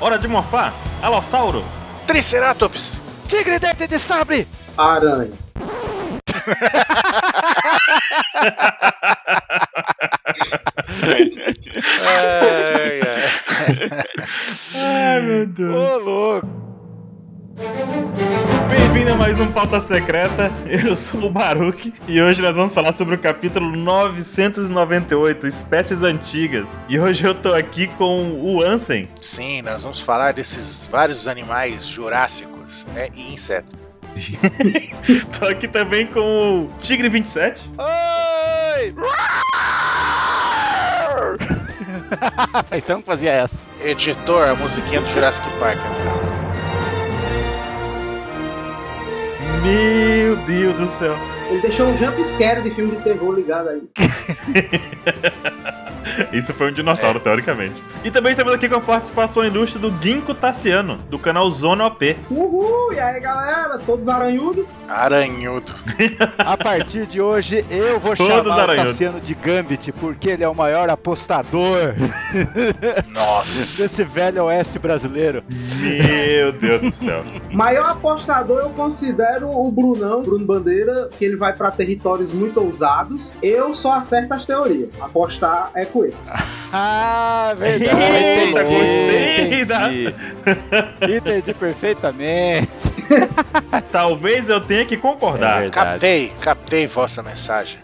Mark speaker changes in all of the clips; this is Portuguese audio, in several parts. Speaker 1: Hora de morfar! Alossauro!
Speaker 2: Triceratops!
Speaker 3: Tigre dente de sabre!
Speaker 4: Aranha.
Speaker 2: Ai, ai.
Speaker 1: Ai, meu
Speaker 3: Ô,
Speaker 1: Deus!
Speaker 3: louco!
Speaker 1: Bem-vindo a mais um Pauta Secreta. Eu sou o Baruque e hoje nós vamos falar sobre o capítulo 998, Espécies Antigas. E hoje eu tô aqui com o Ansem.
Speaker 2: Sim, nós vamos falar desses vários animais jurássicos né, e insetos.
Speaker 1: Tô aqui também com o Tigre 27.
Speaker 3: Oi! Pensamos que fazia essa.
Speaker 2: Editor, a musiquinha do Jurassic Park. né?
Speaker 1: Meu Deus do céu!
Speaker 4: Ele deixou um jumpscare de filme de terror ligado aí.
Speaker 1: Isso foi um
Speaker 3: É.
Speaker 1: dinossauro, teoricamente. E também estamos aqui com a participação ilustre do Ginkgo Tassiano, do canal Zona OP.
Speaker 4: Uhul! E aí, galera? Todos aranhudos?
Speaker 2: Aranhudo.
Speaker 3: A partir de hoje eu vou
Speaker 1: Todos
Speaker 3: chamar o
Speaker 1: aranhudos.
Speaker 3: Cassiano de Gambit, porque ele é o maior apostador
Speaker 2: Nossa.
Speaker 3: desse velho oeste brasileiro.
Speaker 1: Meu Deus do céu!
Speaker 4: Maior apostador eu considero o Brunão, Bruno Bandeira, que ele vai pra territórios muito ousados. Eu só acerto as teorias. Apostar é com ele.
Speaker 3: Ah, verdade!
Speaker 1: Eita, gostei
Speaker 3: entendi,
Speaker 1: da-
Speaker 3: entendi. Entendi perfeitamente.
Speaker 1: Talvez eu tenha que concordar.
Speaker 3: É
Speaker 2: Captei, captei vossa mensagem.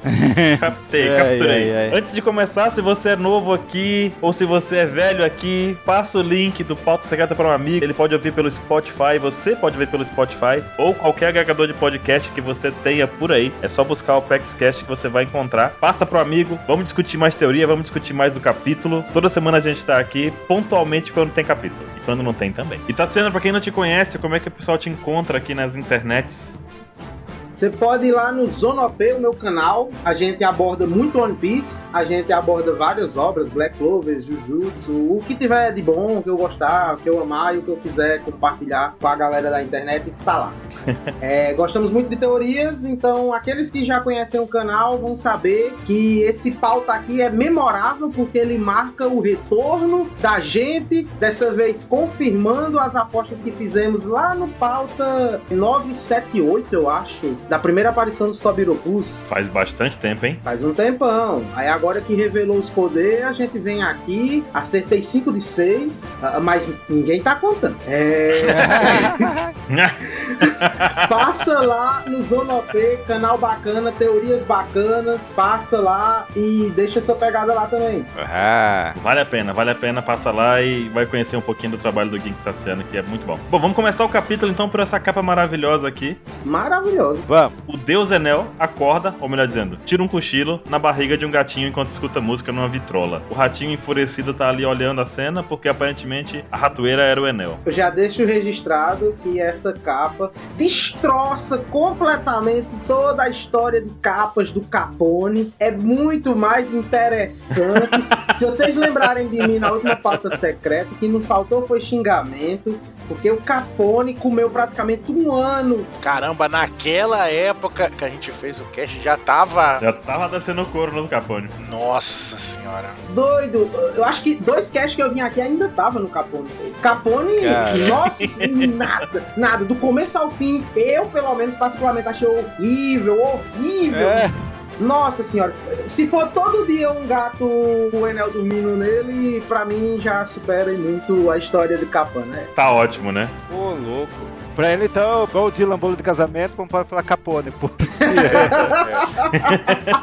Speaker 1: Captei,
Speaker 3: Ai,
Speaker 1: capturei.
Speaker 3: ai, ai.
Speaker 1: Antes de começar, se você é novo aqui ou se você é velho aqui, passa o link do Pauta Secreta para um amigo. Ele pode ouvir pelo Spotify, você pode ver pelo Spotify ou qualquer agregador de podcast que você tenha por aí. É só buscar o PEXCast que você vai encontrar. Passa pro amigo, vamos discutir mais teoria, vamos discutir mais do capítulo. Toda semana a gente tá aqui, pontualmente quando tem capítulo. E quando não tem também. E tá sendo, pra quem não te conhece, como é que o pessoal te encontra aqui nas internets?
Speaker 4: Você pode ir lá no Zonopê, o meu canal. A gente aborda muito One Piece. A gente aborda várias obras, Black Clover, Jujutsu, o que tiver de bom, o que eu gostar, o que eu amar e o que eu quiser compartilhar com a galera da internet, tá lá. É, gostamos muito de teorias, então aqueles que já conhecem o canal vão saber que esse pauta aqui é memorável porque ele marca o retorno da gente, dessa vez confirmando as apostas que fizemos lá no pauta 978, eu acho, da primeira aparição dos Tobirocus.
Speaker 1: Faz bastante tempo, hein?
Speaker 4: Faz um tempão. Aí agora que revelou os poderes, a gente vem aqui, acertei 5 de 6, mas ninguém tá contando. É. Passa lá no Zonopê, canal bacana, teorias bacanas. Passa lá e deixa sua pegada lá também.
Speaker 3: Ah,
Speaker 1: Vale a pena, vale a pena, passa lá e vai conhecer um pouquinho do trabalho do Gink Tassiano, que é muito bom. Bom, vamos começar o capítulo então por essa capa maravilhosa aqui.
Speaker 4: Maravilhoso.
Speaker 3: vamos.
Speaker 1: O deus Enel acorda, ou melhor dizendo, tira um cochilo na barriga de um gatinho enquanto escuta música numa vitrola. O ratinho enfurecido tá ali olhando a cena porque aparentemente a ratoeira era o Enel.
Speaker 4: Eu já deixo registrado que essa capa destroça completamente toda a história de capas do Capone. É muito mais interessante. Se vocês lembrarem de mim na última pauta secreta, o que não faltou foi xingamento, porque o Capone comeu praticamente um ano
Speaker 2: Caramba, naquela época que a gente fez o cast já tava.
Speaker 1: Já tava descendo couro no Capone.
Speaker 2: Nossa senhora.
Speaker 4: Doido, eu acho que dois casts que eu vim aqui ainda tava no Capone. Capone,
Speaker 3: Cara.
Speaker 4: nossa, sim, nada, nada. Do começo ao fim, eu, pelo menos, particularmente, achei horrível, horrível.
Speaker 3: É.
Speaker 4: Nossa senhora, se for todo dia um gato, o Enel dormindo nele, pra mim já supera em muito a história de Capone, né?
Speaker 1: Tá ótimo, né?
Speaker 3: Ô, louco. Pra ele, então, igual o Dylan Bolo de casamento, como pode falar Capone, pô.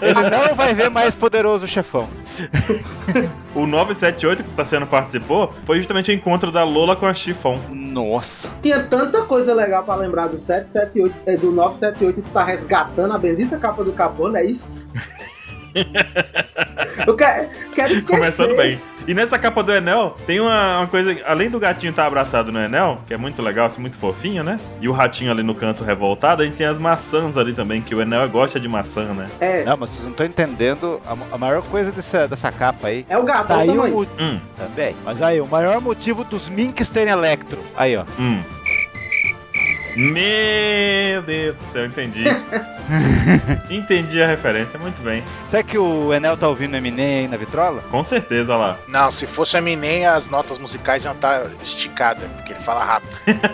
Speaker 3: ele não vai ver mais poderoso chefão.
Speaker 1: O 978 que o Tassiano participou foi justamente o encontro da Lola com a Chifon.
Speaker 3: Nossa.
Speaker 4: Tinha tanta coisa legal pra lembrar do 778, eh, do 978 que tá resgatando a bendita capa do Capone, é isso? eu quero, quero esquecer.
Speaker 1: Começando bem. E nessa capa do Enel, tem uma, uma coisa. Além do gatinho estar abraçado no Enel, que é muito legal, assim, muito fofinho, né? E o ratinho ali no canto revoltado, a gente tem as maçãs ali também, que o Enel gosta de maçã, né?
Speaker 4: É,
Speaker 3: Não, mas vocês não estão entendendo a, ma- a maior coisa dessa, dessa capa aí.
Speaker 4: É o gato,
Speaker 3: Tá
Speaker 4: é o
Speaker 3: aí o,
Speaker 4: tamanho.
Speaker 3: mo-
Speaker 1: Hum,
Speaker 3: também. Mas aí, o maior motivo dos Minks terem Electro. Aí, ó.
Speaker 1: hum. Meu Deus do céu, entendi. entendi a referência, muito bem.
Speaker 3: Será que o Enel tá ouvindo Eminem na vitrola?
Speaker 1: Com certeza, olha lá.
Speaker 2: Não, se fosse a Eminem, as notas musicais iam estar esticadas, porque ele fala rápido.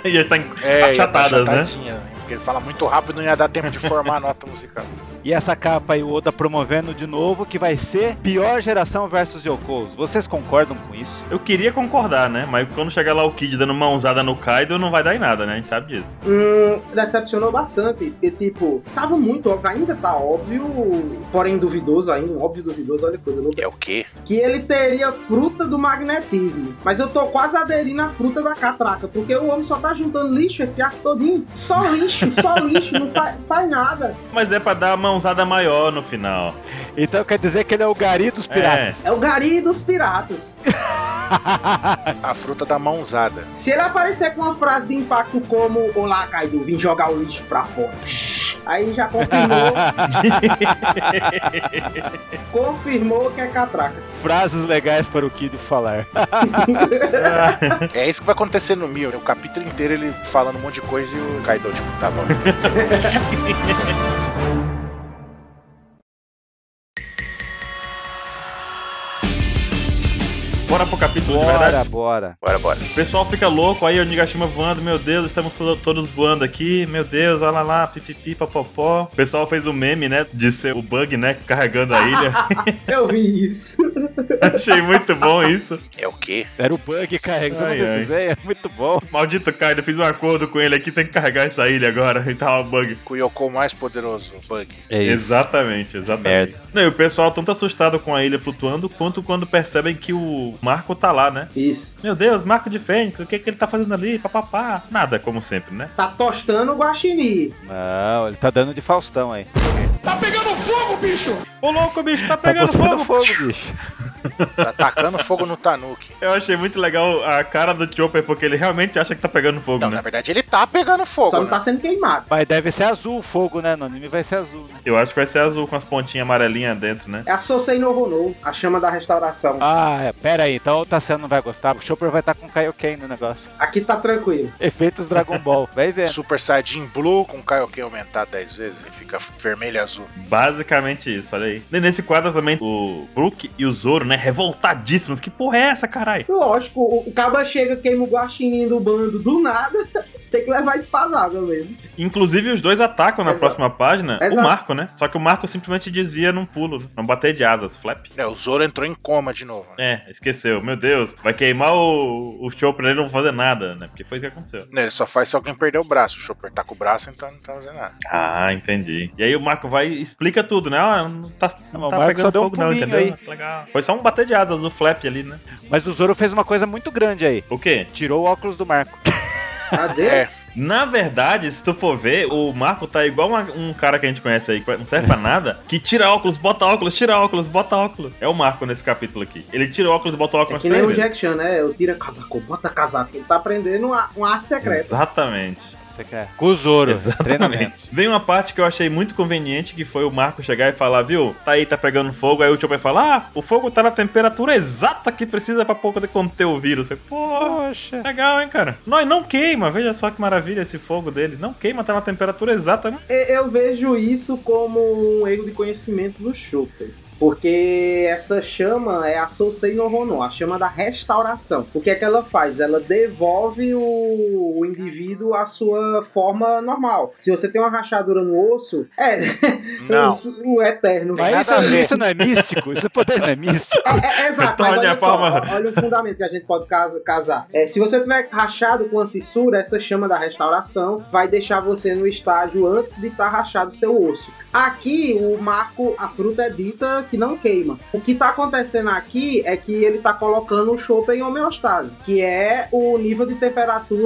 Speaker 1: Já está em-
Speaker 2: É, ia tá
Speaker 1: Achatadas, né?
Speaker 2: achatadinha, Porque ele fala muito rápido, não ia dar tempo de formar a nota musical.
Speaker 3: E essa capa aí, o Oda promovendo de novo, que vai ser pior geração versus Yokos. Vocês concordam com isso?
Speaker 1: Eu queria concordar, né? Mas quando chegar lá o Kid dando mãozada no Kaido, não vai dar em nada, né? A gente sabe disso.
Speaker 4: Hum, decepcionou bastante, porque, tipo, tava muito óbvio, ainda tá óbvio, porém duvidoso ainda, um óbvio duvidoso, olha que coisa louca,
Speaker 2: É o quê?
Speaker 4: que ele teria fruta do magnetismo. Mas eu tô quase aderindo à fruta da catraca, porque o homem só tá juntando lixo esse arco todinho, só lixo, só lixo, não fa- faz nada.
Speaker 1: Mas é pra dar a mãozada maior no final.
Speaker 3: Então quer dizer que ele é o gari dos piratas.
Speaker 4: É o gari dos piratas.
Speaker 2: A fruta da mãozada.
Speaker 4: Se ele aparecer com uma frase de impacto como Olá, Kaido, vim jogar o lixo pra fora. Psh, Aí já confirmou,
Speaker 1: É
Speaker 4: confirmou que é catraca.
Speaker 3: Frases legais para o Kid falar.
Speaker 1: Ah,
Speaker 2: É isso que vai acontecer no Mio. O capítulo inteiro ele falando um monte de coisa e o Kaido, tipo, tá bom.
Speaker 1: Bora pro capítulo de verdade.
Speaker 3: Bora, bora.
Speaker 2: Bora, bora.
Speaker 1: O pessoal fica louco aí, o Nigashima voando, meu Deus, estamos to- todos voando aqui, meu Deus, olha lá, lá, pipipi, papopó. O pessoal fez um meme, né, de ser o bug, né, carregando a ilha.
Speaker 4: Eu vi isso.
Speaker 1: Achei muito bom isso.
Speaker 2: É o quê?
Speaker 3: Era o bug carrega. Você não
Speaker 1: Ai,
Speaker 3: viu esse
Speaker 1: ai.
Speaker 3: desenho? É muito bom.
Speaker 1: Maldito Kaido, fiz um acordo com ele aqui, tem que carregar essa ilha agora, e tava bug.
Speaker 2: O Yoko mais poderoso, o Bug.
Speaker 3: É
Speaker 1: Exatamente, exatamente.
Speaker 3: Merda.
Speaker 1: Não, e o pessoal tanto assustado com a ilha flutuando, quanto quando percebem que o Marco tá lá, né?
Speaker 4: Isso.
Speaker 1: Meu Deus, Marco de Fênix, o que que ele tá fazendo ali? Papapá. Nada, como sempre, né?
Speaker 4: Tá tostando o guaxini.
Speaker 3: Não, ele tá dando de Faustão aí.
Speaker 1: Ô louco, bicho, tá
Speaker 3: Tá
Speaker 1: pegando
Speaker 3: cuspindo
Speaker 1: fogo.
Speaker 3: fogo, bicho.
Speaker 2: Tá tacando fogo no Tanuki.
Speaker 1: Eu achei muito legal a cara do Chopper, porque ele realmente acha que tá pegando fogo,
Speaker 2: Não,
Speaker 1: né?
Speaker 2: na verdade ele tá pegando fogo.
Speaker 4: Só não
Speaker 2: né?
Speaker 4: tá sendo queimado.
Speaker 3: Mas deve ser azul o fogo, né? No anime vai ser azul, né?
Speaker 1: Eu acho que vai ser azul com as pontinhas amarelinhas dentro, né?
Speaker 4: É a Sosei no Ronou, a chama da restauração.
Speaker 3: Ah, é, pera aí, então o Tassiano não vai gostar. O Chopper vai estar com Kaioken no negócio.
Speaker 4: Aqui tá tranquilo.
Speaker 3: Efeitos Dragon Ball, vai ver.
Speaker 2: Super Saiyajin Blue com Kaioken aumentar 10 vezes e fica vermelho e azul.
Speaker 1: Basicamente isso, olha aí. E nesse quadro também, o Brook e o Zoro, né? Revoltadíssimos. Que porra é essa, caralho?
Speaker 4: Lógico, o o caba chega, queima o guaxinim do bando do nada. Tem que levar espadaga mesmo.
Speaker 1: Inclusive, os dois atacam na
Speaker 4: Exato.
Speaker 1: próxima página o
Speaker 4: Exato.
Speaker 1: Marco, né? Só que o Marco simplesmente desvia num pulo, num bater de asas, flap.
Speaker 2: É, o Zoro entrou em coma de novo. né?
Speaker 1: É, esqueceu. Meu Deus, vai queimar o, o Chopper, ele não vai fazer nada, né? Porque foi o que aconteceu.
Speaker 2: Ele só faz se alguém perder o braço. O Chopper tá com o braço, então não tá fazendo nada.
Speaker 1: Ah, entendi. E aí o Marco vai e explica tudo, né? Ah, não tá, não
Speaker 3: Não, o
Speaker 1: tá
Speaker 3: Marco
Speaker 1: pegando
Speaker 3: só deu um
Speaker 1: fogo, não,
Speaker 3: pulinho
Speaker 1: entendeu?
Speaker 3: aí.
Speaker 1: Que Legal. Foi só um bater de asas, o flap ali, né?
Speaker 3: Mas o Zoro fez uma coisa muito grande aí.
Speaker 1: O quê?
Speaker 3: Tirou o óculos do Marco.
Speaker 4: Cadê?
Speaker 2: É.
Speaker 1: Na verdade, se tu for ver, o Marco tá igual uma- um cara que a gente conhece aí, que não serve pra nada, que tira óculos, bota óculos, tira óculos, bota óculos. É o Marco nesse capítulo aqui. Ele tira óculos, bota
Speaker 4: É
Speaker 1: óculos
Speaker 4: que nem o
Speaker 1: três vezes.
Speaker 4: Jack Chan, né? Eu tira casaco, bota casaco. Ele tá aprendendo uma, uma arte secreta.
Speaker 1: Exatamente.
Speaker 3: Você quer? Com o Zoro. Treinamento.
Speaker 1: Exatamente. Vem uma parte que eu achei muito conveniente, que foi o Marco chegar e falar, viu, tá aí, tá pegando fogo. Aí o Chopper fala, ah, o fogo tá na temperatura exata que precisa pra poder conter o vírus. Eu Falei, pô,
Speaker 3: Poxa.
Speaker 1: legal, hein, cara. Não, e não queima, veja só que maravilha esse fogo dele. Não queima, tá na temperatura exata.
Speaker 4: E- Eu vejo isso como um erro de conhecimento do Chopper. Porque essa chama é a Sousei no Ronon, a chama da restauração. O que é que ela faz? Ela devolve o, o indivíduo à sua forma normal. Se você tem uma rachadura no osso, é
Speaker 2: Não.
Speaker 4: o, o eterno.
Speaker 2: Tem
Speaker 3: Mas
Speaker 2: nada a
Speaker 3: isso,
Speaker 2: ver.
Speaker 3: isso não é místico? Isso poder não é místico?
Speaker 4: É, é, exato, mas
Speaker 1: Torne
Speaker 4: olha,
Speaker 1: a
Speaker 4: só,
Speaker 1: forma-
Speaker 4: o- olha o fundamento que a gente pode casa- casar. É, se você tiver rachado com uma fissura, essa chama da restauração vai deixar você no estágio antes de estar rachado o seu osso. Aqui, o marco, a fruta é dita que não queima. O que está acontecendo aqui é que ele está colocando o chope em homeostase, que é o nível de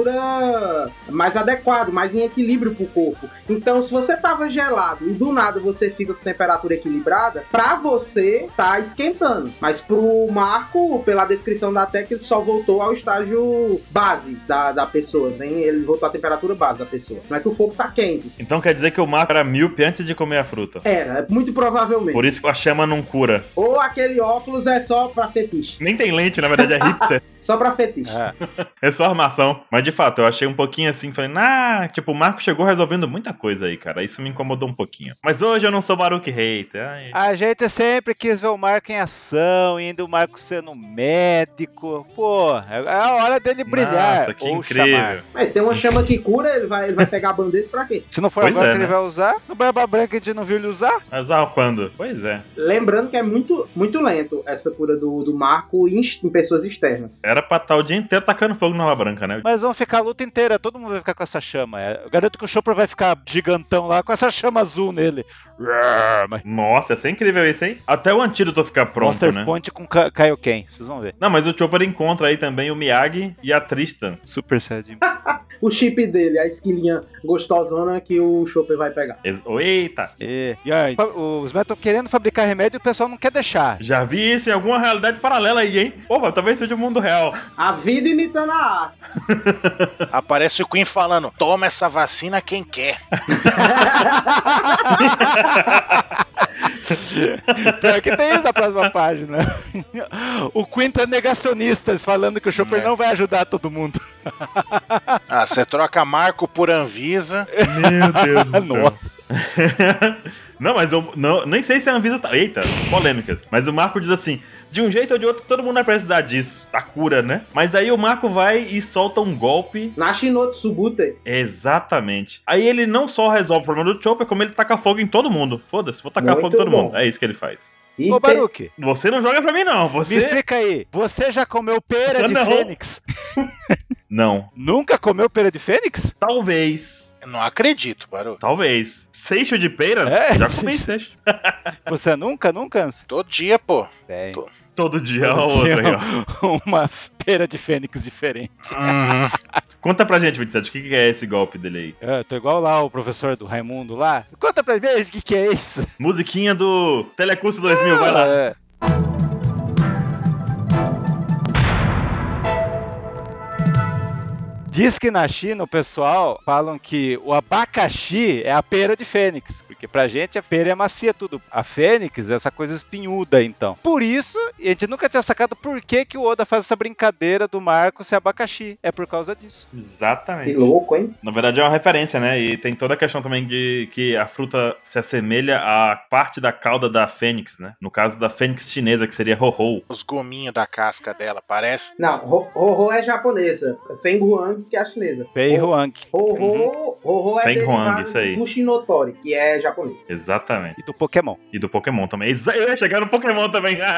Speaker 4: temperatura mais adequado, mais em equilíbrio para o corpo. Então, se você tava gelado e do nada você fica com temperatura equilibrada, pra você tá esquentando. Mas pro Marco, pela descrição da técnica, ele só voltou ao estágio base da, da pessoa. Nem ele voltou à temperatura base da pessoa. Não é que o fogo tá quente.
Speaker 1: Então quer dizer que o Marco era míope antes de comer a fruta.
Speaker 4: Era, muito provavelmente.
Speaker 1: Por isso que a chama não cura.
Speaker 4: Ou aquele óculos é só pra fetiche.
Speaker 1: Nem tem lente, na verdade, é hipster.
Speaker 4: Só pra fetiche.
Speaker 3: É.
Speaker 1: É só armação. Mas de fato, eu achei um pouquinho assim, falei, ah, tipo, o Marco chegou resolvendo muita coisa aí, cara. Isso me incomodou um pouquinho. Mas hoje eu não sou Baruch hater. Ai,
Speaker 3: A gente sempre quis ver o Marco em ação, e ainda o Marco sendo médico. Pô, é a hora dele brilhar.
Speaker 1: Nossa, que
Speaker 3: ou
Speaker 1: incrível.
Speaker 3: chamar.
Speaker 4: Mas tem uma chama que cura, ele vai, ele vai pegar a bandeira pra quê?
Speaker 3: Se não for
Speaker 1: Pois
Speaker 3: agora
Speaker 1: é,
Speaker 3: que ele
Speaker 1: né?
Speaker 3: vai usar, no Barba Branca a gente não viu ele usar.
Speaker 1: Vai usar ah, quando? Pois é.
Speaker 4: Lembrando que é muito, muito lento essa cura do, do Marco em, em pessoas externas.
Speaker 1: Era pra estar o dia inteiro tacando fogo na Barba Branca, né?
Speaker 3: Mas vão ficar a luta inteira, todo mundo vai ficar com essa chama. É, Eu garanto que o Chopper vai ficar gigantão lá com essa chama azul nele. Rrr, mas-
Speaker 1: Nossa, isso é incrível isso, hein? Até o antídoto ficar pronto,
Speaker 3: Monster
Speaker 1: né?
Speaker 3: Point com Ka- Kaioken, vocês vão ver.
Speaker 1: Não, mas o Chopper encontra aí também o Miyagi e a Tristan.
Speaker 3: Super sad.
Speaker 4: O chip dele, a esquilinha gostosona que o Chopper vai pegar.
Speaker 1: Ex- oh, Eita!
Speaker 3: E, e aí, fa- os metal querendo fabricar remédio e o pessoal não quer deixar.
Speaker 1: Já vi isso em alguma realidade paralela aí, hein? Opa, talvez seja o mundo real.
Speaker 4: A vida imitando a arte.
Speaker 2: Aparece o Queen falando: toma essa vacina quem quer.
Speaker 3: Pior que tem isso na próxima página. O Queen tá negacionistas falando que o Chopper
Speaker 2: É.
Speaker 3: não vai ajudar todo mundo.
Speaker 2: Ah, você troca Marco por Anvisa.
Speaker 1: Meu Deus do céu.
Speaker 3: Nossa.
Speaker 1: não, mas eu não, nem sei se a Anvisa tá. Eita, polêmicas. Mas o Marco diz assim: de um jeito ou de outro, todo mundo vai precisar disso. Da cura, né? Mas aí o Marco vai e solta um golpe.
Speaker 4: Na Shinoto Subute.
Speaker 1: Exatamente. Aí ele não só resolve o problema do Chopper, como ele taca fogo em todo mundo. Foda-se, vou tacar
Speaker 4: Muito
Speaker 1: fogo em todo
Speaker 4: bom.
Speaker 1: mundo. É isso que ele faz.
Speaker 4: E
Speaker 3: Ô,
Speaker 4: tem-
Speaker 3: Baruque,
Speaker 1: Você não joga pra mim, não.
Speaker 3: me
Speaker 1: Você.
Speaker 3: explica aí. Você já comeu pera de
Speaker 1: Não.
Speaker 3: fênix?
Speaker 1: Não.
Speaker 3: Nunca comeu pera de fênix?
Speaker 1: Talvez.
Speaker 2: Eu Não acredito, Baru.
Speaker 1: Talvez. Seixo de peiras?
Speaker 3: É,
Speaker 1: Já comi seixo.
Speaker 3: Você nunca, nunca? Ansa?
Speaker 2: Todo dia, pô.
Speaker 3: Tem.
Speaker 2: Todo
Speaker 1: Todo dia é outro aí, ó.
Speaker 3: Uma pera de fênix diferente.
Speaker 2: Uhum.
Speaker 1: Conta pra gente, 27, o que que é esse golpe dele aí?
Speaker 3: É, tô igual lá o professor do Raimundo lá. Conta pra mim o que, que é isso.
Speaker 1: Musiquinha do Telecurso 2000, vai lá.
Speaker 3: É. Diz que na China o pessoal falam que o abacaxi é a pera de fênix, porque pra gente a pera é macia tudo. A fênix é essa coisa espinhuda, então. Por isso, a gente nunca tinha sacado por que, que o Oda faz essa brincadeira do Marco ser abacaxi. É por causa disso.
Speaker 4: Que
Speaker 1: Exatamente.
Speaker 4: louco, hein?
Speaker 1: Na verdade é uma referência, né? E tem toda a questão também de que a fruta se assemelha à parte da cauda da fênix, né? No caso da fênix chinesa, que seria Hohou.
Speaker 2: Os gominhos da casca dela, parece.
Speaker 4: Não, Ho- Hoho é japonesa. Feng Huang, que é a chinesa.
Speaker 3: Pei Huang.
Speaker 4: Hoho, Hoho é
Speaker 1: Feng Huang,
Speaker 4: derivado
Speaker 1: isso aí.
Speaker 4: do Fushinotori, que é japonês.
Speaker 1: Exatamente.
Speaker 3: E do Pokémon.
Speaker 1: E do Pokémon também. Exa- Eu ia chegar no Pokémon também.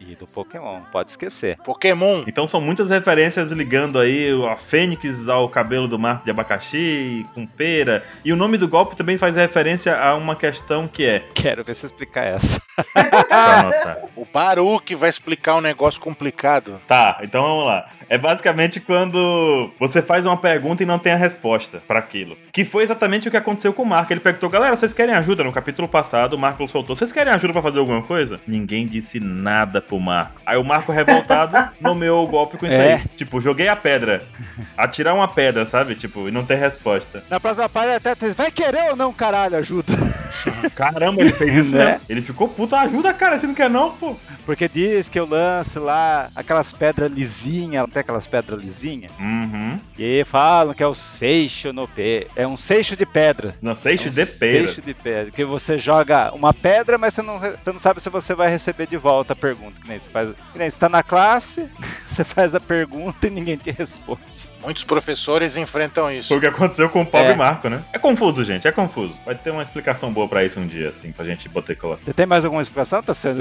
Speaker 3: E do Pokémon, pode esquecer.
Speaker 2: Pokémon.
Speaker 1: então são muitas referências ligando aí a fênix ao cabelo do Marco de abacaxi, com pera. E o nome do golpe também faz referência a uma questão que é...
Speaker 3: Quero ver você explicar essa.
Speaker 4: Ah.
Speaker 1: Deixa eu anotar.
Speaker 2: O Baru que vai explicar um negócio complicado.
Speaker 1: Tá, então vamos lá. É basicamente quando você faz uma pergunta e não tem a resposta pra aquilo. Que foi exatamente o que aconteceu com o Marco. Ele perguntou, galera, vocês querem ajuda? No capítulo passado, o Marco soltou, vocês querem ajuda pra fazer alguma coisa? Ninguém disse nada pro Marco. Aí o Marco, revoltado, nomeou o golpe com isso
Speaker 3: É.
Speaker 1: aí. Tipo, joguei a pedra. Atirar uma pedra, sabe? Tipo, e não ter resposta.
Speaker 3: Na próxima página até tem, vai querer ou não, caralho, ajuda.
Speaker 1: Caramba, ele fez isso
Speaker 3: Né?
Speaker 1: mesmo. Ele ficou puto, ajuda, cara, você não quer não, pô.
Speaker 3: Porque diz que eu lance lá aquelas pedras lisinhas, até aquelas pedras lisinhas,
Speaker 1: Uhum.
Speaker 3: e aí falam que é o seixo no pé. É um seixo de pedra.
Speaker 1: Não, seixo
Speaker 3: É um
Speaker 1: de pera.
Speaker 3: Seixo de pedra. Que você joga uma pedra, mas você não, re- você não sabe se você vai receber de volta a pergunta. Que nem você faz. Que nem você tá na classe, você faz a pergunta e ninguém te responde.
Speaker 2: Muitos professores enfrentam isso.
Speaker 1: Foi o que aconteceu com o pobre
Speaker 3: É.
Speaker 1: Marco, né? É confuso, gente, é confuso. Vai ter uma explicação boa pra isso um dia, assim, pra gente botar e colocar.
Speaker 3: Você tem mais alguma explicação, tá sendo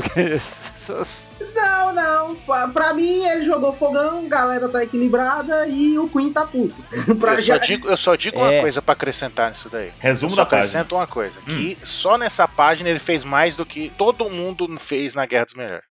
Speaker 3: que.
Speaker 4: Não, não. Pra, pra mim, ele jogou fogão, a galera tá equilibrada e o Queen tá puto. pra
Speaker 2: Eu só digo, eu só digo
Speaker 3: É.
Speaker 2: uma coisa pra acrescentar nisso daí. Eu
Speaker 1: Resumo
Speaker 2: só
Speaker 1: da página.
Speaker 2: acrescento uma coisa. Que só nessa página ele fez mais do que todo mundo fez na Guerra dos Melhores.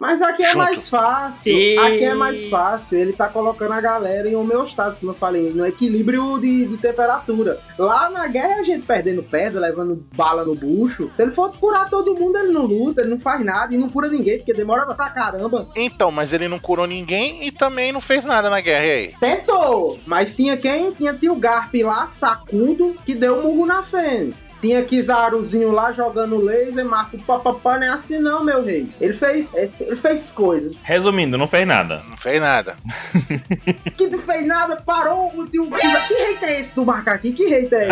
Speaker 4: Mas aqui é
Speaker 2: Junto.
Speaker 4: mais fácil.
Speaker 1: E-
Speaker 4: Aqui é mais fácil. Ele tá colocando a galera em homeostase, como eu falei, no equilíbrio de, de temperatura. Lá na guerra, a gente perdendo pedra, levando bala no bucho. Se ele fosse curar todo mundo, ele não luta, ele não faz nada e não cura ninguém, porque demora pra caramba.
Speaker 2: Então, mas ele não curou ninguém e também não fez nada na guerra, e aí?
Speaker 4: Tentou! Mas tinha quem? Tinha tio Garp lá, sacudo, que deu um murro na Fênix. Tinha Kizaruzinho lá jogando laser, Marco papapá, não é assim não, meu rei. Ele fez, é, ele fez coisas.
Speaker 1: Resumindo, não fez nada.
Speaker 2: Não fez nada.
Speaker 4: Que não fez nada, parou o tio Kizaru. Que rei é esse do macaquinho? Que rei é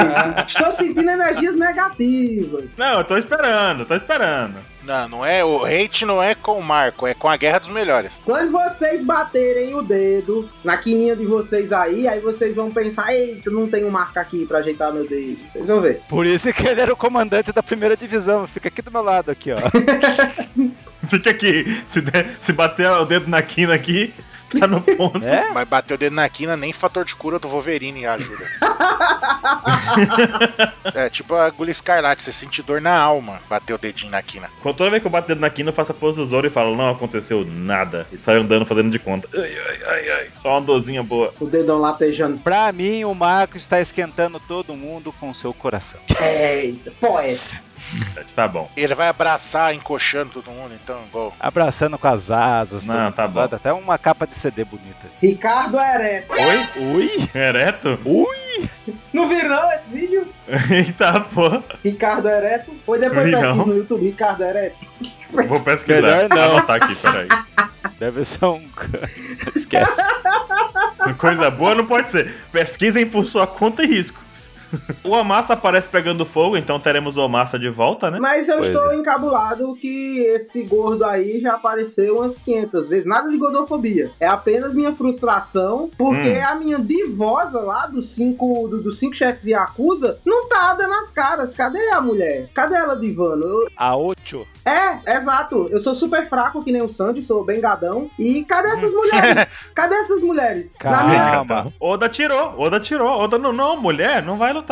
Speaker 4: esse? Estou sentindo energias negativas.
Speaker 1: Não, eu tô esperando, tô esperando.
Speaker 2: Não, não é. O hate não é com o Marco, é com a Guerra dos Melhores.
Speaker 4: Quando vocês baterem o dedo na quininha de vocês aí, aí vocês vão pensar, eita, não tem um marca aqui pra ajeitar meu dedo. Vocês vão ver.
Speaker 3: Por isso que ele era o comandante da primeira divisão. Fica aqui do meu lado, aqui, ó.
Speaker 1: Fica aqui. Se, der- se bater o dedo na quina aqui, tá no ponto.
Speaker 3: É?
Speaker 2: Mas bateu o dedo na quina, nem fator de cura do Wolverine ajuda. é tipo a agulha escarlate, você sente dor na alma, bateu o dedinho na quina.
Speaker 1: Quando Toda vez que eu bato o dedo na quina, eu faço a pose do Zoro e falo, não aconteceu nada. E saio andando fazendo de conta. Ai, ai, ai, ai. Só uma dorzinha boa.
Speaker 4: O dedão latejando.
Speaker 3: Pra mim, o Marco está esquentando todo mundo com seu coração.
Speaker 4: Eita, poeta.
Speaker 1: Tá bom.
Speaker 2: Ele vai abraçar, encoxando todo mundo, então, igual.
Speaker 3: Abraçando com as asas.
Speaker 1: Não,
Speaker 3: todo
Speaker 1: tá
Speaker 3: mundo.
Speaker 1: bom.
Speaker 3: Até uma capa de CD bonita.
Speaker 4: Ricardo Ereto.
Speaker 1: Oi?
Speaker 3: Ui!
Speaker 1: Ereto?
Speaker 3: Ui!
Speaker 4: Não virou esse vídeo?
Speaker 1: Eita, pô.
Speaker 4: Ricardo Ereto. Foi depois
Speaker 1: Vi
Speaker 4: pesquisa
Speaker 1: não.
Speaker 4: no YouTube, Ricardo Ereto.
Speaker 1: Vou pesquisar.
Speaker 3: Melhor não.
Speaker 1: Vou anotar aqui, peraí.
Speaker 3: Deve ser um. Esquece.
Speaker 1: Coisa boa não pode ser. Pesquisem por sua conta e risco. O Amassa aparece pegando fogo, então teremos o Amassa de volta, né?
Speaker 4: Mas eu
Speaker 3: Pois
Speaker 4: estou
Speaker 3: é.
Speaker 4: encabulado que esse gordo aí já apareceu umas 500 vezes. Nada de gordofobia. É apenas minha frustração, porque
Speaker 3: Hum.
Speaker 4: a minha divosa lá dos cinco, do- dos cinco chefes e acusa não tá dando as caras. Cadê a mulher? Cadê ela divando? Eu-
Speaker 3: A Ocho.
Speaker 4: É, exato. Eu sou super fraco que nem o Sandy, sou bem gadão. E cadê essas
Speaker 3: Hum.
Speaker 4: mulheres? cadê essas mulheres? Na minha-
Speaker 3: Calma.
Speaker 1: Oda tirou, Oda tirou, Oda não, não, mulher, não vai lutar.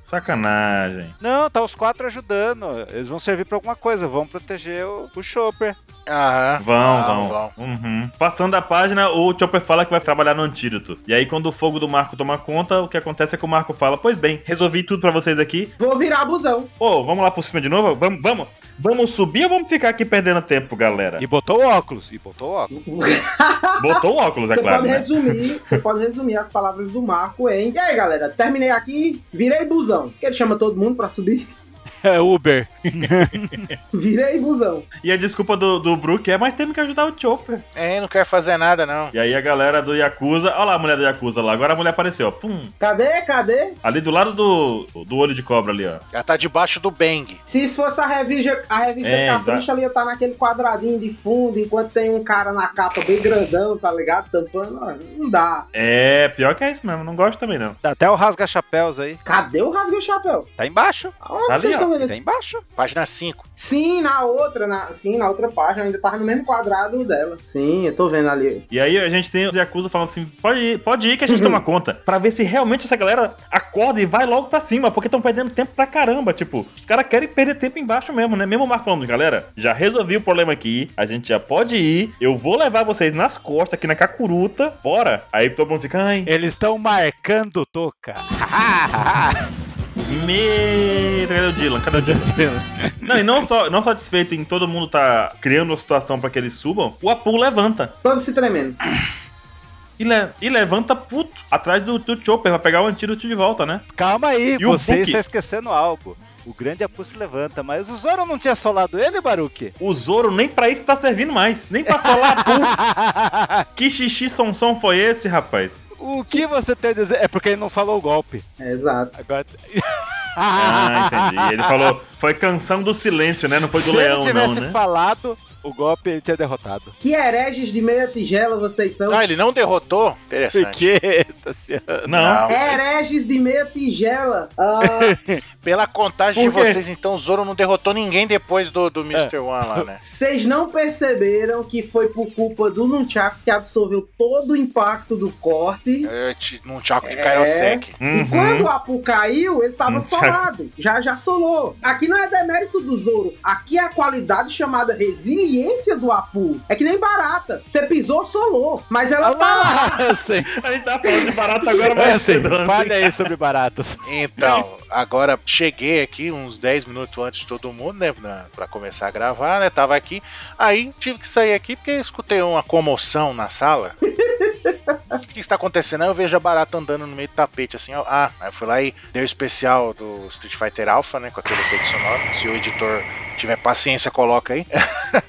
Speaker 1: Sacanagem.
Speaker 3: Não, tá os quatro ajudando. Eles vão servir pra alguma coisa. Vão proteger o, o Chopper.
Speaker 2: Aham.
Speaker 1: Vão,
Speaker 2: Ah,
Speaker 1: vão. Uhum. Passando a página, o Chopper fala que vai trabalhar no antídoto. E aí, quando o fogo do Marco toma conta, o que acontece é que o Marco fala: Pois bem, resolvi tudo pra vocês aqui.
Speaker 4: Vou virar abusão.
Speaker 1: Ô, vamos lá por cima de novo? Vamos, vamos. Vamos subir ou vamos ficar aqui perdendo tempo, galera?
Speaker 3: E botou o óculos. E botou o óculos.
Speaker 4: Você
Speaker 1: Botou o óculos, é claro.
Speaker 4: pode
Speaker 1: né?
Speaker 4: resumir, você pode resumir as palavras do Marco em. E aí, galera, terminei aqui, virei busão. Que ele chama todo mundo pra subir.
Speaker 3: É Uber.
Speaker 4: Virei busão.
Speaker 1: E a desculpa do, do Brook é, mas temos que ajudar o Chopper.
Speaker 2: É, não quer fazer nada, não.
Speaker 1: E aí a galera do Yakuza. Olha lá a mulher do Yakuza lá. Agora a mulher apareceu, ó. Pum.
Speaker 4: Cadê? Cadê?
Speaker 1: Ali do lado do, do olho de cobra ali, ó.
Speaker 2: Ela tá debaixo do Bang.
Speaker 4: Se isso fosse a revista, a revista
Speaker 1: É,
Speaker 4: Capricha, ali ia estar naquele quadradinho de fundo, enquanto tem um cara na capa bem grandão, tá ligado? Tampando. ó, Não dá.
Speaker 1: É, pior que é isso mesmo. Não gosto também, não.
Speaker 3: Tá até o rasga-chapéus aí.
Speaker 4: Cadê o rasga chapéu?
Speaker 3: Tá embaixo.
Speaker 4: Aonde
Speaker 1: Ali,
Speaker 4: vocês
Speaker 1: ó,
Speaker 4: estão vendo
Speaker 3: Tá
Speaker 4: esse
Speaker 3: embaixo.
Speaker 2: Página 5.
Speaker 4: Sim, na outra, na, sim, na outra página, ainda tava no mesmo quadrado dela. Sim, eu tô vendo ali.
Speaker 1: E aí a gente tem os Yakuza falando assim: pode ir, pode ir que a gente toma conta. Pra ver se realmente essa galera acorda e vai logo pra cima, porque estão perdendo tempo pra caramba. Tipo, os caras querem perder tempo embaixo mesmo, né? Mesmo o Marco falando, galera, já resolvi o problema aqui, a gente já pode ir, eu vou levar vocês nas costas aqui na Kakuruta, bora. Aí todo mundo fica, ai,
Speaker 3: Eles estão marcando toca.
Speaker 1: Me... Cadê o Dylan? Cadê o Dylan? Não, e não só, não satisfeito em todo mundo tá criando uma situação pra que eles subam, o Apu levanta.
Speaker 4: Todos se tremendo.
Speaker 1: E, le- e levanta puto atrás do, do Chopper pra pegar o antídoto de volta, né?
Speaker 3: Calma aí,
Speaker 1: E o
Speaker 3: você
Speaker 1: Book?
Speaker 3: está esquecendo algo. O grande Apu se levanta, mas o Zoro não tinha solado ele, Baruque?
Speaker 1: O Zoro nem pra isso tá servindo mais. Nem pra solar Apu. que xixi som som foi esse, rapaz?
Speaker 3: o que você tem a dizer? É porque ele não falou o golpe.
Speaker 4: É, exato.
Speaker 3: Agora.
Speaker 1: Ah, entendi. Ele falou, foi canção do silêncio, né? Não foi do
Speaker 3: Se
Speaker 1: leão,
Speaker 3: ele
Speaker 1: não,
Speaker 3: tivesse
Speaker 1: né?
Speaker 3: falado, o golpe ele tinha derrotado.
Speaker 4: Que hereges de meia tigela vocês são?
Speaker 2: Ah, ele não derrotou?
Speaker 1: É
Speaker 2: Interessante.
Speaker 3: Piqueta, Ciano.
Speaker 1: Não.
Speaker 4: É, Hereges de meia tigela. Ah,
Speaker 2: Pela contagem de
Speaker 1: Por quê? É.
Speaker 2: vocês, então, o Zoro não derrotou ninguém depois do, do Mr. One lá, né?
Speaker 4: Vocês não perceberam que foi por culpa do Nunchaku que absorveu todo o impacto do corte.
Speaker 2: É, ti- num tchaco de
Speaker 4: É.
Speaker 2: Kairosek.
Speaker 4: E
Speaker 1: Uhum.
Speaker 4: quando o Apu caiu, ele tava
Speaker 1: Nunchaku.
Speaker 4: solado. Já já solou. Aqui não é demérito do Zoro. Aqui é a qualidade chamada resiliência do Apu. É que nem barata. Você pisou, solou. Mas ela tá lá.
Speaker 3: Ah, sim.
Speaker 1: A gente tá falando de barato agora,
Speaker 3: É,
Speaker 1: mas
Speaker 3: sim.
Speaker 1: cedo, assim.
Speaker 3: Fale aí sobre baratas.
Speaker 2: Então, agora cheguei aqui uns 10 minutos antes de todo mundo, né? na- Pra começar a gravar, né? Tava aqui. Aí tive que sair aqui porque escutei uma comoção na sala. O que está acontecendo? Aí eu vejo a barata andando no meio do tapete, assim, ó. Ah, aí eu fui lá e dei o especial do Street Fighter Alpha, né? Com aquele efeito sonoro. Se o editor tiver paciência, coloca aí.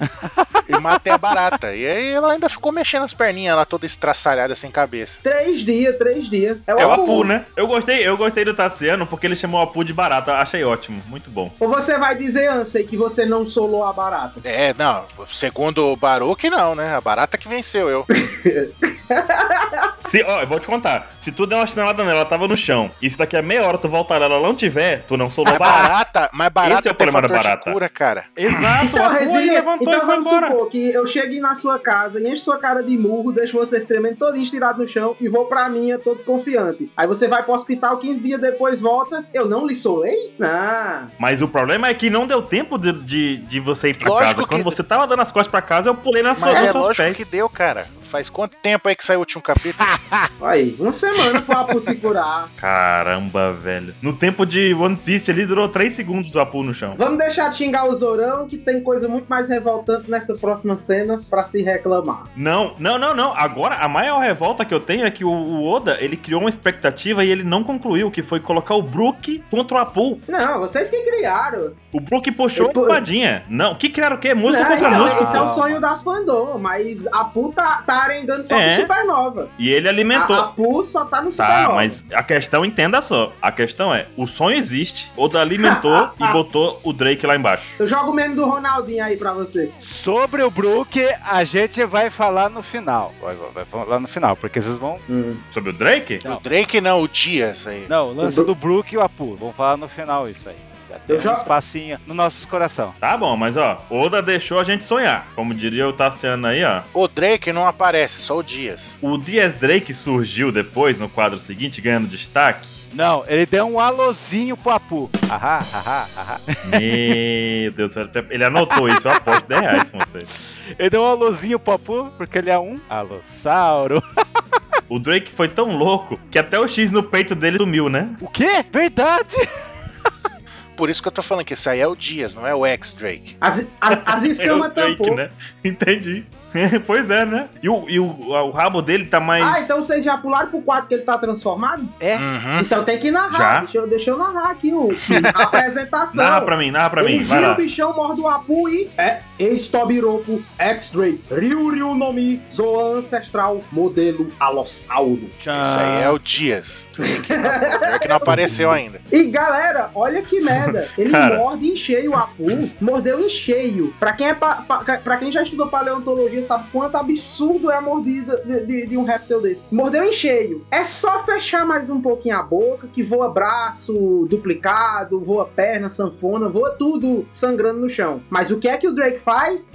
Speaker 2: e matei a barata. E aí ela ainda ficou mexendo as perninhas, ela toda estraçalhada sem cabeça.
Speaker 4: Três dias, três dias.
Speaker 1: É o Apu, né? Eu gostei, eu gostei do Tassiano porque ele chamou o Apu de barato. Achei ótimo, muito bom.
Speaker 4: Ou você vai dizer, Ansei, que você não solou a barata?
Speaker 2: É, não, segundo o Baruch, não, né? A barata que venceu eu.
Speaker 1: Se, ó, eu vou te contar. Se tu der uma chinelada nela, ela tava no chão. E se daqui a meia hora tu voltar nela, ela não tiver, tu não solou
Speaker 2: Mas
Speaker 1: barato.
Speaker 2: barata, mas barata
Speaker 1: Esse é o
Speaker 2: tem
Speaker 1: problema da
Speaker 2: fator de
Speaker 1: barata.
Speaker 2: cura, cara.
Speaker 1: Exato, o
Speaker 4: Então,
Speaker 1: Apu ele
Speaker 4: resiliência.
Speaker 1: levantou
Speaker 4: então
Speaker 1: e foi
Speaker 4: vamos
Speaker 1: embora.
Speaker 4: supor que eu chegue na sua casa, enche sua cara de murro, deixo você tremendo todinho estirado no chão e vou pra minha todo confiante. Aí você vai pro hospital, 15 dias depois volta, eu não lhe Ah, solei? Não.
Speaker 1: Mas o problema é que não deu tempo de, de, de você ir pra
Speaker 2: Lógico
Speaker 1: casa.
Speaker 2: que-
Speaker 1: Quando você tava dando as costas pra casa, eu pulei nas suas,
Speaker 2: Mas
Speaker 1: nos
Speaker 2: é
Speaker 1: seus
Speaker 2: lógico
Speaker 1: pés. Ah.
Speaker 2: que deu, cara. Faz quanto tempo aí que saiu o último capítulo?
Speaker 4: Aí, uma semana pro Apu se curar.
Speaker 1: Caramba, velho. No tempo de One Piece ali, durou 3 segundos o Apu no chão.
Speaker 4: Vamos deixar de xingar o Zorão, que tem coisa muito mais revoltante nessa próxima cena pra se reclamar.
Speaker 1: Não, não, não, não. Agora, a maior revolta que eu tenho é que o, o Oda, ele criou uma expectativa e ele não concluiu, que foi colocar o Brook contra o Apu.
Speaker 4: Não, vocês que criaram.
Speaker 1: O Brook puxou
Speaker 4: Eu tô-
Speaker 1: a espadinha. Não, que criaram o quê? Música
Speaker 4: não,
Speaker 1: contra
Speaker 4: então,
Speaker 1: música.
Speaker 4: Esse é o sonho da fandom, mas a Pu tá, tá arengando só
Speaker 1: É.
Speaker 4: pro Supernova.
Speaker 1: E ele alimentou.
Speaker 4: A, a Pu só tá no
Speaker 1: Tá,
Speaker 4: Supernova.
Speaker 1: mas a questão, entenda só. A questão é, o sonho existe, Oda alimentou e botou o Drake lá embaixo.
Speaker 4: Eu jogo o meme do Ronaldinho aí pra você.
Speaker 3: Sobre o Brook, a gente vai falar no final. Vai, vai- vai falar no final, porque vocês vão.
Speaker 1: Sobre o Drake?
Speaker 3: Não.
Speaker 2: O Drake não, o Dias aí.
Speaker 3: Não, o lance
Speaker 4: O
Speaker 3: do
Speaker 4: Bro-
Speaker 3: Brook e o Apu. Vamos falar no final isso aí. Já tem
Speaker 4: Eu já-
Speaker 3: um espacinho no nosso coração.
Speaker 1: Tá bom, mas ó, Oda deixou a gente sonhar. Como diria o Tassiano aí, ó.
Speaker 2: O Drake não aparece, só o Dias.
Speaker 1: O Dias Drake surgiu depois, no quadro seguinte, ganhando destaque.
Speaker 3: Não, ele deu um alôzinho pro Apu. Ahá, ahá, ahá.
Speaker 1: Meu Deus, do céu, ele anotou isso, eu aposto 10 reais com você.
Speaker 3: Ele deu um alôzinho pro Apu, porque ele é um alossauro.
Speaker 1: O Drake foi tão louco que até o X no peito dele sumiu, né?
Speaker 3: O quê? Verdade!
Speaker 2: Por isso que eu tô falando que esse aí é o Dias, não é o ex-Drake.
Speaker 4: As, a- as
Speaker 1: o
Speaker 4: escamas
Speaker 1: Drake,
Speaker 4: tampou.
Speaker 1: É um né? Entendi. pois é, né? E, o, e o, o rabo dele tá mais.
Speaker 4: Ah, então vocês já pularam pro quadro que ele tá transformado?
Speaker 2: Uhum.
Speaker 4: Então tem que narrar.
Speaker 1: Já.
Speaker 4: Deixa, eu, deixa eu narrar aqui o, a apresentação.
Speaker 1: Narra pra mim, narra pra
Speaker 4: ele
Speaker 1: mim, vai
Speaker 4: vira
Speaker 1: lá.
Speaker 4: o bichão, morde o Apu e... É, ex-Tobiropo, ex-Drake, Ryu Ryu Nomi, Zoan Ancestral, modelo Alossauro.
Speaker 2: Esse aí é
Speaker 1: Ah.
Speaker 2: o Dias. O Drake não- o Drake não apareceu ainda.
Speaker 4: E galera, olha que merda. Ele
Speaker 1: Cara.
Speaker 4: morde em cheio o Apu, mordeu em cheio. Pra quem, é pa, pa- pra quem já estudou paleontologia, sabe quanto absurdo é a mordida de, de- de um réptil desse. Mordeu em cheio. É só fechar mais um pouquinho a boca, que voa braço duplicado, voa perna, sanfona, voa tudo sangrando no chão. Mas o que é que o Drake faz?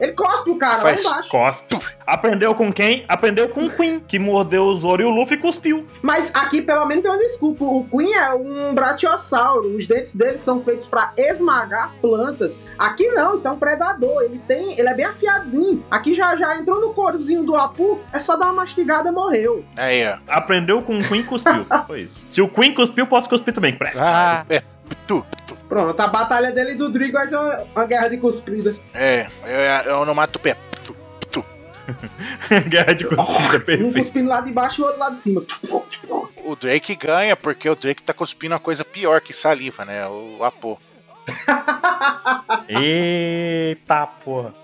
Speaker 4: Ele cospe o cara
Speaker 2: Faz
Speaker 4: lá embaixo.
Speaker 1: Cospe. Aprendeu com quem? Aprendeu com o Queen, que mordeu o Zoro e o Luffy cuspiu.
Speaker 4: Mas aqui pelo menos tem uma desculpa. O Queen é um brachiosauro. Os dentes dele são feitos pra esmagar plantas. Aqui não, isso é um predador. Ele tem, ele é bem afiadinho. Aqui já já entrou no corpozinho do Apu, é só dar uma mastigada e morreu.
Speaker 2: Aí, ó.
Speaker 1: Aprendeu com o Queen cuspiu. Foi isso. Se o Queen cuspiu, posso cuspir também.
Speaker 3: Ah,
Speaker 2: É, tu, tu.
Speaker 4: Pronto, a batalha dele e do Drigo vai ser uma, uma guerra de cuspida. Um
Speaker 2: É, eu, eu não mato o pé. Tu, tu.
Speaker 1: Guerra de cuspida,
Speaker 4: Um
Speaker 1: perfeito.
Speaker 4: cuspindo lá de baixo e o outro lá de cima.
Speaker 2: O Drake ganha porque o Drake tá cuspindo uma coisa pior que saliva, né? O Apo.
Speaker 1: Eita porra.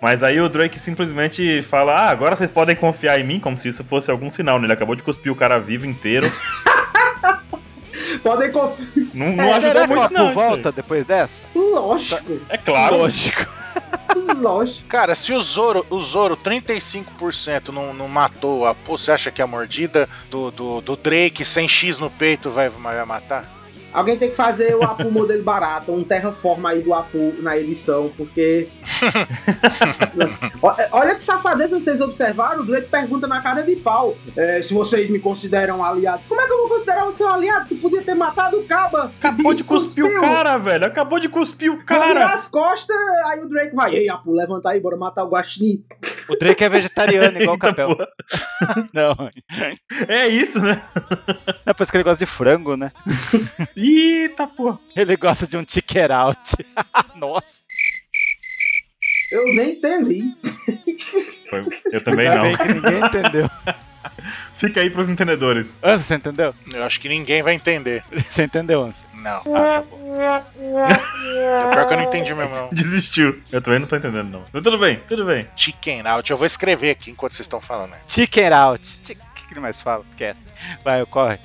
Speaker 1: Mas aí o Drake simplesmente fala: Ah, agora vocês podem confiar em mim, como se isso fosse algum sinal, né? Ele acabou de cuspir o cara vivo inteiro.
Speaker 4: Podem confiar.
Speaker 1: Não, não
Speaker 3: é,
Speaker 1: ajudou
Speaker 3: será que o
Speaker 1: muito,
Speaker 3: Apu
Speaker 1: não. isso aí.
Speaker 3: volta depois dessa?
Speaker 4: Lógico,
Speaker 1: É claro.
Speaker 3: Lógico.
Speaker 4: lógico.
Speaker 2: Cara, se o Zoro, o Zoro 35% não, não matou a. Pô, você acha que a mordida do, do, do Drake sem X no peito vai, vai matar?
Speaker 4: Alguém tem que fazer o Apu modelo barato, um terraforma aí do Apu na edição, porque O- Olha que safadeza vocês observaram. O Drake pergunta na cara de pau é, se vocês me consideram aliado. Como é que eu vou considerar você um aliado? Tu podia ter matado o Caba.
Speaker 1: Acabou de cuspir o cara, velho. Acabou de cuspir o
Speaker 4: Virar
Speaker 1: cara.
Speaker 4: as costas, aí o Drake vai. Ei, Apu, levanta aí, bora matar o Guaxinim.
Speaker 3: O Drake é vegetariano, igual o
Speaker 1: Eita,
Speaker 3: Capel.
Speaker 1: porra.
Speaker 3: Não.
Speaker 1: É isso, né?
Speaker 3: É por isso que ele gosta de frango, né?
Speaker 1: Eita, porra.
Speaker 3: Ele gosta de um ticker out. Nossa.
Speaker 4: Eu nem entendi.
Speaker 1: Foi- Eu também não.
Speaker 3: Ainda bem que ninguém entendeu.
Speaker 1: Fica aí pros entendedores.
Speaker 3: Anson, você entendeu?
Speaker 2: Eu acho que ninguém vai entender.
Speaker 3: Você entendeu, Anson?
Speaker 2: Não.
Speaker 3: Ah, tá bom.
Speaker 2: É pior que eu não entendi mesmo, não.
Speaker 1: Desistiu. Eu também não tô entendendo, não. Mas tudo bem, tudo bem.
Speaker 2: Chicken out. Eu vou escrever aqui enquanto vocês estão falando. né?
Speaker 3: Ticker out. Ti- O que que ele mais fala? Esquece. Vai, corre.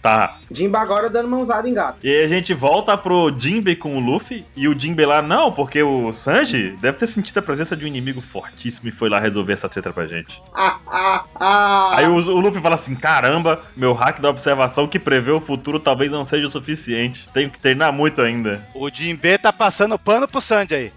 Speaker 1: Tá.
Speaker 4: Jimba agora dando mãozada em gato.
Speaker 1: E aí a gente volta pro Jinbe com o Luffy. E o Jinbe lá, não, porque o Sanji deve ter sentido a presença de um inimigo fortíssimo e foi lá resolver essa treta pra gente.
Speaker 4: Ah, ah, ah.
Speaker 1: Aí o, o Luffy fala assim: caramba, meu hack da observação que prevê o futuro talvez não seja o suficiente. Tenho que treinar muito ainda.
Speaker 3: O Jinbe tá passando pano pro Sandy aí.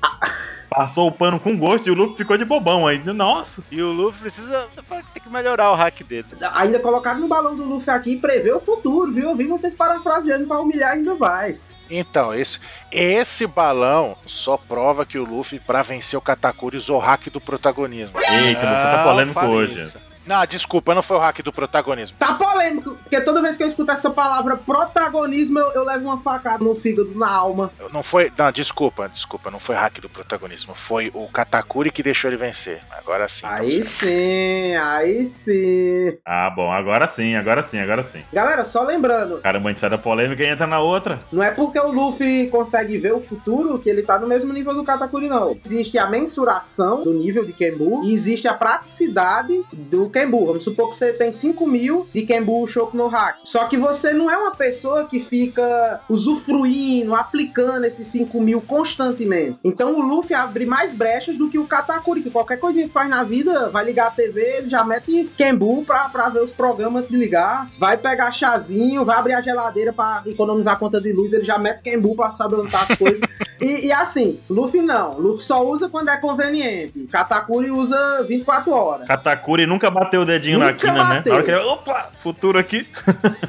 Speaker 1: Passou o pano com gosto e o Luffy ficou de bobão aí. Nossa!
Speaker 3: E o Luffy precisa tem que melhorar o hack dele.
Speaker 4: Ainda colocaram no balão do Luffy aqui e prevê o futuro, viu? Eu vi vocês parafraseando pra humilhar ainda mais.
Speaker 2: Então, esse, esse balão só prova que o Luffy, pra vencer o Katakuri, usou o hack do protagonismo.
Speaker 1: Eita, você tá
Speaker 3: Não
Speaker 4: Ah,
Speaker 1: polêmico
Speaker 3: fale
Speaker 1: hoje.
Speaker 3: isso.
Speaker 2: Não, desculpa, não foi o hack do protagonismo.
Speaker 4: Tá polêmico, porque toda vez que eu escuto essa palavra protagonismo, eu, eu levo uma facada no fígado, na alma.
Speaker 2: Não foi. Não, desculpa, desculpa, não foi hack do protagonismo. Foi o Katakuri que deixou ele vencer. Agora sim. então sim.
Speaker 4: Aí sim, aí sim.
Speaker 1: Ah, bom, agora sim, agora sim, agora sim.
Speaker 4: Galera, só lembrando,
Speaker 1: Caramba, a gente sai da polêmica e entra na outra.
Speaker 4: não é porque o Luffy consegue ver o futuro que ele tá no mesmo nível do Katakuri, não. Existe a mensuração do nível de Kenbu e existe a praticidade do Kenbu. Vamos supor que você tem 5 mil de Kenbu Shoku no Hack. Só que você não é uma pessoa que fica usufruindo, aplicando esses 5 mil constantemente. Então o Luffy abre mais brechas do que o Katakuri, que qualquer coisinha que faz na vida, vai ligar a TV, ele já mete Kenbu pra, pra ver os programas de ligar, vai pegar chazinho, vai abrir a geladeira pra economizar a conta de luz, ele já mete Kenbu pra saber onde tá as coisas. E, e assim, Luffy não. Luffy só usa quando é conveniente. Katakuri usa 24 horas.
Speaker 1: Katakuri nunca bateu o dedinho na
Speaker 4: Nunca
Speaker 1: quina, né?
Speaker 4: bateu.
Speaker 1: Na hora que ele. Opa! Futuro aqui.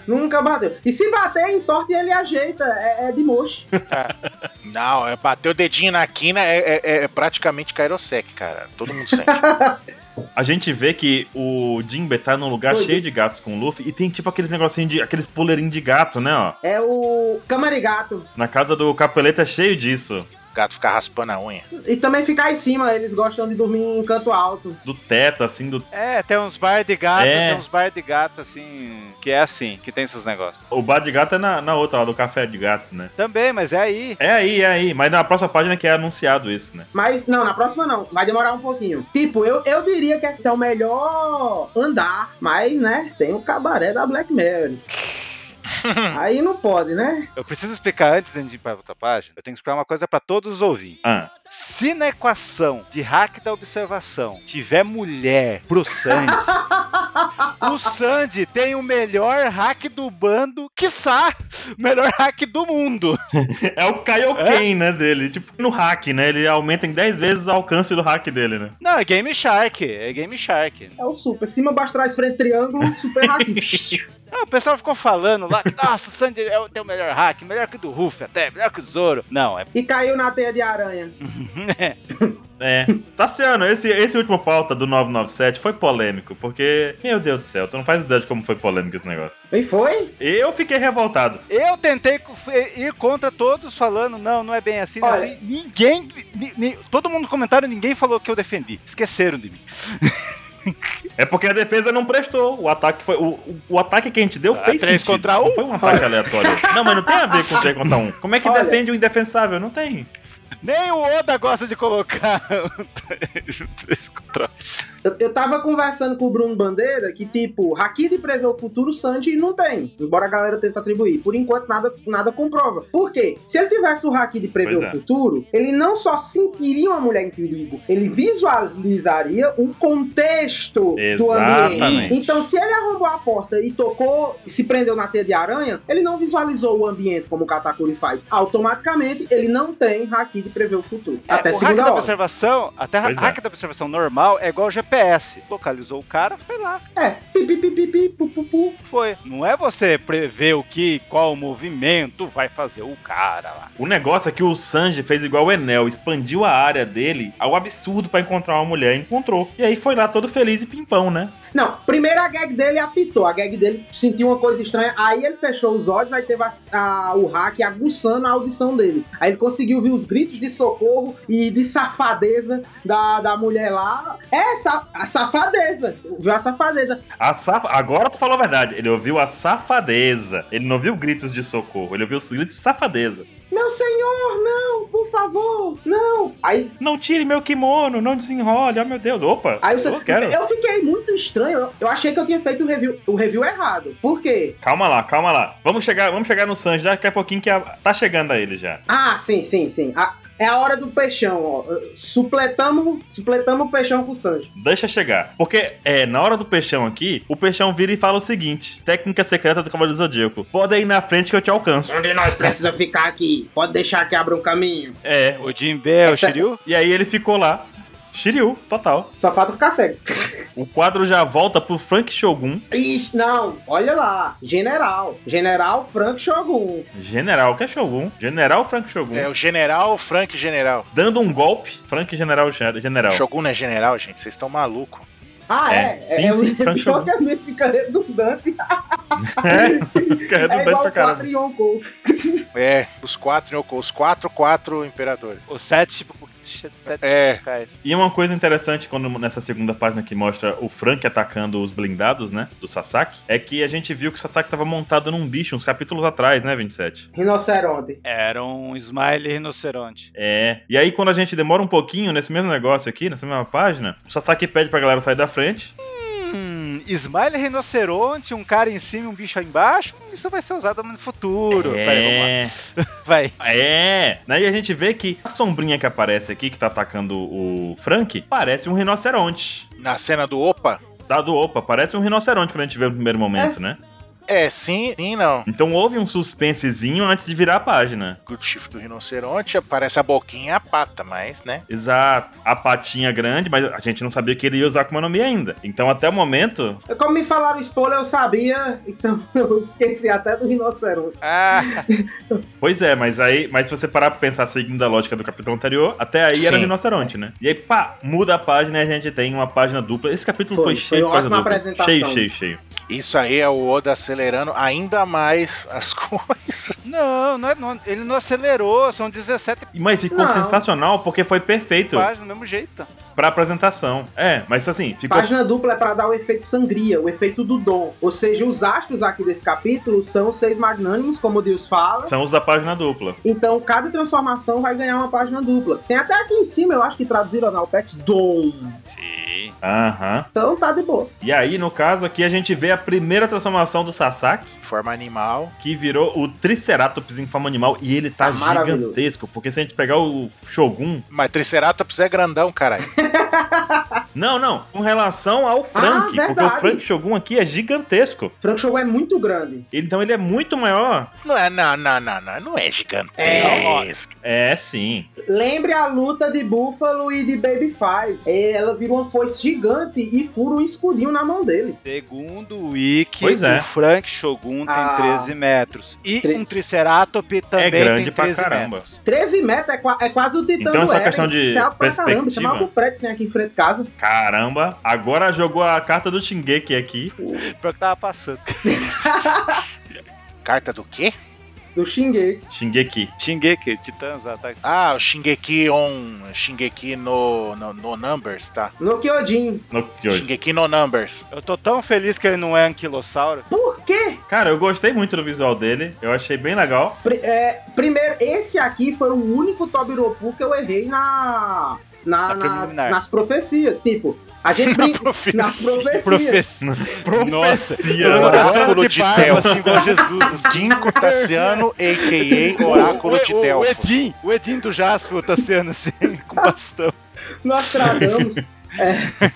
Speaker 4: Nunca bateu. E se bater, entorta e ele ajeita. É, é de mocho.
Speaker 2: Não, é bater o dedinho na quina é, é- é- é praticamente Kairosek, cara. Todo mundo sente.
Speaker 1: A gente vê que o Jinbe tá num lugar
Speaker 4: Oi,
Speaker 1: cheio
Speaker 4: Jim.
Speaker 1: de gatos com o Luffy e tem tipo aqueles negocinhos de. aqueles poleirinhos de gato, né, ó.
Speaker 4: É o Camarigato.
Speaker 1: Na casa do Capeleta é cheio disso.
Speaker 2: o gato fica raspando a unha.
Speaker 4: E também ficar em cima, eles gostam de dormir em um canto alto.
Speaker 1: Do teto, assim, do
Speaker 3: É, tem uns bar de gato,
Speaker 1: É.
Speaker 3: tem uns bar de gato assim, que é assim, que tem esses negócios.
Speaker 1: O bar de gato é na, na outra, lá do café de gato, né?
Speaker 3: Também, mas é aí.
Speaker 1: É aí, é aí. Mas na próxima página que é anunciado isso, né?
Speaker 4: Mas não, na próxima não, vai demorar um pouquinho. Tipo, eu, eu diria que esse é o melhor andar, mas né, tem o cabaré da Black Mary. Aí não pode, né?
Speaker 3: Eu preciso explicar antes de a gente ir pra outra página. Eu tenho que explicar uma coisa pra todos os ouvintes.
Speaker 1: Ah,
Speaker 3: Se na equação de hack da observação tiver mulher pro Sandy, o Sandy tem o melhor hack do bando, quiçá, o melhor hack do mundo.
Speaker 1: é o Kaioken, né, dele. Tipo, no hack, né? Ele aumenta em 10 vezes o alcance do hack dele, né?
Speaker 3: Não, é Game Shark, é Game Shark.
Speaker 4: É o super. Cima, baixo, trás, frente, triângulo, super rápido.
Speaker 3: Ah, o pessoal ficou falando lá que, nossa, o Sandy é o, tem o melhor hack, melhor que o do Ruff até, melhor que o Zoro. Não, é...
Speaker 4: e caiu na teia de aranha.
Speaker 1: É. Tassiano, esse, esse último pauta do 997 foi polêmico, porque, meu Deus do céu, tu não faz ideia de como foi polêmico esse negócio.
Speaker 4: E foi?
Speaker 1: Eu fiquei revoltado.
Speaker 3: Eu tentei co- ir contra todos falando, não, não é bem assim. não é
Speaker 4: Olha-
Speaker 3: bem- Ninguém, ni- ni- todo mundo no comentário, ninguém falou que eu defendi. Esqueceram de mim.
Speaker 1: É porque a defesa não prestou. O ataque foi. O, o- o ataque que a gente deu
Speaker 3: Ah,
Speaker 1: fez
Speaker 3: três
Speaker 1: sentido.
Speaker 3: contra um?
Speaker 1: Não foi um ataque aleatório. Não, mas não tem a ver com 3 contra 1. Como é que
Speaker 4: Olha.
Speaker 1: defende o indefensável? Não tem.
Speaker 3: Nem o Oda gosta de colocar um três contra um.
Speaker 4: Eu, eu tava conversando com o Bruno Bandeira
Speaker 3: Hum.
Speaker 4: que, tipo, haki de prever o futuro, Sanji não tem. Embora a galera tente atribuir. Por enquanto, nada, nada comprova. Por quê? Se ele tivesse o haki de prever
Speaker 1: Pois
Speaker 4: o
Speaker 1: é.
Speaker 4: futuro, ele não só sentiria uma mulher em perigo, ele visualizaria o contexto do ambiente.
Speaker 1: Exatamente.
Speaker 4: Então, se ele arrombou a porta e tocou, se prendeu na teia de aranha, ele não visualizou o ambiente como o Katakuri faz. Automaticamente, ele não tem hack aqui de prever o futuro.
Speaker 3: É,
Speaker 4: até
Speaker 3: o hack
Speaker 4: segunda
Speaker 3: da
Speaker 4: hora.
Speaker 3: observação, até
Speaker 1: Pois é.
Speaker 3: hack da observação normal é igual GPS. Localizou o cara, foi lá,
Speaker 4: É, pi, pi, pi, pi, pi, pu, pu, pu.
Speaker 3: foi. Não é você prever o que, qual movimento vai fazer o cara lá.
Speaker 1: O negócio é que o Sanji fez igual o Enel, expandiu a área dele ao absurdo pra encontrar uma mulher, encontrou. E aí foi lá todo feliz e pimpão, né?
Speaker 4: Não, primeiro a gag dele apitou, a gag dele sentiu uma coisa estranha, aí ele fechou os olhos, aí teve a- a- o hack aguçando a audição dele. Aí ele conseguiu ouvir os gritos de socorro e de safadeza da, da mulher lá. É, sa- a safadeza, viu a safadeza.
Speaker 1: A safa... Agora tu falou a verdade. Ele ouviu a safadeza. Ele não viu gritos de socorro, ele ouviu os gritos de safadeza.
Speaker 4: Meu senhor, não, por favor, não. Aí
Speaker 1: Não tire meu kimono, não desenrole, oh meu Deus. Opa,
Speaker 4: Aí você,
Speaker 1: eu quero.
Speaker 4: eu fiquei muito estranho. eu- Eu achei que eu tinha feito o review, o review errado. Por quê?
Speaker 1: Calma lá, calma lá. Vamos chegar, vamos chegar no Sanji daqui a pouquinho que a- tá chegando a ele já.
Speaker 4: Ah, sim, sim, sim. A- é a hora do peixão, ó. Supletamos, supletamos o peixão com o Sanji.
Speaker 1: Deixa chegar. Porque, é, na hora do peixão aqui, o peixão vira e fala o seguinte: técnica secreta do Cavaleiro do Zodíaco. Pode ir na frente que eu te alcanço.
Speaker 4: Onde nós precisa ficar aqui? Pode deixar que abra um caminho.
Speaker 1: É.
Speaker 3: O Jinbe é o
Speaker 4: Essa-
Speaker 3: Shiryu?
Speaker 1: E aí ele ficou lá. Shiryu, total.
Speaker 4: Só falta ficar cego.
Speaker 1: O quadro já volta pro Frank Shogun.
Speaker 4: Ixi, não. Olha lá. General. General Frank Shogun.
Speaker 1: General, que é Shogun? General Frank Shogun.
Speaker 2: É o general Frank General.
Speaker 1: Dando um golpe. Frank General General.
Speaker 2: Shogun não é general, gente. Vocês estão malucos.
Speaker 4: Ah, é?
Speaker 1: É, sim, sim,
Speaker 4: pior
Speaker 1: Frank Shogun.
Speaker 4: que a minha fica redundante.
Speaker 1: É, cara,
Speaker 4: É
Speaker 1: é
Speaker 4: igual
Speaker 1: pra
Speaker 4: o
Speaker 1: caramba.
Speaker 4: 4 Yonkou.
Speaker 2: É, os quatro Yoko, os quatro, quatro imperadores.
Speaker 3: O sete, tipo, sete
Speaker 2: É.
Speaker 3: Hokais.
Speaker 1: E uma coisa interessante quando nessa segunda página que mostra o Frank atacando os blindados, né? Do Sasaki, é que a gente viu que o Sasaki tava montado num bicho uns capítulos atrás, né, 27?
Speaker 4: Rinoceronte.
Speaker 3: Era um smile rinoceronte.
Speaker 1: É. E aí, quando a gente demora um pouquinho nesse mesmo negócio aqui, nessa mesma página, o Sasaki pede pra galera sair da frente.
Speaker 3: Hum, smile rinoceronte, um cara em cima e um bicho aí embaixo? Hum, Isso vai ser usado no futuro. Pera aí, vamos
Speaker 1: É.
Speaker 3: lá. Vai.
Speaker 1: É! Daí a gente vê que a sombrinha que aparece aqui, que tá atacando o Frank, parece um rinoceronte.
Speaker 2: Na cena do Opa?
Speaker 1: Dado opa, parece um rinoceronte quando a gente vê no primeiro momento, né?
Speaker 2: É, sim, sim, não.
Speaker 1: Então houve um suspensezinho antes de virar a página.
Speaker 2: O chifre do rinoceronte aparece a boquinha e a pata, mas, né?
Speaker 1: Exato. A patinha grande, mas a gente não sabia que ele ia usar como nome ainda. Então até o momento.
Speaker 4: Como me falaram spoiler, eu sabia. Então eu esqueci até do rinoceronte.
Speaker 3: Ah,
Speaker 1: Pois é, mas aí. Mas se você parar pra pensar seguindo a lógica do capítulo anterior, até aí era
Speaker 2: Sim.
Speaker 1: rinoceronte, né? E aí, pá, muda a página e a gente tem uma página dupla. Esse capítulo
Speaker 4: Foi,
Speaker 1: foi,
Speaker 4: foi
Speaker 1: cheio de página
Speaker 4: ótima
Speaker 1: dupla.
Speaker 4: apresentação.
Speaker 1: Cheio, cheio, cheio.
Speaker 2: Isso aí é o Oda acelerando ainda mais as coisas.
Speaker 3: não, não, é- não, ele não acelerou, são 17
Speaker 1: E, Mas ficou
Speaker 4: Não.
Speaker 1: sensacional porque foi perfeito.
Speaker 3: páginas do mesmo jeito.
Speaker 1: pra apresentação. É, mas assim, ficou.
Speaker 4: Página dupla é para dar o efeito sangria, o efeito do dom. Ou seja, os astros aqui desse capítulo são os seis magnânimos, como Deus fala.
Speaker 1: São os da página dupla.
Speaker 4: Então, cada transformação vai ganhar uma página dupla. Tem até aqui em cima, eu acho que traduziram na OPEX, dom.
Speaker 3: Sim.
Speaker 1: Aham.
Speaker 4: Então, tá de boa.
Speaker 1: E aí, no caso aqui, a gente vê a primeira transformação do Sasaki,
Speaker 2: Forma animal.
Speaker 1: que virou o Triceratops em forma animal. E ele tá
Speaker 4: Tá maravilhoso.
Speaker 1: gigantesco. Porque se a gente pegar o Shogun.
Speaker 2: Mas Triceratops é grandão, caralho.
Speaker 1: Não, não. Com relação ao Frank. porque o
Speaker 4: Ah, verdade.
Speaker 1: Frank Shogun aqui é gigantesco.
Speaker 4: Frank Show é muito grande.
Speaker 1: Ele- Então ele é muito maior.
Speaker 2: Não, é, não, não, não, não, não é gigantesco.
Speaker 1: É, sim.
Speaker 4: Lembre a luta de Buffalo e de Baby Five. É, Ela vira uma foice gigante e fura um escurinho na mão dele.
Speaker 3: Segundo o Wiki,
Speaker 1: Pois é.
Speaker 3: o Frank Shogun tem
Speaker 4: Ah.
Speaker 3: 13 metros. E
Speaker 4: Tre-
Speaker 3: um Triceratops também
Speaker 1: é grande
Speaker 3: tem
Speaker 1: pra
Speaker 3: 13
Speaker 1: caramba.
Speaker 3: metros.
Speaker 4: 13 metros é, qua- é quase o Titã
Speaker 1: Então,
Speaker 4: do
Speaker 1: essa
Speaker 4: Eren.
Speaker 1: questão de
Speaker 4: Isso é alto pra caramba. Isso é maior que o
Speaker 1: perspectiva.
Speaker 4: prédio que tem aqui em frente de casa.
Speaker 1: Caramba. Agora jogou a carta do Shingeki aqui.
Speaker 3: Pior que tava passando. É.
Speaker 2: Carta do quê?
Speaker 4: Do Shingeki.
Speaker 1: Shingeki.
Speaker 3: Shingeki, Titãs, ataque.
Speaker 2: Ah, o Shingeki on. Shingeki no, no, no Numbers, tá?
Speaker 4: No Kyojin.
Speaker 1: No Kyojin.
Speaker 2: Shingeki no Numbers.
Speaker 3: Eu tô tão feliz que ele não é anquilossauro.
Speaker 4: Por quê?
Speaker 1: Cara, eu gostei muito do visual dele. Eu achei bem legal.
Speaker 4: Pri- é, primeiro, esse aqui foi o único Tobiropu que eu errei na, na-
Speaker 3: Na
Speaker 4: nas,
Speaker 3: preliminar.
Speaker 4: nas profecias. Tipo, a gente brinca. nas profecias.
Speaker 3: Profecia. Nossa,
Speaker 1: Profecia.
Speaker 3: eu tô
Speaker 2: Oráculo
Speaker 3: pensando
Speaker 2: de
Speaker 3: de barba,
Speaker 2: Delfos.
Speaker 3: assim, igual Jesus. assim.
Speaker 2: Dinko Tassiano, a.k.a. Oráculo de
Speaker 3: O- o- O
Speaker 2: Delfos.
Speaker 3: Edim, o Edim do Jasper, tá o Tassiano, assim, com bastão.
Speaker 4: Nós tratamos. É.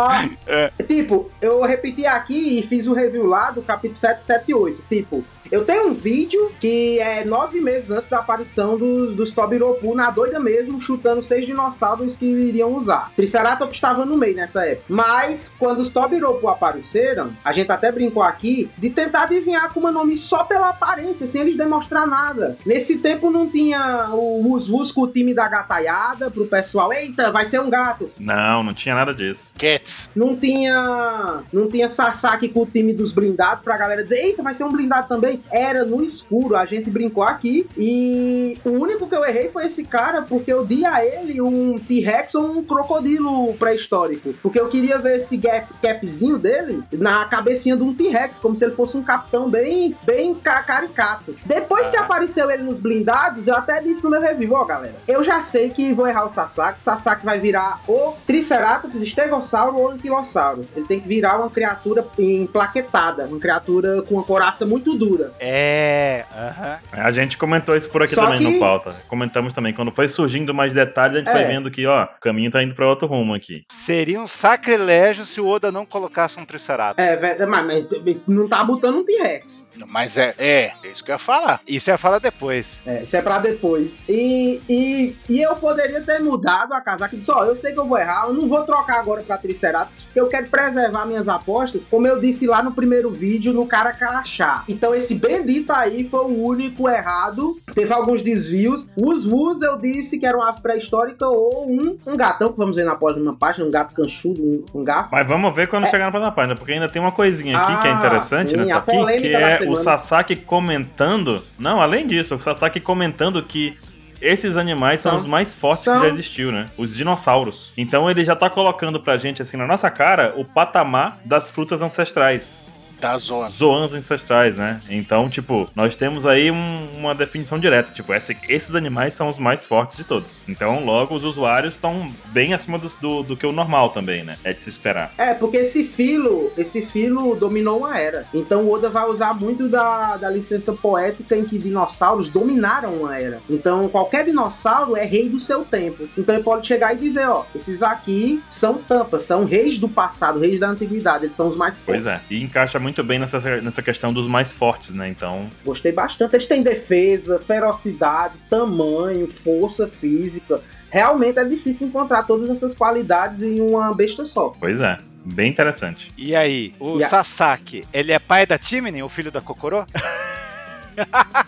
Speaker 4: Ah,
Speaker 3: É.
Speaker 4: Tipo, eu repeti aqui e fiz o review lá do capítulo 778. Tipo, eu tenho um vídeo que é nove meses antes da aparição dos, dos Tobiropu na doida mesmo, chutando seis dinossauros que iriam usar. Triceratops estava no meio nessa época. Mas, quando os Tobiropu apareceram, a gente até brincou aqui de tentar adivinhar Akuma no Mi só pela aparência, sem eles demonstrar nada. Nesse tempo não tinha o Wus com o time da gataiada pro pessoal. Eita, vai ser um gato.
Speaker 1: Não, não tinha nada disso.
Speaker 2: Cats.
Speaker 4: Não tinha. Não tinha Sasaki com o time dos blindados pra galera dizer, eita, vai ser um blindado também. Era no escuro, a gente brincou aqui. E o único que eu errei foi esse cara, porque eu dei a ele um T-Rex ou um crocodilo pré-histórico. Porque eu queria ver esse gap, capzinho dele na cabecinha de um T-Rex, como se ele fosse um capitão bem, bem ca- caricato. Depois que
Speaker 2: Ah.
Speaker 4: apareceu ele nos blindados, eu até disse no meu review, ó, galera. Eu já sei que vou errar o Sasaki. Sasaki vai virar o Triceratops, Estegossauro ou Anquilossauro. Ele tem que virar uma criatura emplaquetada, uma criatura com uma coraça muito dura.
Speaker 3: É. Aham.
Speaker 1: A gente comentou isso por aqui
Speaker 4: Só
Speaker 1: também
Speaker 4: que-
Speaker 1: no pauta. Comentamos também. Quando foi surgindo mais detalhes, a gente
Speaker 4: É.
Speaker 1: foi vendo que, ó, o caminho tá indo pra outro rumo aqui.
Speaker 3: Seria um sacrilégio se o Oda não colocasse um Triceratops.
Speaker 4: É, velho, mas, mas não tá botando um T-Rex.
Speaker 2: Mas é, é, é isso que eu ia falar.
Speaker 3: Isso ia falar depois.
Speaker 4: É, isso é pra depois. E, e, e eu poderia ter mudado a casaca e disse, ó, eu sei que eu vou errar, eu não vou trocar agora pra Triceratops, porque eu quero preservar minhas apostas, como eu disse lá no primeiro vídeo, no cara crachá. Então esse bendito aí foi o único errado, teve alguns desvios. Os Vus eu disse que era uma ave pré-histórica ou um, um gatão, que vamos ver na próxima página, um gato canchudo, um, um garfo.
Speaker 1: Mas vamos ver quando
Speaker 4: É.
Speaker 1: chegar na próxima página, porque ainda tem uma coisinha aqui que é
Speaker 4: Ah,
Speaker 1: interessante
Speaker 4: sim,
Speaker 1: nessa
Speaker 4: a
Speaker 1: aqui,
Speaker 4: polêmica
Speaker 1: que
Speaker 4: da
Speaker 1: é o
Speaker 4: semana.
Speaker 1: Sasaki comentando. Não, além disso, o Sasaki comentando que esses animais são
Speaker 4: São.
Speaker 1: os mais fortes que
Speaker 4: São.
Speaker 1: já existiu, né? Os dinossauros. Então ele já tá colocando pra gente, assim, na nossa cara, o patamar das frutas ancestrais.
Speaker 2: Da zona.
Speaker 1: Zoans ancestrais, né? Então, tipo, nós temos aí um- uma definição direta. Tipo, esse- esses animais são os mais fortes de todos. Então, logo, os usuários estão bem acima do, do, do que o normal também, né? É de se esperar.
Speaker 4: É, porque esse filo, esse filo dominou uma era. Então o Oda vai usar muito da, da licença poética em que dinossauros dominaram uma era. Então qualquer dinossauro é rei do seu tempo. Então ele pode chegar e dizer, ó, esses aqui são tampas, são reis do passado, reis da antiguidade, eles são os mais fortes.
Speaker 1: Pois é. E encaixa muito bem nessa, nessa questão dos mais fortes, né? Então,
Speaker 4: Gostei bastante. Eles têm defesa, ferocidade, tamanho, força física. Realmente é difícil encontrar todas essas qualidades em uma besta só.
Speaker 1: pois é. Bem interessante.
Speaker 3: E aí, o
Speaker 4: E a-
Speaker 3: Sasaki, ele é pai da Timini, o filho da Kokoro?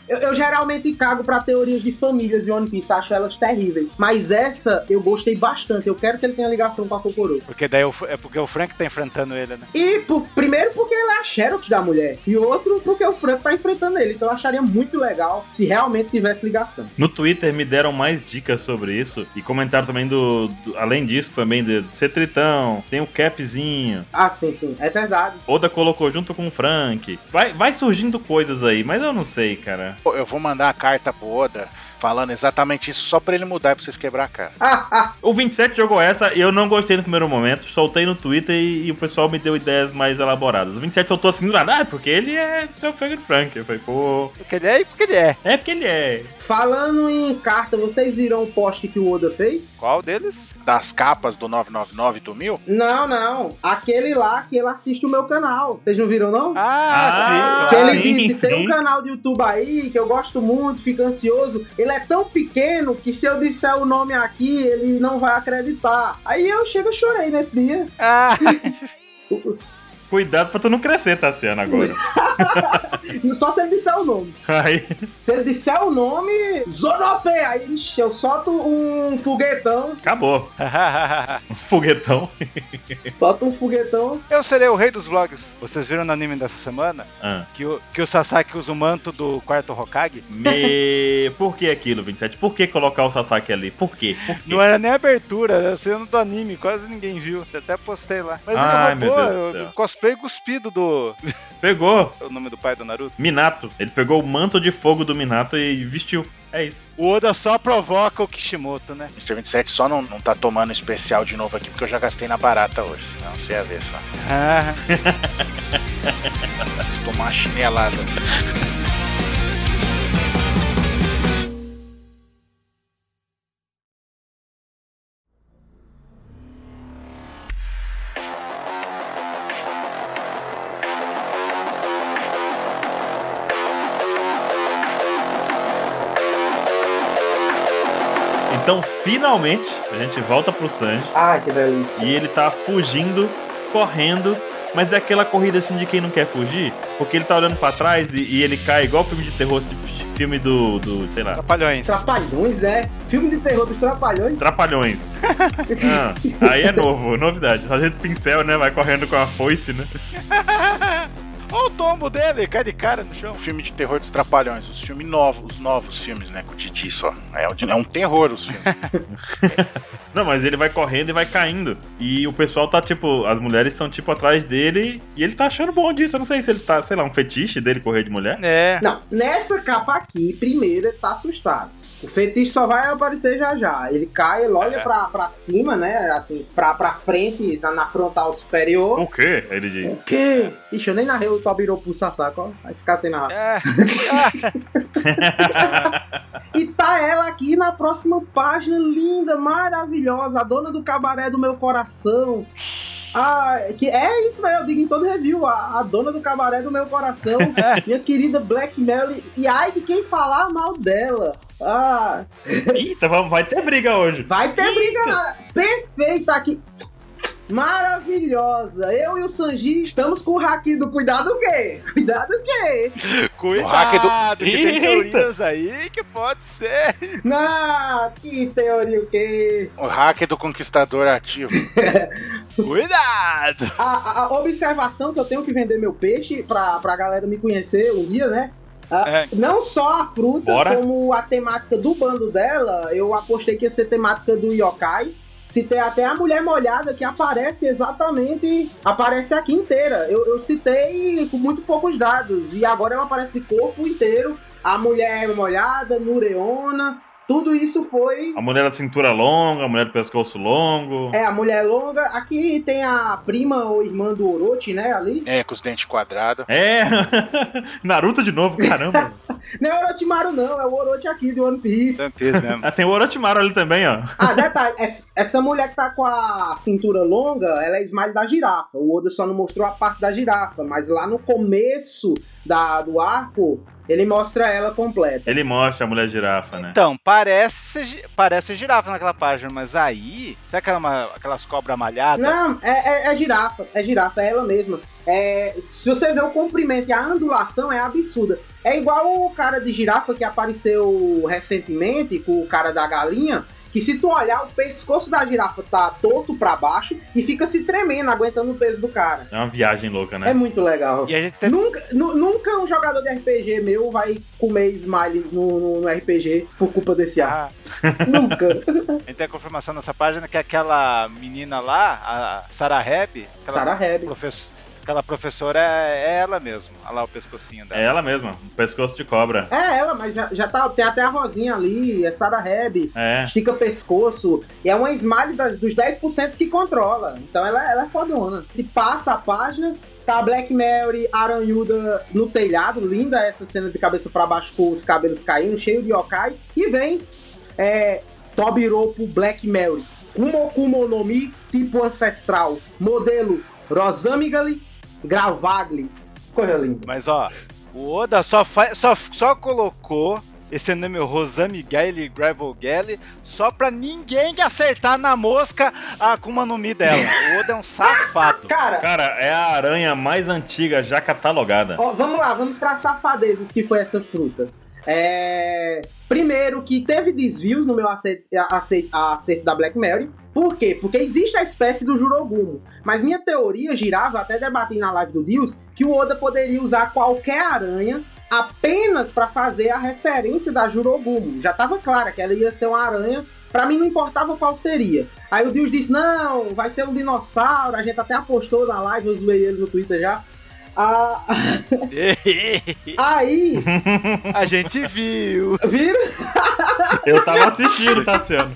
Speaker 4: Eu, eu geralmente cago pra teorias de famílias e One Piece, acho elas terríveis. Mas essa eu gostei bastante. Eu quero que ele tenha ligação com a Kokoro.
Speaker 3: Porque daí o, F- é porque o Frank tá enfrentando ele, né?
Speaker 4: E por- primeiro porque ela é a Xerox da mulher. E outro porque o Frank tá enfrentando ele. Então eu acharia muito legal se realmente tivesse ligação.
Speaker 1: No Twitter me deram mais dicas sobre isso e comentaram também do, do- além disso também de ser tritão, tem o capzinho,
Speaker 4: Ah, sim, sim. É verdade.
Speaker 1: Oda colocou junto com o Frank. Vai, vai surgindo coisas aí, mas eu não sei, cara.
Speaker 2: Pô, Eu vou mandar a carta pro Oda falando exatamente isso só pra ele mudar e pra vocês quebrar a cara.
Speaker 4: Ah, ah.
Speaker 1: O 27 jogou essa, eu não gostei no primeiro momento, soltei no Twitter e, e o pessoal me deu ideias mais elaboradas. O 27 soltou assim do nada, ah, é porque ele é seu fã do Frank. Eu falei, pô,
Speaker 3: Porque ele é e porque ele é.
Speaker 1: é porque ele é.
Speaker 4: Falando em carta, vocês viram o post que o Oda fez?
Speaker 3: Qual deles?
Speaker 2: Das capas do 999 e do 1000?
Speaker 4: Não, não. Aquele lá que ele assiste o meu canal. Vocês não viram, não?
Speaker 1: Ah,
Speaker 3: Ah,
Speaker 4: Que
Speaker 3: sim,
Speaker 4: ele
Speaker 3: claro.
Speaker 1: sim,
Speaker 4: disse, tem
Speaker 1: sim.
Speaker 4: um canal do YouTube aí que eu gosto muito, fico ansioso. Ele é tão pequeno que se eu disser o nome aqui, ele não vai acreditar. Aí eu chego e chorei nesse dia.
Speaker 3: Ah,
Speaker 1: Cuidado pra tu não crescer, Tassiano, agora.
Speaker 4: Só se ele disser o nome.
Speaker 1: Aí,
Speaker 4: Se ele disser o nome, Zonope! Aí ixi, eu solto um foguetão,
Speaker 1: acabou.
Speaker 3: Ah.
Speaker 1: Um foguetão.
Speaker 4: solto um foguetão.
Speaker 3: Eu serei o rei dos vlogs. Vocês viram no anime dessa semana
Speaker 1: Ah,
Speaker 3: que o, que o Sasaki usa o manto do quarto Hokage?
Speaker 1: me... Por que aquilo, 27? Por que colocar o Sasaki ali? Por quê? Por quê?
Speaker 3: Não era nem abertura, era cena do anime, quase ninguém viu. Eu Até postei lá. Mas
Speaker 1: Ai,
Speaker 3: ele roubou
Speaker 1: meu Deus do
Speaker 3: o-
Speaker 1: céu.
Speaker 3: o cosplay cuspido do.
Speaker 1: é- Pegou
Speaker 3: o nome do pai do Naruto?
Speaker 1: Minato. Ele pegou o manto de fogo do Minato e vestiu. É isso.
Speaker 3: O Oda só provoca o Kishimoto, né?
Speaker 2: Mr. 27 só não, não tá tomando especial de novo aqui porque eu já gastei na barata hoje, senão você ia ver só.
Speaker 3: Ah.
Speaker 2: Tomar uma chinelada.
Speaker 1: Então, finalmente, a gente volta pro Sanji
Speaker 4: Ai, que delícia.
Speaker 1: e ele tá fugindo, correndo, mas é aquela corrida assim de quem não quer fugir, porque ele tá olhando pra trás e, e ele cai igual filme de terror, esse fi- filme do, do sei lá,
Speaker 3: Trapalhões.
Speaker 4: Trapalhões, é. Filme de terror dos Trapalhões.
Speaker 1: Trapalhões. Ah, aí é novo, novidade. A gente pincel, né? Vai correndo com a foice, né?
Speaker 3: Olha o tombo dele, cai de cara no chão.
Speaker 2: O Um filme de terror dos Trapalhões, os filmes novos, os novos filmes, né? Com o Didi só. É, um- é um terror os filmes.
Speaker 1: Não, mas ele vai correndo e vai caindo. E o pessoal tá tipo, as mulheres estão tipo atrás dele e ele tá achando bom disso. Eu não sei se ele tá, sei lá, um fetiche dele correr de mulher.
Speaker 3: É.
Speaker 4: Não, nessa capa aqui, primeiro ele tá assustado. O fetiche só vai aparecer já já. Ele cai, ele olha
Speaker 1: É.
Speaker 4: pra, pra cima, né? Assim, pra, pra frente, na, na frontal superior.
Speaker 1: O quê? Ele diz.
Speaker 4: O quê? Ixi, eu nem narrei o Tobiro pro Sasako, ó. Vai ficar sem narrar.
Speaker 3: É.
Speaker 4: E tá ela aqui na próxima página, linda, maravilhosa, a dona do cabaré do meu coração. Ah, que é isso, velho. Eu digo em todo review, a, a dona do cabaré do meu coração, minha querida Black Mary. E ai de quem falar mal dela. Ah,
Speaker 1: Eita, vamos- vai ter briga hoje.
Speaker 4: vai ter briga lá. perfeita aqui. Maravilhosa. Eu e o Sanji estamos com o haki do cuidado o quê? Cuidado o quê?
Speaker 3: Cuidado,
Speaker 2: hacker
Speaker 3: que tem
Speaker 1: Eita.
Speaker 3: teorias aí que pode ser.
Speaker 4: Na, que teoria o quê?
Speaker 2: o hacker do Conquistador Ativo.
Speaker 3: Cuidado.
Speaker 4: a, a observação que eu tenho que vender meu peixe pra, pra galera me conhecer um dia, né?
Speaker 3: É.
Speaker 4: Não só a fruta,
Speaker 1: Bora.
Speaker 4: como a temática do bando dela, eu apostei que ia ser temática do yokai. Citei até a mulher molhada que aparece exatamente. Aparece aqui inteira. Eu, eu citei com muito poucos dados. E agora ela aparece de corpo inteiro. A mulher molhada, Nureona. Tudo isso foi
Speaker 1: A mulher da cintura longa, a mulher do pescoço longo.
Speaker 4: é, a mulher longa. Aqui tem a prima ou irmã do Orochi, né? Ali.
Speaker 2: É, com os dentes quadrados.
Speaker 1: É! Naruto de novo, caramba.
Speaker 4: Não é o Orochimaru, não, é o Orochi aqui do One Piece.
Speaker 3: mesmo.
Speaker 1: Ah, tem o Orochimaru ali também, ó.
Speaker 4: Ah, detalhe, essa essa mulher que tá com a cintura longa, ela é smile da girafa. O Oda só não mostrou a parte da girafa, mas lá no começo da, do arco, ele mostra ela completa.
Speaker 1: Ele mostra a mulher girafa, né?
Speaker 3: Então, parece, gi- parece girafa naquela página, mas aí. Será que era uma, aquelas cobras malhadas?
Speaker 4: Não, é, é- é girafa, é girafa, é ela mesma. É, se você ver o comprimento e a ondulação é absurda. É igual o cara de girafa que apareceu recentemente com o cara da galinha, que se tu olhar, o pescoço da girafa tá torto pra baixo e fica se tremendo, aguentando o peso do cara.
Speaker 1: É uma viagem louca,
Speaker 4: É
Speaker 1: né?
Speaker 4: muito legal.
Speaker 3: E a gente teve.
Speaker 4: Nunca, nu- nunca um jogador de RPG meu vai comer smile no, no- no RPG por culpa desse ar.
Speaker 3: Ah,
Speaker 4: Nunca.
Speaker 3: a gente tem a confirmação nessa página que aquela menina lá, a Sarah Hebb, aquela,
Speaker 4: Sarah Hebb.
Speaker 3: profess- aquela professora é é ela mesmo. Olha lá o pescocinho dela.
Speaker 1: É ela mesma, um pescoço de cobra.
Speaker 4: É ela, mas já, já tá, tem até a Rosinha ali, é Sarah Hebb.
Speaker 1: É.
Speaker 4: estica pescoço. E é uma smile da- dos 10% que controla. Então ela, ela é fodona. E passa a página. Tá a Black Mary aranhuda no telhado. Linda essa cena de cabeça pra baixo com os cabelos caindo, cheio de yokai. E vem é, Tobiropo Black Mary. Kumokumo no Mi, tipo ancestral. Modelo Rosamigali Gravagli. Coisa linda.
Speaker 3: Mas ó, o Oda só, fa- só, só colocou esse nome Rosami Gale Gravel Gale só pra ninguém acertar na mosca a Akuma no Mi dela. O Oda é um safado.
Speaker 4: Cara,
Speaker 1: Cara, é a aranha mais antiga já catalogada.
Speaker 4: Ó, vamos lá, vamos para safadezas que foi essa fruta. É, Primeiro, que teve desvios no meu acerto, acerto- acerto da Black Mary. Por quê? Porque existe a espécie do Jurogumo. Mas minha teoria girava, até debati na live do Deus, que o Oda poderia usar qualquer aranha apenas para fazer a referência da Jurogumo. Já tava clara que ela ia ser uma aranha. Pra mim não importava qual seria. Aí o Deus disse: não, vai ser um dinossauro. A gente até apostou na live, eu zoei ele no Twitter já. Ah, Aí,
Speaker 3: a gente viu.
Speaker 4: viram?
Speaker 1: Eu tava assistindo, Tassiano.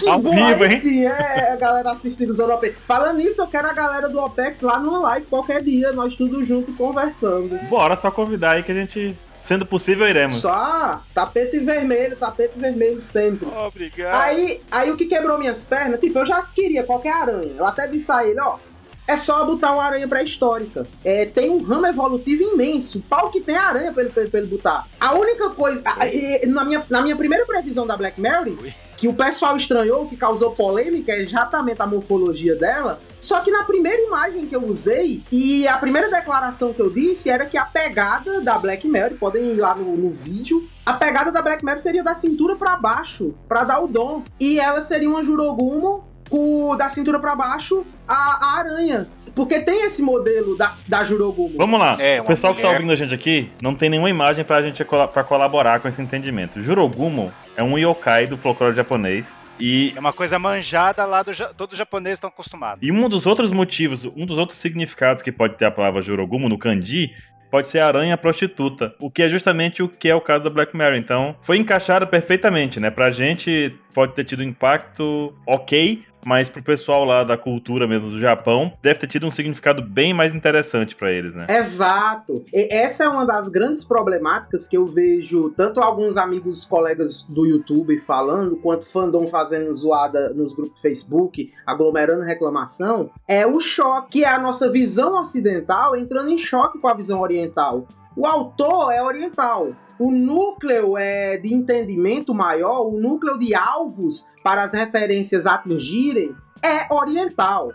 Speaker 4: Que
Speaker 1: Ao
Speaker 4: bom,
Speaker 1: vivo,
Speaker 4: aí
Speaker 1: hein?
Speaker 4: sim, é, a galera assistindo os Opex. Falando nisso, eu quero a galera do Opex lá numa live qualquer dia, nós tudo junto conversando.
Speaker 1: Bora só convidar aí que a gente, sendo possível, iremos.
Speaker 4: Só tapete vermelho, tapete vermelho sempre.
Speaker 3: Obrigado.
Speaker 4: Aí, aí o que quebrou minhas pernas, tipo, eu já queria qualquer aranha. Eu até disse a ele, ó, É só botar uma aranha pré-histórica. É, tem um ramo evolutivo imenso. Pau que tem é aranha pra ele, pra ele- pra ele botar. A única coisa. a- e- e- na, minha, na minha primeira previsão da Black Mary, que o pessoal estranhou, que causou polêmica, é exatamente a morfologia dela. Só que na primeira imagem que eu usei, e a primeira declaração que eu disse era que a pegada da Black Mary, podem ir lá no, no vídeo, a pegada da Black Mary seria da cintura pra baixo, pra dar o dom. E ela seria uma Jurogumo com, da cintura pra baixo a, a aranha. Porque tem esse modelo da, da Jurogumo.
Speaker 1: Vamos lá.
Speaker 5: É,
Speaker 1: o
Speaker 5: uma
Speaker 1: pessoal que tá
Speaker 5: mulher.
Speaker 1: ouvindo a gente aqui não tem nenhuma imagem pra gente colo- pra colaborar com esse entendimento. Jurogumo é um yokai do folclore japonês e
Speaker 3: É uma coisa manjada lá do ja... todos os japoneses estão acostumados.
Speaker 1: E um dos outros motivos, um dos outros significados que pode ter a palavra Jurogumo no kanji pode ser aranha prostituta, o que é justamente o que é o caso da Black Mary. Então, foi encaixado perfeitamente, né? Pra gente pode ter tido um impacto ok, mas pro pessoal lá da cultura mesmo do Japão, deve ter tido um significado bem mais interessante pra eles, né?
Speaker 4: Exato. E essa é uma das grandes problemáticas que eu vejo tanto alguns amigos, colegas do YouTube falando, quanto fandom fazendo zoada nos grupos do Facebook, aglomerando reclamação, é o choque, é a nossa visão ocidental entrando em choque com a visão oriental. O autor é oriental. O núcleo é de entendimento maior, o núcleo de alvos para as referências atingirem é oriental.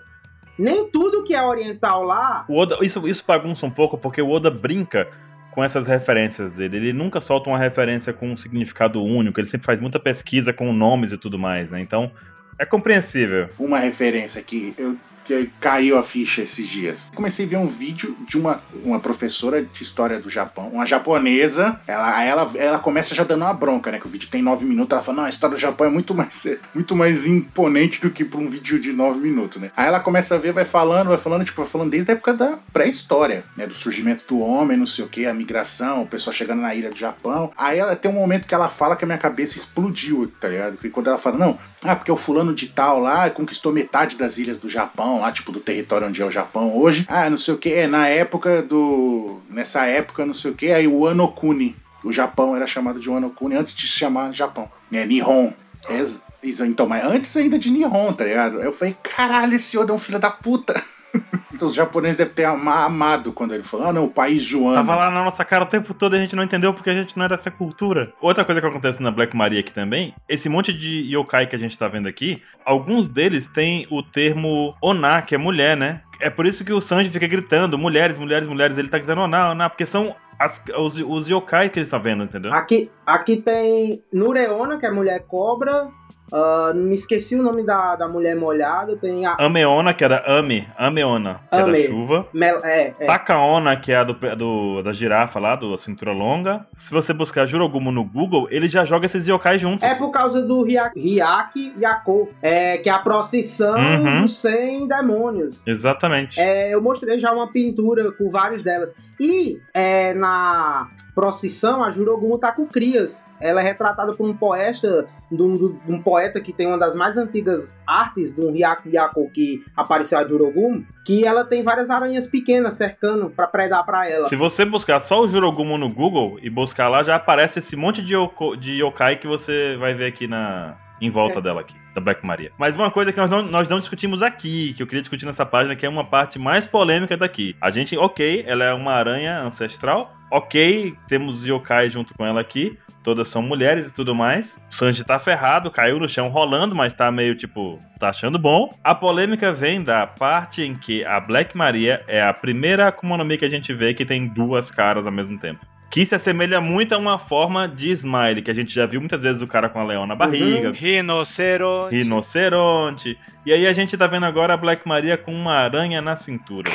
Speaker 4: Nem tudo que é oriental lá
Speaker 1: O Oda, isso, isso bagunça um pouco porque o Oda brinca com essas referências dele. Ele nunca solta uma referência com um significado único, ele sempre faz muita pesquisa com nomes e tudo mais, né? Então, é compreensível.
Speaker 2: uma referência que eu que caiu a ficha esses dias. Comecei a ver um vídeo de uma, uma professora de história do Japão, uma japonesa. Ela, aí ela, ela começa já dando uma bronca, né? Que o vídeo tem nove minutos. Ela fala: Não, a história do Japão é muito mais, muito mais imponente do que pra um vídeo de nove minutos, né? Aí ela começa a ver, vai falando, vai falando, tipo, vai falando desde a época da pré-história, né? Do surgimento do homem, não sei o que, a migração, o pessoal chegando na ilha do Japão. Aí ela tem um momento que ela fala que a minha cabeça explodiu, tá ligado? Que quando ela fala, não, ah, porque o fulano de tal lá conquistou metade das ilhas do Japão, lá, tipo, do território onde é o Japão hoje. Ah, não sei o que, é na época do. Nessa época, não sei o que, aí o Anokuni. O Japão era chamado de Anokuni antes de se chamar Japão. É, Nihon. É, ex- isso, então, mas antes ainda de Nihon, tá ligado? Aí Eu falei, caralho, esse Oda é um filho da puta. Então os japoneses devem ter ama- amado quando ele falou, ah, não, o país Joana.
Speaker 1: Tava lá na nossa cara o tempo todo e a gente não entendeu porque a gente não era dessa cultura. Outra coisa que acontece na Black Maria aqui também, esse monte de yokai que a gente tá vendo aqui, alguns deles têm o termo oná, que é mulher, né? É por isso que o Sanji fica gritando, mulheres, mulheres, mulheres. Ele tá gritando oná, oná, porque são as- os, os yokai que eles estão vendo, entendeu?
Speaker 4: Aqui, aqui tem Nureona, que é mulher cobra. ah, me esqueci o nome da, da mulher molhada. Tem a.
Speaker 1: Ameona, que era Ame, Ameona, que é da
Speaker 4: Ame.
Speaker 1: chuva.
Speaker 4: Mel- é, é.
Speaker 1: Takaona, que é a do, do- da girafa lá, do a cintura longa. Se você buscar Jurogumo no Google, ele já joga esses yokai juntos.
Speaker 4: É por causa do Ria- Riak Yako, é, que é a procissão
Speaker 1: Uhum.
Speaker 4: dos 100 demônios.
Speaker 1: Exatamente.
Speaker 4: É, eu mostrei já uma pintura com várias delas. E é, na procissão, a Jurogumo tá com crias. Ela é retratada por um poeta, de um, de um poeta que tem uma das mais antigas artes do Ryaku Yako que apareceu a Jurogumo, que ela tem várias aranhas pequenas cercando para predar para ela.
Speaker 1: Se você buscar só o Jurogumo no Google e buscar lá, já aparece esse monte de, yoko- de yokai que você vai ver aqui na em volta dela aqui, da Black Maria. Mas uma coisa que nós não, nós não discutimos aqui, que eu queria discutir nessa página, que é uma parte mais polêmica daqui. A gente, ok, ela é uma aranha ancestral, ok, temos yokai junto com ela aqui, todas são mulheres e tudo mais. Sanji tá ferrado, caiu no chão rolando, mas tá meio tipo, tá achando bom. A polêmica vem da parte em que a Black Maria é a primeira Akuma no Mi que a gente vê que tem duas caras ao mesmo tempo. Que se assemelha muito a uma forma de smile, que a gente já viu muitas vezes o cara com a leão na barriga,
Speaker 3: Uhum. Rinoceronte.
Speaker 1: rinoceronte. E aí a gente tá vendo agora a Black Maria com uma aranha na cintura.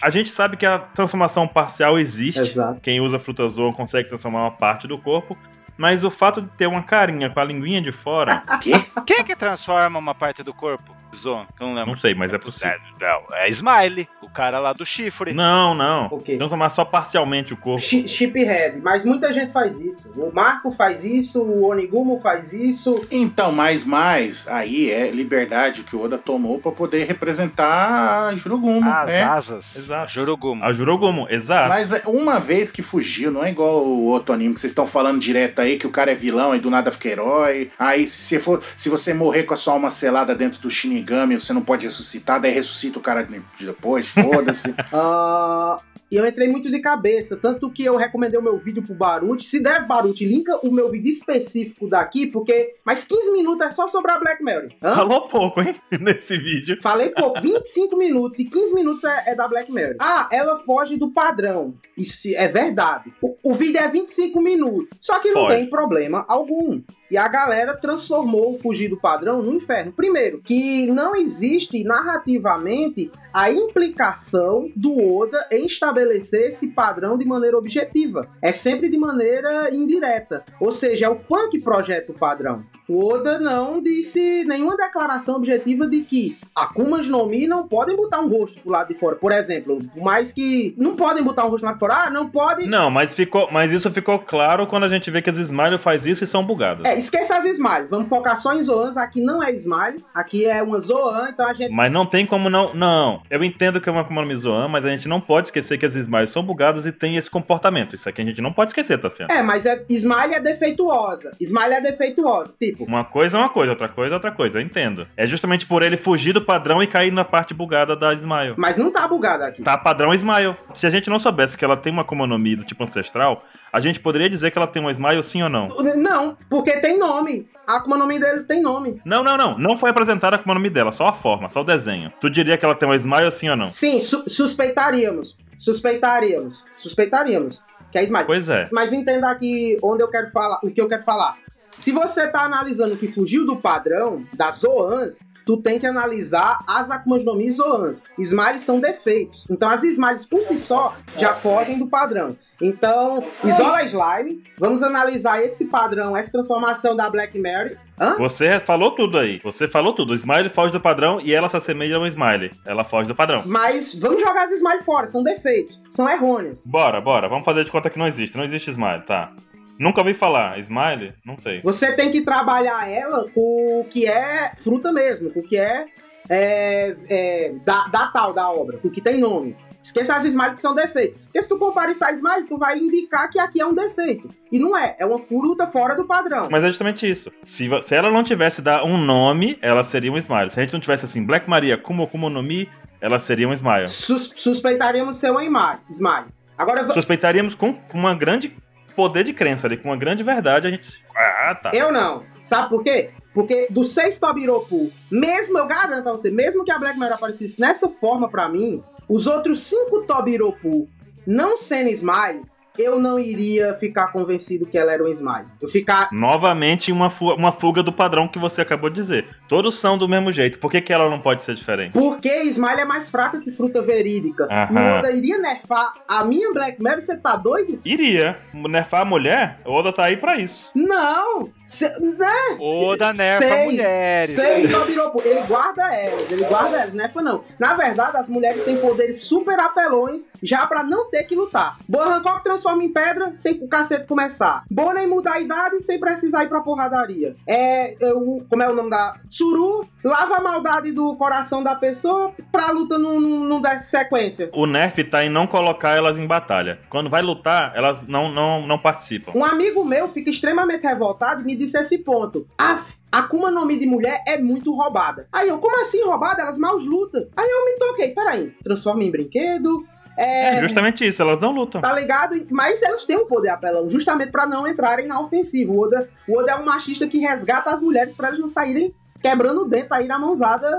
Speaker 1: A gente sabe que a transformação parcial existe.
Speaker 4: Exato.
Speaker 1: Quem usa frutazoa consegue transformar uma parte do corpo. Mas o fato de ter uma carinha com a linguinha de fora,
Speaker 2: Quê?
Speaker 3: Quem é que transforma uma parte do corpo? Zon, que eu não lembro.
Speaker 1: não sei, mas é possível.
Speaker 3: Não, é Smiley, o cara lá do chifre.
Speaker 1: Não, não.
Speaker 4: O quê?
Speaker 1: Transformar só parcialmente o corpo.
Speaker 4: Chi- Chiphead, mas muita gente faz isso. O Marco faz isso, o Onigumo faz isso.
Speaker 2: Então, mais, mais, aí é liberdade que o Oda tomou pra poder representar a Jurugumo,
Speaker 3: As
Speaker 2: né?
Speaker 3: asas.
Speaker 1: Exato.
Speaker 3: Jurugumo.
Speaker 1: A Jurogomo, exato.
Speaker 2: Mas é, uma vez que fugiu, não é igual o outro anime que vocês estão falando direto aí, que o cara é vilão e do nada fica herói. Aí se você, for, se você morrer com a sua alma selada dentro do Shin
Speaker 6: Shinigami, você não pode ressuscitar, daí ressuscita o cara de- depois, foda-se.
Speaker 4: Ah, E eu entrei muito de cabeça, tanto que eu recomendei o meu vídeo pro Baruch. Se der, Baruch, linka o meu vídeo específico daqui, porque mais 15 minutos é só sobre a Black Mary. Hã?
Speaker 1: Falou pouco, hein? Nesse vídeo.
Speaker 4: Falei, pô, 25 minutos e 15 minutos é, é da Black Mary. Ah, ela foge do padrão. Isso é verdade. O, o vídeo é 25 minutos. Só que não
Speaker 1: Foge.
Speaker 4: tem problema algum. E a galera transformou o fugir do padrão no inferno. Primeiro, que não existe narrativamente a implicação do Oda em estabelecer esse padrão de maneira objetiva. É sempre de maneira indireta. Ou seja, é o fã que projeta o padrão. O Oda não disse nenhuma declaração objetiva de que Akumas no Mi não podem botar um rosto pro lado de fora. Por exemplo, por mais que. Não podem botar um rosto lá de fora. Ah, não podem.
Speaker 1: Não, mas, ficou, mas isso ficou claro quando a gente vê que as Smile faz isso e são bugadas.
Speaker 4: É, esqueça as Smile. Vamos focar só em Zoans. Aqui não é Smile. Aqui é uma Zoan, então a gente.
Speaker 1: Mas não tem como não. Não, eu entendo que é uma Akuma no Mi Zoan, mas a gente não pode esquecer que as Smiles são bugadas e tem esse comportamento. Isso aqui a gente não pode esquecer, tá certo?
Speaker 4: É, mas é, Smile é defeituosa. Smile é defeituosa. Tipo,
Speaker 1: Uma coisa é uma coisa, outra coisa é outra coisa, eu entendo. É justamente por ele fugir do padrão e cair na parte bugada da Smile.
Speaker 4: mas não tá bugada aqui.
Speaker 1: Tá padrão Smile. Se a gente não soubesse que ela tem uma Akuma no Mi do tipo ancestral, a gente poderia dizer que ela tem uma Smile sim ou não.
Speaker 4: Não, porque tem nome. A Akuma no Mi dele tem nome.
Speaker 1: Não, não, não. Não foi apresentada a Akuma no Mi dela, só a forma, só o desenho. Tu diria que ela tem uma Smile sim ou não?
Speaker 4: Sim, su- suspeitaríamos. Suspeitaríamos. Suspeitaríamos. Que é Smile.
Speaker 1: Pois é.
Speaker 4: Mas entenda aqui onde eu quero falar, o que eu quero falar. Se você tá analisando que fugiu do padrão das Zoans, tu tem que analisar as Akumas no Mi Zoans. Smiles são defeitos. Então as Smiles por si só já fogem do padrão. Então, isola a Slime, vamos analisar esse padrão, essa transformação da Black Mary. Hã?
Speaker 1: Você falou tudo aí. Você falou tudo. O Smile foge do padrão e ela se assemelha a um Smile. Ela foge do padrão.
Speaker 4: Mas vamos jogar as Smiles fora, são defeitos, são errôneas.
Speaker 1: Bora, bora. Vamos fazer de conta que não existe. Não existe Smile, tá. Nunca ouvi falar. Smile? Não sei.
Speaker 4: Você tem que trabalhar ela com o que é fruta mesmo, com o que é, é, é, da, da tal da obra, com o que tem nome. Esqueça as smiles que são defeitos. Porque se tu comparecer a smile, tu vai indicar que aqui é um defeito. E não é, é uma fruta fora do padrão.
Speaker 1: Mas é justamente isso. Se, vo- se ela não tivesse dar um nome, ela seria um Smile. Se a gente não tivesse assim, Black Maria, Kumo Kumo no Mi, ela seria um Smile.
Speaker 4: Sus- suspeitaríamos ser uma ima- smile. Agora, va-
Speaker 1: Suspeitaríamos com, com uma grande poder de crença ali, com uma grande verdade, a gente. Ah, tá.
Speaker 4: eu não. Sabe por quê? Porque dos seis Tobiropu, mesmo, eu garanto a você, mesmo que a Black Mirror aparecesse nessa forma pra mim, os outros cinco Tobiropu não sendo Smile, eu não iria ficar convencido que ela era um Smile. Eu ficar.
Speaker 1: Novamente, uma, fu- uma fuga do padrão que você acabou de dizer. Todos são do mesmo jeito. Por que, que ela não pode ser diferente?
Speaker 4: Porque Smile é mais fraca que fruta verídica. E
Speaker 1: Aham.
Speaker 4: o Oda iria nerfar a minha Black Mirror, você tá doido?
Speaker 1: Iria. Nerfar a mulher, o Oda tá aí pra isso.
Speaker 4: Não! Cê, né?
Speaker 3: Ou da nerfa
Speaker 4: Seis-
Speaker 3: mulheres.
Speaker 4: Seis Tobiropu. Ele guarda elas, ele guarda elas, nerfa não. Na verdade, as mulheres têm poderes super apelões já pra não ter que lutar. Boa Hancock transforma em pedra sem o cacete começar. Bonnie muda a idade sem precisar ir pra porradaria. É, é o- como é o nome da... Tsuru lava a maldade do coração da pessoa pra luta não, não, não dar sequência.
Speaker 1: O nerf tá em não colocar elas em batalha. Quando vai lutar, elas não, não, não participam.
Speaker 4: Um amigo meu fica extremamente revoltado e me disse esse ponto. Af, Akuma no Mi de mulher é muito roubada. Aí eu, como assim roubada? Elas mal lutam. Aí eu me toquei, peraí, transforma em brinquedo. É,
Speaker 1: É justamente isso, elas não lutam.
Speaker 4: Tá ligado? Mas elas têm um poder apelão, justamente pra não entrarem na ofensiva. O Oda, o Oda é um machista que resgata as mulheres pra elas não saírem quebrando o dente aí na mãozada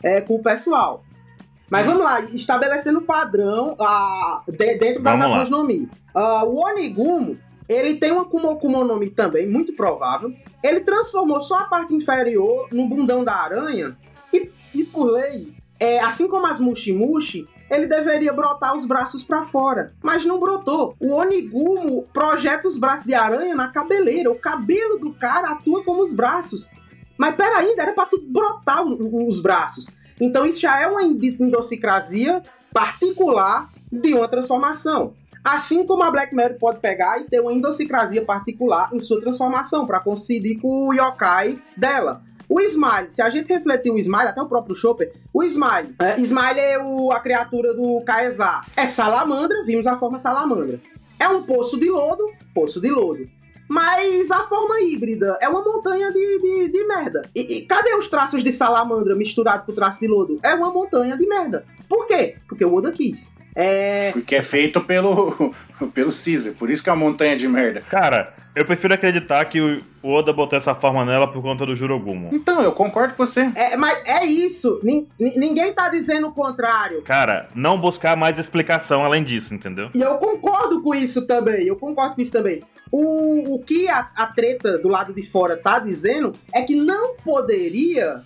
Speaker 4: é, com o pessoal.
Speaker 1: Hum.
Speaker 4: Mas vamos lá, estabelecendo o padrão ah, de- dentro das
Speaker 1: Vamos lá.
Speaker 4: Akumas no Mi. Ah, o Onigumo, ele tem uma Kumo Kumo no Mi também, muito provável. Ele transformou só a parte inferior no bundão da aranha e, e por lei, é, assim como as Mushimushi, ele deveria brotar os braços pra fora, mas não brotou. O Onigumo projeta os braços de aranha na cabeleira, o cabelo do cara atua como os braços. Mas peraí, ainda era pra tu brotar o- o- os braços. Então isso já é uma indi- endocicrasia particular de uma transformação. Assim como a Black Mary pode pegar e ter uma endocicrasia particular em sua transformação, pra coincidir com o yokai dela. O Smile, se a gente refletir o Smile, até o próprio Chopper, o Smile. É, Smile é o- a criatura do Kaezar. É salamandra, vimos a forma salamandra. É um poço de lodo, poço de lodo. Mas a forma híbrida é uma montanha de, de, de merda. E, e cadê os traços de salamandra misturado com o traço de lodo? É uma montanha de merda. Por quê? Porque o Oda quis. É.
Speaker 6: Porque é feito pelo, pelo Caesar, por isso que é uma montanha de merda.
Speaker 1: Cara, eu prefiro acreditar que o o Oda botou essa forma nela por conta do Jurogumo.
Speaker 6: Então, eu concordo com você.
Speaker 4: É, mas é isso. Nin- nin- ninguém tá dizendo o contrário.
Speaker 1: Cara, não buscar mais explicação além disso, entendeu?
Speaker 4: E eu concordo com isso também, eu concordo com isso também. O, o que a, a treta do lado de fora tá dizendo é que não poderia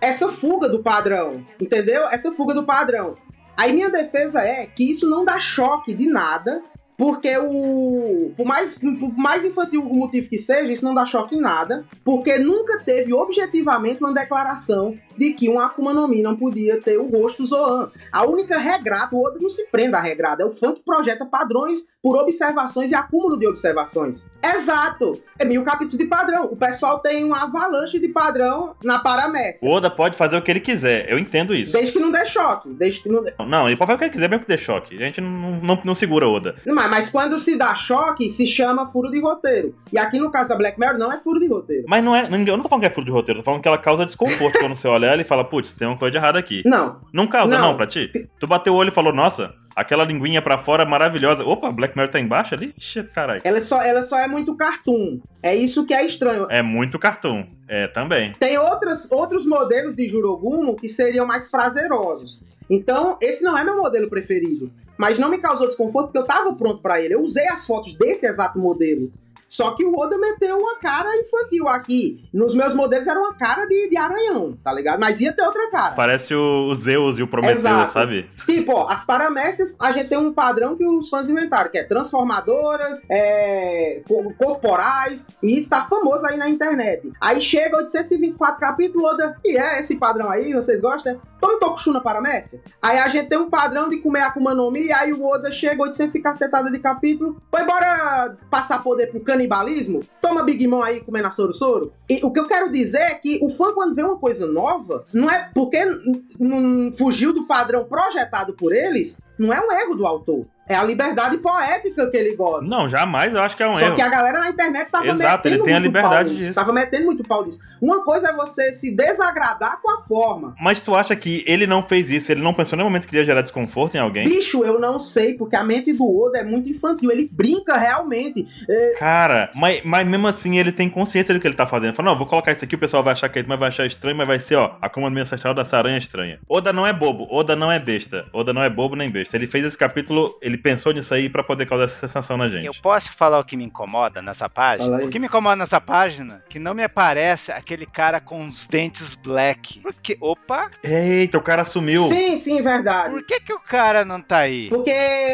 Speaker 4: essa fuga do padrão, entendeu? Essa fuga do padrão. Aí minha defesa é que isso não dá choque de nada, porque o. Por mais, por mais infantil o motivo que seja, isso não dá choque em nada, porque nunca teve objetivamente uma declaração de que um Akuma no Mi não podia ter o gosto Zoan. A única regrada, o Oda não se prende à regrada, é o fã que projeta padrões por observações e acúmulo de observações. Exato! É mil capítulos de padrão. O pessoal tem uma avalanche de padrão na Paramessa.
Speaker 1: O Oda pode fazer o que ele quiser, eu entendo isso.
Speaker 4: Desde que não dê choque. Desde que não dê...
Speaker 1: Não, ele pode fazer o que ele quiser, mesmo que dê choque. A gente não, não, não segura o Oda.
Speaker 4: Não, Mas, mas quando se dá choque, se chama furo de roteiro. E aqui no caso da Black Mirror, não é furo de roteiro.
Speaker 1: Mas não é. Eu não tô falando que é furo de roteiro, tô falando que ela causa desconforto quando você olha ela e fala, putz, tem uma coisa de errada aqui.
Speaker 4: Não.
Speaker 1: Não causa,
Speaker 4: Não.
Speaker 1: não, pra ti? Tu bateu o olho e falou, nossa, aquela linguinha pra fora maravilhosa. Opa, Black Mirror tá embaixo ali? Ixi, caralho.
Speaker 4: Ela só, ela só é muito cartoon. É isso que é estranho.
Speaker 1: É muito cartoon. É, também.
Speaker 4: Tem outras, outros modelos de Jurogumo que seriam mais prazerosos. Então, esse não é meu modelo preferido. Mas não me causou desconforto porque eu tava pronto pra ele. Eu usei as fotos desse exato modelo. Só que o Oda meteu uma cara infantil aqui. Nos meus modelos era uma cara de, de aranhão, tá ligado? Mas ia ter outra cara.
Speaker 1: Parece o, o Zeus e o Prometeu,
Speaker 4: Exato.
Speaker 1: sabe?
Speaker 4: Tipo, ó, as paramécias, a gente tem um padrão que os fãs inventaram, que é transformadoras, é, co- corporais, e isso tá famoso aí na internet. Aí chega 824 capítulos, Oda, e é esse padrão aí, vocês gostam? Tome Tokushu na paramécia. Aí a gente tem um padrão de comer Akuma no Mi, e aí o Oda chega 800 e cacetada de capítulo, foi bora passar poder pro canibalismo? Toma Big Mom aí comendo a Soro Soro. E o que eu quero dizer é que o fã quando vê uma coisa nova, não é porque n- n- fugiu do padrão projetado por eles, não é um erro do autor. É a liberdade poética que ele gosta.
Speaker 1: Não, jamais eu acho que é um
Speaker 4: Só
Speaker 1: erro.
Speaker 4: que a galera na internet tava
Speaker 1: Exato,
Speaker 4: metendo
Speaker 1: ele tem a
Speaker 4: muito pau
Speaker 1: liberdade
Speaker 4: nisso,
Speaker 1: disso.
Speaker 4: Tava metendo muito pau disso. Uma coisa é você se desagradar com a forma.
Speaker 1: Mas tu acha que ele não fez isso? Ele não pensou no momento que ia gerar desconforto em alguém?
Speaker 4: Bicho, eu não sei, porque a mente do Oda é muito infantil. Ele brinca realmente.
Speaker 1: Cara, mas, mas mesmo assim ele tem consciência do que ele tá fazendo. Ele Fala, não, vou colocar isso aqui, o pessoal vai achar que é, mas vai achar estranho, mas vai ser, ó, a comandante ancestral dessa aranha estranha. Oda não é bobo, Oda não é besta. Oda não é bobo nem besta. Ele fez esse capítulo, ele pensou nisso aí pra poder causar essa sensação na gente.
Speaker 3: Eu posso falar o que me incomoda nessa página?
Speaker 4: Fala aí.
Speaker 3: O que me incomoda nessa página? Que não me aparece aquele cara com os dentes black. Por que? Opa!
Speaker 1: Eita, o cara sumiu.
Speaker 4: Sim, sim, verdade.
Speaker 3: Por que, que o cara não tá aí?
Speaker 4: Porque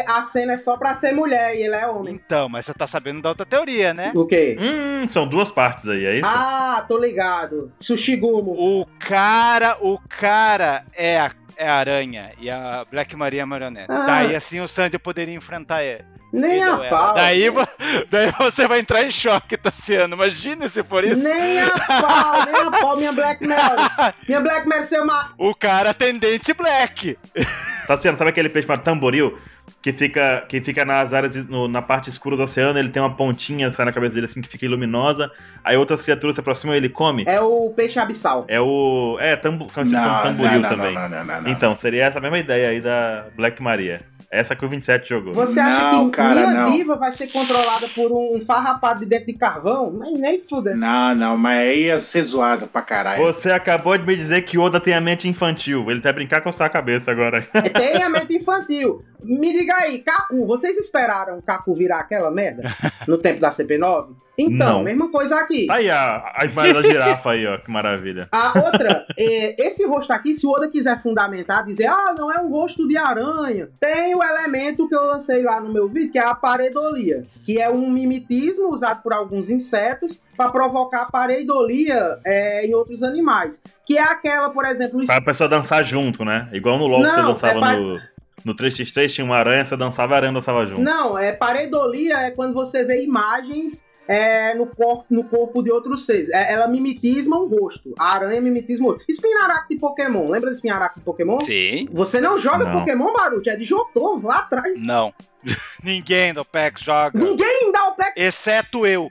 Speaker 4: a cena é só pra ser mulher e ele é homem.
Speaker 3: Então, mas você tá sabendo da outra teoria, né?
Speaker 4: O quê?
Speaker 1: Hum, são duas partes aí, é isso?
Speaker 4: Ah, tô ligado. Sushigumo.
Speaker 3: O cara, o cara é a, é a aranha e a Black Maria é a marionete.
Speaker 4: Ah.
Speaker 3: Daí assim o Sandy poderia enfrentar ele.
Speaker 4: Nem
Speaker 3: Ele
Speaker 4: a
Speaker 3: ou
Speaker 1: é
Speaker 3: ela.
Speaker 4: pau.
Speaker 3: Daí, vo- daí você vai entrar em choque, Tassiano. Imagina se for isso.
Speaker 4: Nem a pau, nem a pau, minha Black Mary. Minha Black Mary ser uma.
Speaker 3: O cara atendente Black.
Speaker 1: Tá sendo, sabe aquele peixe chamado tamboril? Que fica, que fica nas áreas, no- na parte escura do oceano, ele tem uma pontinha, sai na cabeça dele assim, que fica luminosa. Aí outras criaturas se aproximam e ele come.
Speaker 4: É o peixe abissal.
Speaker 1: É o. É, tambo,
Speaker 6: Não,
Speaker 1: tamboril
Speaker 6: não, não,
Speaker 1: também.
Speaker 6: não, não, não, não.
Speaker 1: Então, seria essa mesma ideia aí da Black Maria. Essa que o 27 jogou.
Speaker 4: Você acha
Speaker 6: Não,
Speaker 4: que
Speaker 6: cara,
Speaker 4: minha
Speaker 6: não.
Speaker 4: diva vai ser controlada por um farrapado de dentro de carvão? Mas nem fuder.
Speaker 6: Não, não, mas aí ia ser zoado pra caralho.
Speaker 1: Você acabou de me dizer que Oda tem a mente infantil. Ele tá brincar com a sua cabeça agora.
Speaker 4: Tem a mente infantil. Me diga aí, Cacu, vocês esperaram o Cacu virar aquela merda no tempo da CP9? Então,
Speaker 1: Não.
Speaker 4: mesma coisa aqui.
Speaker 1: Tá aí a, a esmalha da girafa aí, ó. Que maravilha.
Speaker 4: A outra, é, esse rosto aqui, se o Oda quiser fundamentar, dizer, ah, não é um rosto de aranha, tem o elemento que eu lancei lá no meu vídeo, que é a pareidolia, que é um mimetismo usado por alguns insetos para provocar a pareidolia é, em outros animais. Que é aquela, por exemplo,
Speaker 1: Pra pessoa dançar junto, né? Igual no LOL que você
Speaker 4: Não,
Speaker 1: dançava
Speaker 4: é pa-
Speaker 1: no. No 3x3 tinha uma aranha, você dançava a aranha dançava junto.
Speaker 4: Não, é pareidolia é quando você vê imagens é, no, cor- no corpo de outros seres. É, ela mimetisma um rosto. A aranha mimetisma o rosto. Espinharaque de Pokémon. Lembra de espinharaque de Pokémon?
Speaker 3: Sim.
Speaker 4: Você não joga
Speaker 1: Não.
Speaker 4: Pokémon, Baruch. É de Jotô, lá atrás.
Speaker 3: Não. Ninguém do PEX joga.
Speaker 4: Ninguém dá o complexo.
Speaker 3: Exceto eu.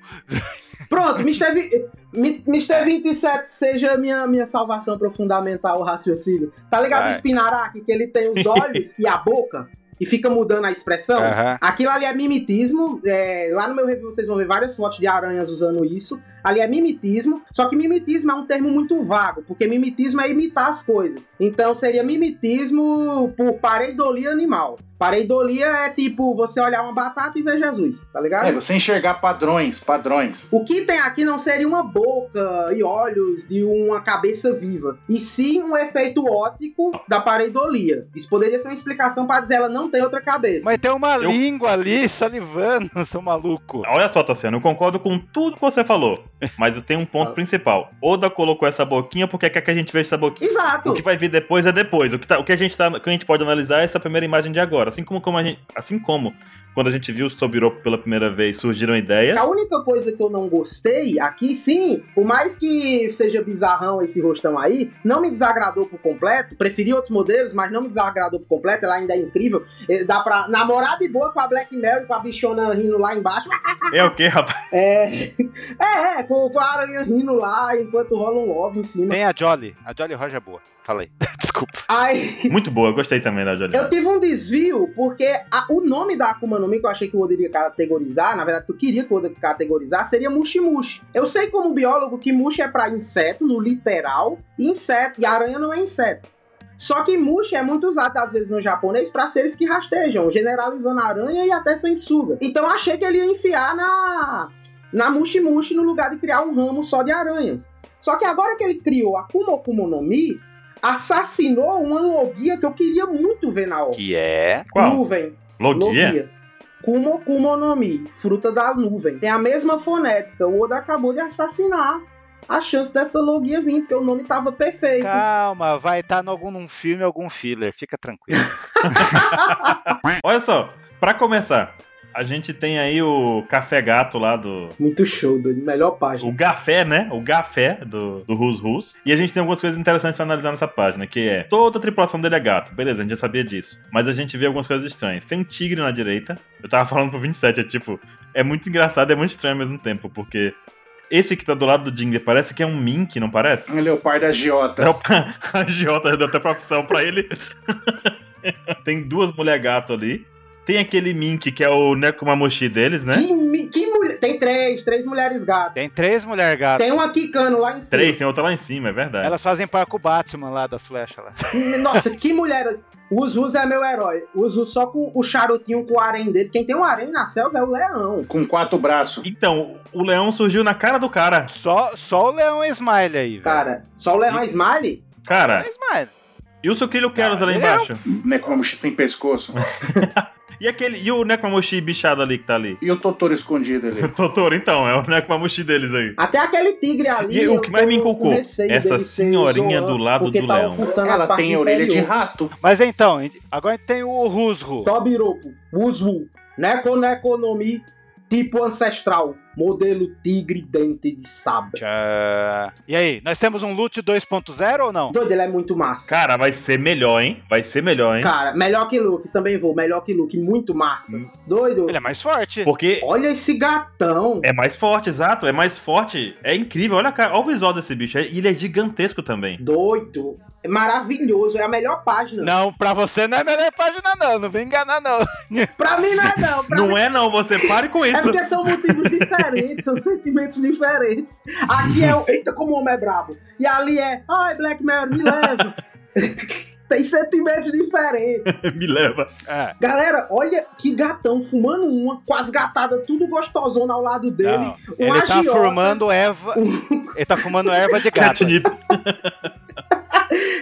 Speaker 4: Pronto, Mr. Vi- Mi- Mr. 27 seja minha, minha salvação pra eu fundamentar o raciocínio. Tá ligado
Speaker 3: Vai.
Speaker 4: o Spinaraki, que ele tem os olhos e a boca e fica mudando a expressão?
Speaker 3: Aham.
Speaker 4: Aquilo ali é mimetismo. é, lá no meu review vocês vão ver várias fotos de aranhas usando isso. Ali é mimetismo. Só que mimetismo é um termo muito vago, porque mimetismo é imitar as coisas. Então seria mimetismo por pareidolia animal. Pareidolia é tipo você olhar uma batata e ver Jesus, tá ligado?
Speaker 6: É, você enxergar padrões, padrões.
Speaker 4: O que tem aqui não seria uma boca e olhos de uma cabeça viva, e sim um efeito óptico da pareidolia. Isso poderia ser uma explicação para dizer ela não tem outra cabeça.
Speaker 3: Mas tem uma
Speaker 1: Eu-
Speaker 3: língua ali salivando, seu maluco.
Speaker 1: Olha só, Tassiano, eu concordo com tudo que você falou, mas tem um ponto principal. Oda colocou essa boquinha porque quer que a gente veja essa boquinha. O
Speaker 4: Exato.
Speaker 1: que vai vir depois é depois. O que, tá- o que a, gente tá, o que a gente pode analisar é essa primeira imagem de agora. Assim como, como a gente, assim como quando a gente viu o Sobiropo pela primeira vez, surgiram ideias.
Speaker 4: A única coisa que eu não gostei aqui, sim, por mais que seja bizarrão esse rostão aí, não me desagradou por completo. Preferi outros modelos, mas não me desagradou por completo. Ela ainda é incrível. Eh, Dá pra namorar de boa com a Black Mary, com a bichona rindo lá embaixo.
Speaker 1: É o que, rapaz?
Speaker 4: É, é, é, com, com a aranha rindo lá enquanto rola um love em cima.
Speaker 3: Tem a Jolly. A Jolly Roger é boa. Falei. Desculpa.
Speaker 4: Aí
Speaker 1: Muito boa, eu gostei também da Jolie.
Speaker 4: eu tive um desvio, porque a- o nome da Akuma no Mi que eu achei que o Oda iria categorizar, na verdade que eu queria que o Oda categorizar, seria mushimushi. Eu sei como biólogo que mushi é pra inseto, no literal, inseto, e aranha não é inseto. Só que mushi é muito usado às vezes no japonês pra seres que rastejam, generalizando aranha e até sanguessuga. Então eu achei que ele ia enfiar na na mushimushi no lugar de criar um ramo só de aranhas. Só que agora que ele criou a Akuma Akuma no Mi, assassinou uma logia que eu queria muito ver na obra.
Speaker 3: Que é.
Speaker 1: Qual?
Speaker 4: Nuvem.
Speaker 1: Logia?
Speaker 4: Logia. Kumo Kumo no Mi, fruta da nuvem. Tem a mesma fonética. O Oda acabou de assassinar a chance dessa logia vir, porque o nome tava perfeito.
Speaker 3: Calma, vai estar em algum num filme, algum filler. Fica tranquilo.
Speaker 1: Olha só, pra começar, a gente tem aí o Café Gato lá do.
Speaker 4: Muito show, doido. Melhor página.
Speaker 1: O Gafé, né? O Gafé do, do Rus Rus. E a gente tem algumas coisas interessantes pra analisar nessa página, que é toda a tripulação dele é gato. Beleza, a gente já sabia disso. Mas a gente vê algumas coisas estranhas. Tem um tigre na direita. Eu tava falando pro 27, é tipo, é muito engraçado e é muito estranho ao mesmo tempo, porque esse que tá do lado do Jinger parece que é um mink, não parece?
Speaker 6: Um leopardo agiota.
Speaker 1: É o agiota, deu até profissão pra ele. tem duas mulher gato ali. Tem aquele mink que é o Nekomamushi deles, né?
Speaker 4: Que, mi- que mulher. Tem três, três mulheres gatas.
Speaker 3: Tem três mulher gatas.
Speaker 4: Tem uma quicando lá em cima.
Speaker 1: Três, tem outra lá em cima, é verdade.
Speaker 3: Elas fazem par com o Batman lá das flechas lá.
Speaker 4: Nossa, que mulher. O Usus é meu herói. O Usus só com o charutinho com o harém dele. Quem tem um harém na selva é o leão.
Speaker 6: Com quatro braços.
Speaker 1: Então, o leão surgiu na cara do cara.
Speaker 3: Só, só o Leão Smile aí, velho.
Speaker 4: Cara, só o leão é Smiley?
Speaker 1: Cara,
Speaker 3: É Smile.
Speaker 1: e o sucrilho Keras ali
Speaker 3: Leão.
Speaker 1: embaixo?
Speaker 6: Né, com uma mochila sem pescoço.
Speaker 1: E aquele. E o Nekomamushi bichado ali que tá ali?
Speaker 6: E o Totoro escondido ali.
Speaker 1: Totoro, então, é o Nekomamushi deles aí.
Speaker 4: Até aquele tigre ali.
Speaker 1: E o
Speaker 4: eu
Speaker 1: que mais me
Speaker 4: tô com
Speaker 1: inculcou,
Speaker 4: receio
Speaker 1: essa
Speaker 4: dele ser
Speaker 1: senhorinha
Speaker 4: Zoan,
Speaker 1: do lado
Speaker 4: porque
Speaker 1: do
Speaker 4: tá
Speaker 1: leão.
Speaker 4: ocultando as
Speaker 6: Ela
Speaker 4: partes
Speaker 6: tem a orelha de
Speaker 4: inferiores.
Speaker 6: rato.
Speaker 3: Mas então, agora tem o Rusro.
Speaker 4: Tobiropo, Uzu, né? Nekonekonomi, tipo ancestral, modelo tigre dente de sabre.
Speaker 3: Tchá. E aí, nós temos um loot 2.0 ou não?
Speaker 4: Doido, ele é muito massa.
Speaker 1: Cara, vai ser melhor, hein? Vai ser melhor, hein?
Speaker 4: Cara, melhor que Luke, também vou, melhor que Luke, muito massa.
Speaker 1: Hum.
Speaker 4: Doido,
Speaker 3: Ele é mais forte.
Speaker 1: Porque
Speaker 4: olha esse gatão.
Speaker 1: é mais forte, exato. É mais forte. É incrível. Olha, a cara, olha o visual desse bicho. E ele é gigantesco também.
Speaker 4: Doido, é maravilhoso, é a melhor página.
Speaker 3: Não, pra você não é a melhor página não, não vem enganar não.
Speaker 4: Pra mim não é não, pra mim...
Speaker 1: Não é não, você pare com
Speaker 4: É
Speaker 1: isso.
Speaker 4: porque são motivos diferentes, são sentimentos diferentes. Aqui é o eita, como o homem é brabo. E ali é, ai, Black Mary, me leva. Tem sentimentos diferentes.
Speaker 1: Me leva.
Speaker 3: É,
Speaker 4: Galera, olha que gatão fumando uma, com as gatadas tudo gostosona ao lado dele.
Speaker 3: não.
Speaker 4: um
Speaker 3: Ele tá
Speaker 4: agiota.
Speaker 3: formando erva. Ele tá fumando erva de gato.
Speaker 1: Catnip.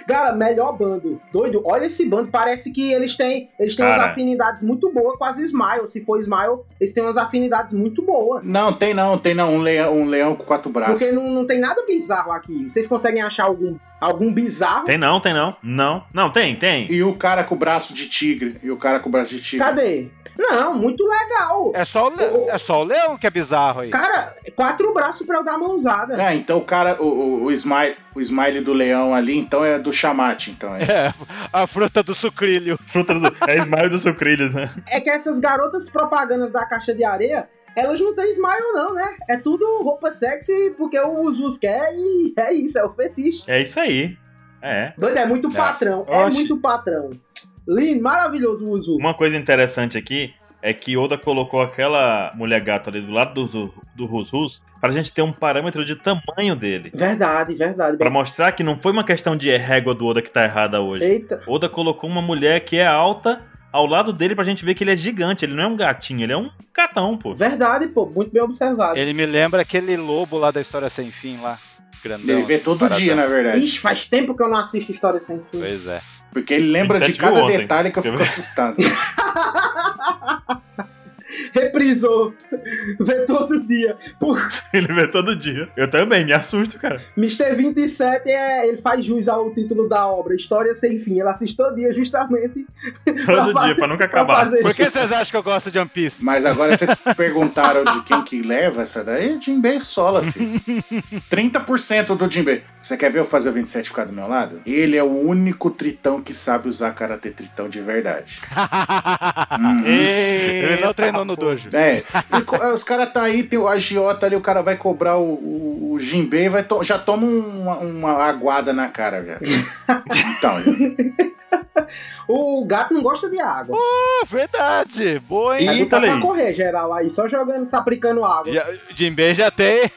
Speaker 4: Cara, melhor bando. Doido, olha esse bando. Parece que eles têm, eles têm umas
Speaker 1: Cara.
Speaker 4: afinidades muito boas com as Smile. Se for Smile, eles têm umas afinidades muito boas.
Speaker 6: Não, tem não, tem não. Um leão, um leão com quatro
Speaker 1: Tá.
Speaker 6: braços.
Speaker 4: Porque não, não tem nada bizarro aqui. Vocês conseguem achar algum, algum bizarro?
Speaker 1: Tem não, tem não. Não. Não, tem, tem.
Speaker 6: E o cara com o braço de tigre. E o cara com o braço de tigre.
Speaker 4: Cadê? Não, muito legal.
Speaker 3: É só, o le- é só o leão que é bizarro aí.
Speaker 4: Cara, quatro braços pra eu dar
Speaker 1: É.
Speaker 4: mãozada.
Speaker 6: Ah, então o cara, o, o, o, smile, o smile do leão ali, então é do chamate, então é.
Speaker 3: É, a fruta do sucrilho.
Speaker 1: Fruta do. É Smile dos sucrilhos, né?
Speaker 4: É que essas garotas propagandas da caixa de areia, elas não têm smile, não, né? É tudo roupa sexy porque o Usus quer e é isso, é o fetiche.
Speaker 1: É isso aí. É.
Speaker 4: Doido, é muito
Speaker 3: É.
Speaker 4: patrão, é
Speaker 1: Oxi.
Speaker 4: muito patrão. Lindo, maravilhoso o Usu.
Speaker 1: Uma coisa interessante aqui é que Oda colocou aquela mulher gato ali do lado do, do, do Rus Rus pra gente ter um parâmetro de tamanho dele.
Speaker 4: Verdade, verdade.
Speaker 1: Pra mostrar que não foi uma questão de é régua do Oda que tá errada hoje.
Speaker 4: Eita,
Speaker 1: Oda colocou uma mulher que é alta ao lado dele pra gente ver que ele é gigante. Ele não é um gatinho, ele é um catão, pô.
Speaker 4: verdade, pô, muito bem observado.
Speaker 3: Ele me lembra aquele lobo lá da história sem fim lá. Grandão.
Speaker 6: Ele vê
Speaker 3: assim,
Speaker 6: todo
Speaker 3: paradão.
Speaker 2: né?
Speaker 6: dia, na verdade.
Speaker 4: Ixi, faz tempo que eu não assisto História Sem Fim.
Speaker 3: Pois é.
Speaker 6: Porque ele lembra de
Speaker 1: 27 de
Speaker 6: cada
Speaker 1: ontem.
Speaker 6: detalhe que eu
Speaker 1: Quer
Speaker 6: fico
Speaker 1: ver?
Speaker 6: assustado.
Speaker 4: Reprisou. Vê todo dia. Pô,
Speaker 1: Ele vê todo dia. Eu também, me assusto, cara.
Speaker 4: Mr. 27 é, ele faz jus ao título da obra, História Sem Fim. Ele assiste todo dia justamente
Speaker 1: Todo
Speaker 4: Pra
Speaker 1: dia, pra nunca
Speaker 4: pra
Speaker 1: acabar.
Speaker 4: fazer
Speaker 3: Por que
Speaker 4: jus.
Speaker 3: vocês acham que eu gosto de One Piece?
Speaker 6: Mas agora vocês perguntaram de quem que leva essa daí? É Jim B. Sola, filho. 30% do Jim B. Você quer ver eu fazer o 27 ficar do meu lado? Ele é o único tritão que sabe usar karatê tritão de verdade. Uhum.
Speaker 3: Ele não treinou no dojo.
Speaker 6: É, e co- os caras tá aí, tem o agiota ali, o cara vai cobrar o, o, o Jinbei, vai to- já toma um, uma, uma aguada na cara, velho. Então,
Speaker 4: O gato não gosta de água.
Speaker 3: Ah, verdade. Boa, hein?
Speaker 4: Mas
Speaker 1: Ih,
Speaker 4: ele tá
Speaker 1: olha
Speaker 4: pra
Speaker 1: aí.
Speaker 4: correr, geral, aí, só jogando, sapricando água.
Speaker 3: Já, o Jinbei já tem.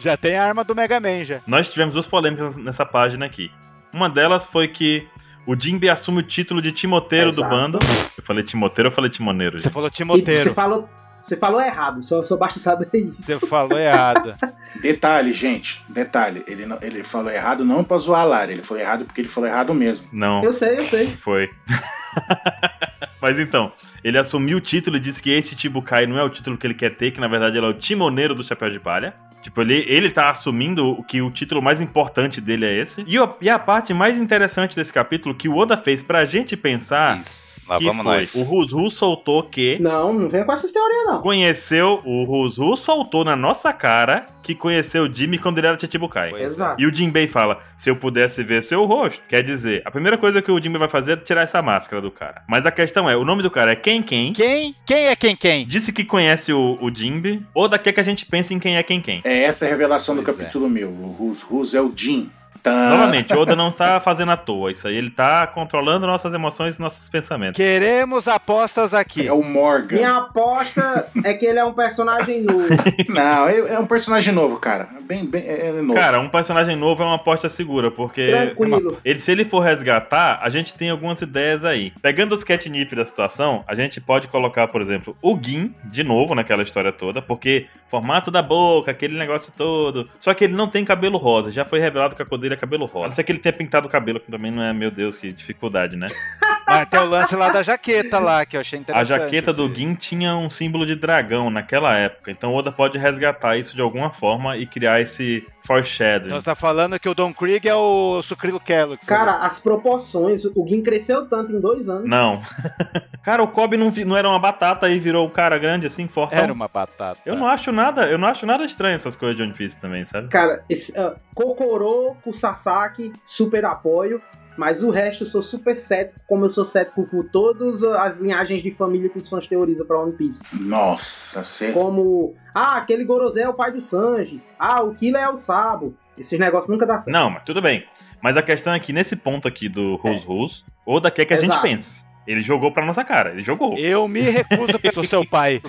Speaker 3: Já tem a arma do Mega Man já.
Speaker 1: Nós tivemos duas polêmicas nessa página aqui. Uma delas foi que o Jimbe assume o título de timoteiro
Speaker 4: Exato.
Speaker 1: do bando. Eu falei timoteiro, eu falei timoneiro.
Speaker 3: Você
Speaker 1: gente.
Speaker 3: falou
Speaker 4: E Tipo, você
Speaker 3: Timoteiro.
Speaker 4: falou, você falou errado, só, só basta saber isso.
Speaker 3: Você falou errado.
Speaker 6: detalhe, gente, detalhe, ele, não- ele falou errado não pra zoar a Lara, ele falou errado porque ele falou errado mesmo.
Speaker 1: Não,
Speaker 4: Eu sei, eu sei.
Speaker 1: foi. Mas então, ele assumiu o título e disse que esse Tibukai não é o título que ele quer ter, que na verdade ele é o timoneiro do Chapéu de Palha. Tipo, ele, ele tá assumindo o que o título mais importante dele é esse. E, o- e a parte mais interessante desse capítulo que o Oda fez pra gente pensar
Speaker 3: Isso. Lá
Speaker 1: Ah, que
Speaker 3: vamos
Speaker 1: foi,
Speaker 3: nós.
Speaker 1: o Rus soltou que
Speaker 4: Não, não venha com essa teoria, não.
Speaker 1: conheceu, o Ruzu soltou na nossa cara que conheceu o Jimmy quando ele era Chichibukai.
Speaker 3: Pois é.
Speaker 4: Exato.
Speaker 1: E o Jinbei fala, se eu pudesse ver seu rosto, quer dizer, a primeira coisa que o Jinbei vai fazer é tirar essa máscara do cara. Mas a questão é, o nome do cara é Ken Ken,
Speaker 3: Quem? Quem é quem quem?
Speaker 1: disse que conhece o, o Jinbe, ou daqui é que a gente pense em quem é Ken Ken.
Speaker 6: É essa a revelação
Speaker 3: Pois
Speaker 6: do capítulo meu, o Rus, Rus é o Jin. Tã.
Speaker 1: Novamente, Oda não tá fazendo à toa isso aí, ele tá controlando nossas emoções e nossos pensamentos.
Speaker 3: Queremos apostas aqui.
Speaker 6: É o Morgan.
Speaker 4: Minha aposta é que ele é um personagem novo.
Speaker 6: Não, é, é um personagem novo, cara. Bem, bem, é, é novo.
Speaker 1: Cara, um personagem novo é uma aposta segura, porque...
Speaker 4: Tranquilo.
Speaker 1: Ele, se ele for resgatar, a gente tem algumas ideias aí. Pegando os catnip da situação, a gente pode colocar, por exemplo, o Gin, de novo naquela história toda, porque formato da boca, aquele negócio todo. Só que ele não tem cabelo rosa, já foi revelado que a cor dele é cabelo rosa. Só que ele tenha pintado o cabelo, que também não é, meu Deus, que dificuldade, né?
Speaker 3: Mas tem o lance lá da jaqueta lá, que eu achei
Speaker 1: A
Speaker 3: interessante. assim.
Speaker 1: jaqueta do
Speaker 3: esse-
Speaker 1: Gin tinha um símbolo de dragão naquela época, então Oda pode resgatar isso de alguma forma e criar esse foreshadowing.
Speaker 3: Então você tá falando que o Don Krieg é o né? Sucrilo Kellogg.
Speaker 4: Cara, as proporções, o Gin cresceu tanto em dois anos.
Speaker 1: Não. cara, o Kobe não, vi- não era uma batata e virou um cara grande assim, fortão.
Speaker 3: era uma batata.
Speaker 1: Eu não acho nada, eu não acho nada estranho essas coisas de One Piece também, sabe?
Speaker 4: Cara, esse, ah, Kokoro, Kusasaki, super apoio. Mas o resto eu sou super cético, como eu sou cético com todas as linhagens de família que os fãs teorizam pra One Piece.
Speaker 6: Nossa, é você...
Speaker 4: Como, ah, aquele Gorosei é o pai do Sanji. Ah, o Killer é o Sabo. Esses negócios nunca dá certo.
Speaker 1: Não, mas tudo bem. Mas a questão é que nesse ponto aqui do Rose Rose, Oda quer que a gente
Speaker 4: É. Exato.
Speaker 1: pense. Ele jogou pra nossa cara, ele jogou.
Speaker 3: Eu me recuso pelo seu pai.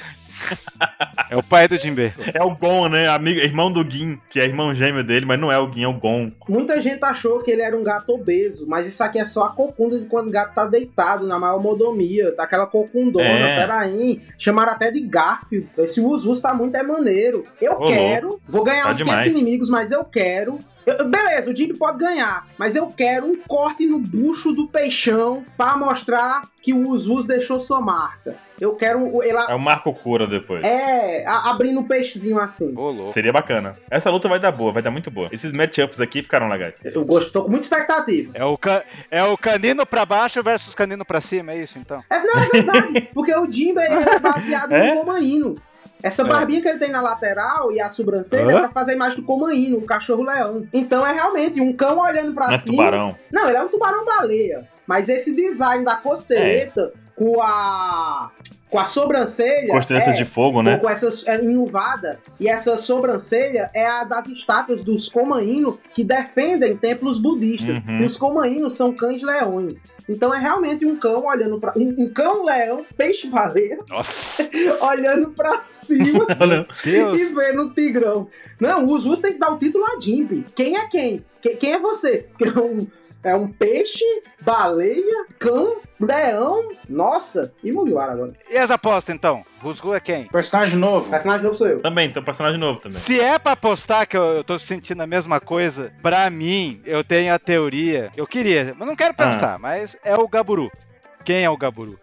Speaker 3: É o pai do Jimbe.
Speaker 1: É o Gon, né? Amigo, irmão do Gin, que é irmão gêmeo dele, mas não é o Gin, é o Gon.
Speaker 4: Muita gente achou que ele era um gato obeso, mas isso aqui é só a cocunda de quando o gato tá deitado na maior modomia, tá aquela cocundona,
Speaker 1: É.
Speaker 4: peraí. Chamaram até de Garfield. Esse Usus tá muito é maneiro. Eu
Speaker 1: Ô,
Speaker 4: quero, vou ganhar
Speaker 1: Tá
Speaker 4: uns 500
Speaker 1: demais.
Speaker 4: inimigos, mas eu quero. Eu- Beleza, o Jimmy pode ganhar, mas eu quero um corte no bucho do peixão pra mostrar que o Usus deixou sua marca. Eu quero ele
Speaker 1: É
Speaker 4: a-
Speaker 1: o Marco Cura depois.
Speaker 4: é, a- abrindo um peixezinho assim.
Speaker 3: Ô, louco.
Speaker 1: Seria bacana. Essa luta vai dar boa, vai dar muito boa. Esses matchups aqui ficaram legais.
Speaker 4: Eu gosto, tô com muita expectativa.
Speaker 3: É o, ca- é o canino pra baixo versus canino pra cima, é isso então?
Speaker 4: É, não, é verdade. porque o Jimba ele é baseado
Speaker 1: É?
Speaker 4: no Comanino. Essa
Speaker 1: É.
Speaker 4: barbinha que ele tem na lateral e a sobrancelha
Speaker 3: Hã?
Speaker 4: é pra fazer a imagem do Comanino, o cachorro-leão. Então é realmente um cão olhando pra
Speaker 1: Não é
Speaker 4: cima.
Speaker 1: tubarão.
Speaker 4: Não,
Speaker 1: É.
Speaker 4: ele é um tubarão-baleia. Mas esse design da costeleta com a. com a sobrancelha.
Speaker 1: Costeletas
Speaker 4: é,
Speaker 1: de fogo,
Speaker 4: ou
Speaker 1: né?
Speaker 4: Com essa é, enluvada. E essa sobrancelha é a das estátuas dos Komainu que defendem templos budistas.
Speaker 1: Uhum.
Speaker 4: E os Komainu são cães leões. Então é realmente um cão olhando para um, um cão leão, peixe baleia,
Speaker 3: Nossa,
Speaker 4: olhando para cima
Speaker 1: Olha,
Speaker 3: Deus.
Speaker 4: e vendo o Tigrão. Não, os Usos tem que dar o título a Jimby. Quem é quem? Que- quem é você? Que É um, é um peixe, baleia, cão, leão, nossa, e Mugiwara agora.
Speaker 3: E as apostas, então? Rusgu é
Speaker 1: Né.
Speaker 3: quem?
Speaker 6: Personagem novo.
Speaker 4: Personagem novo sou eu.
Speaker 1: também, tem um personagem novo também.
Speaker 3: Se é pra apostar que eu, eu tô sentindo a mesma coisa, pra mim, eu tenho a teoria. Eu queria, mas não
Speaker 1: Ah.
Speaker 3: quero pensar, mas é o Gaburu. Quem é o Gaburu?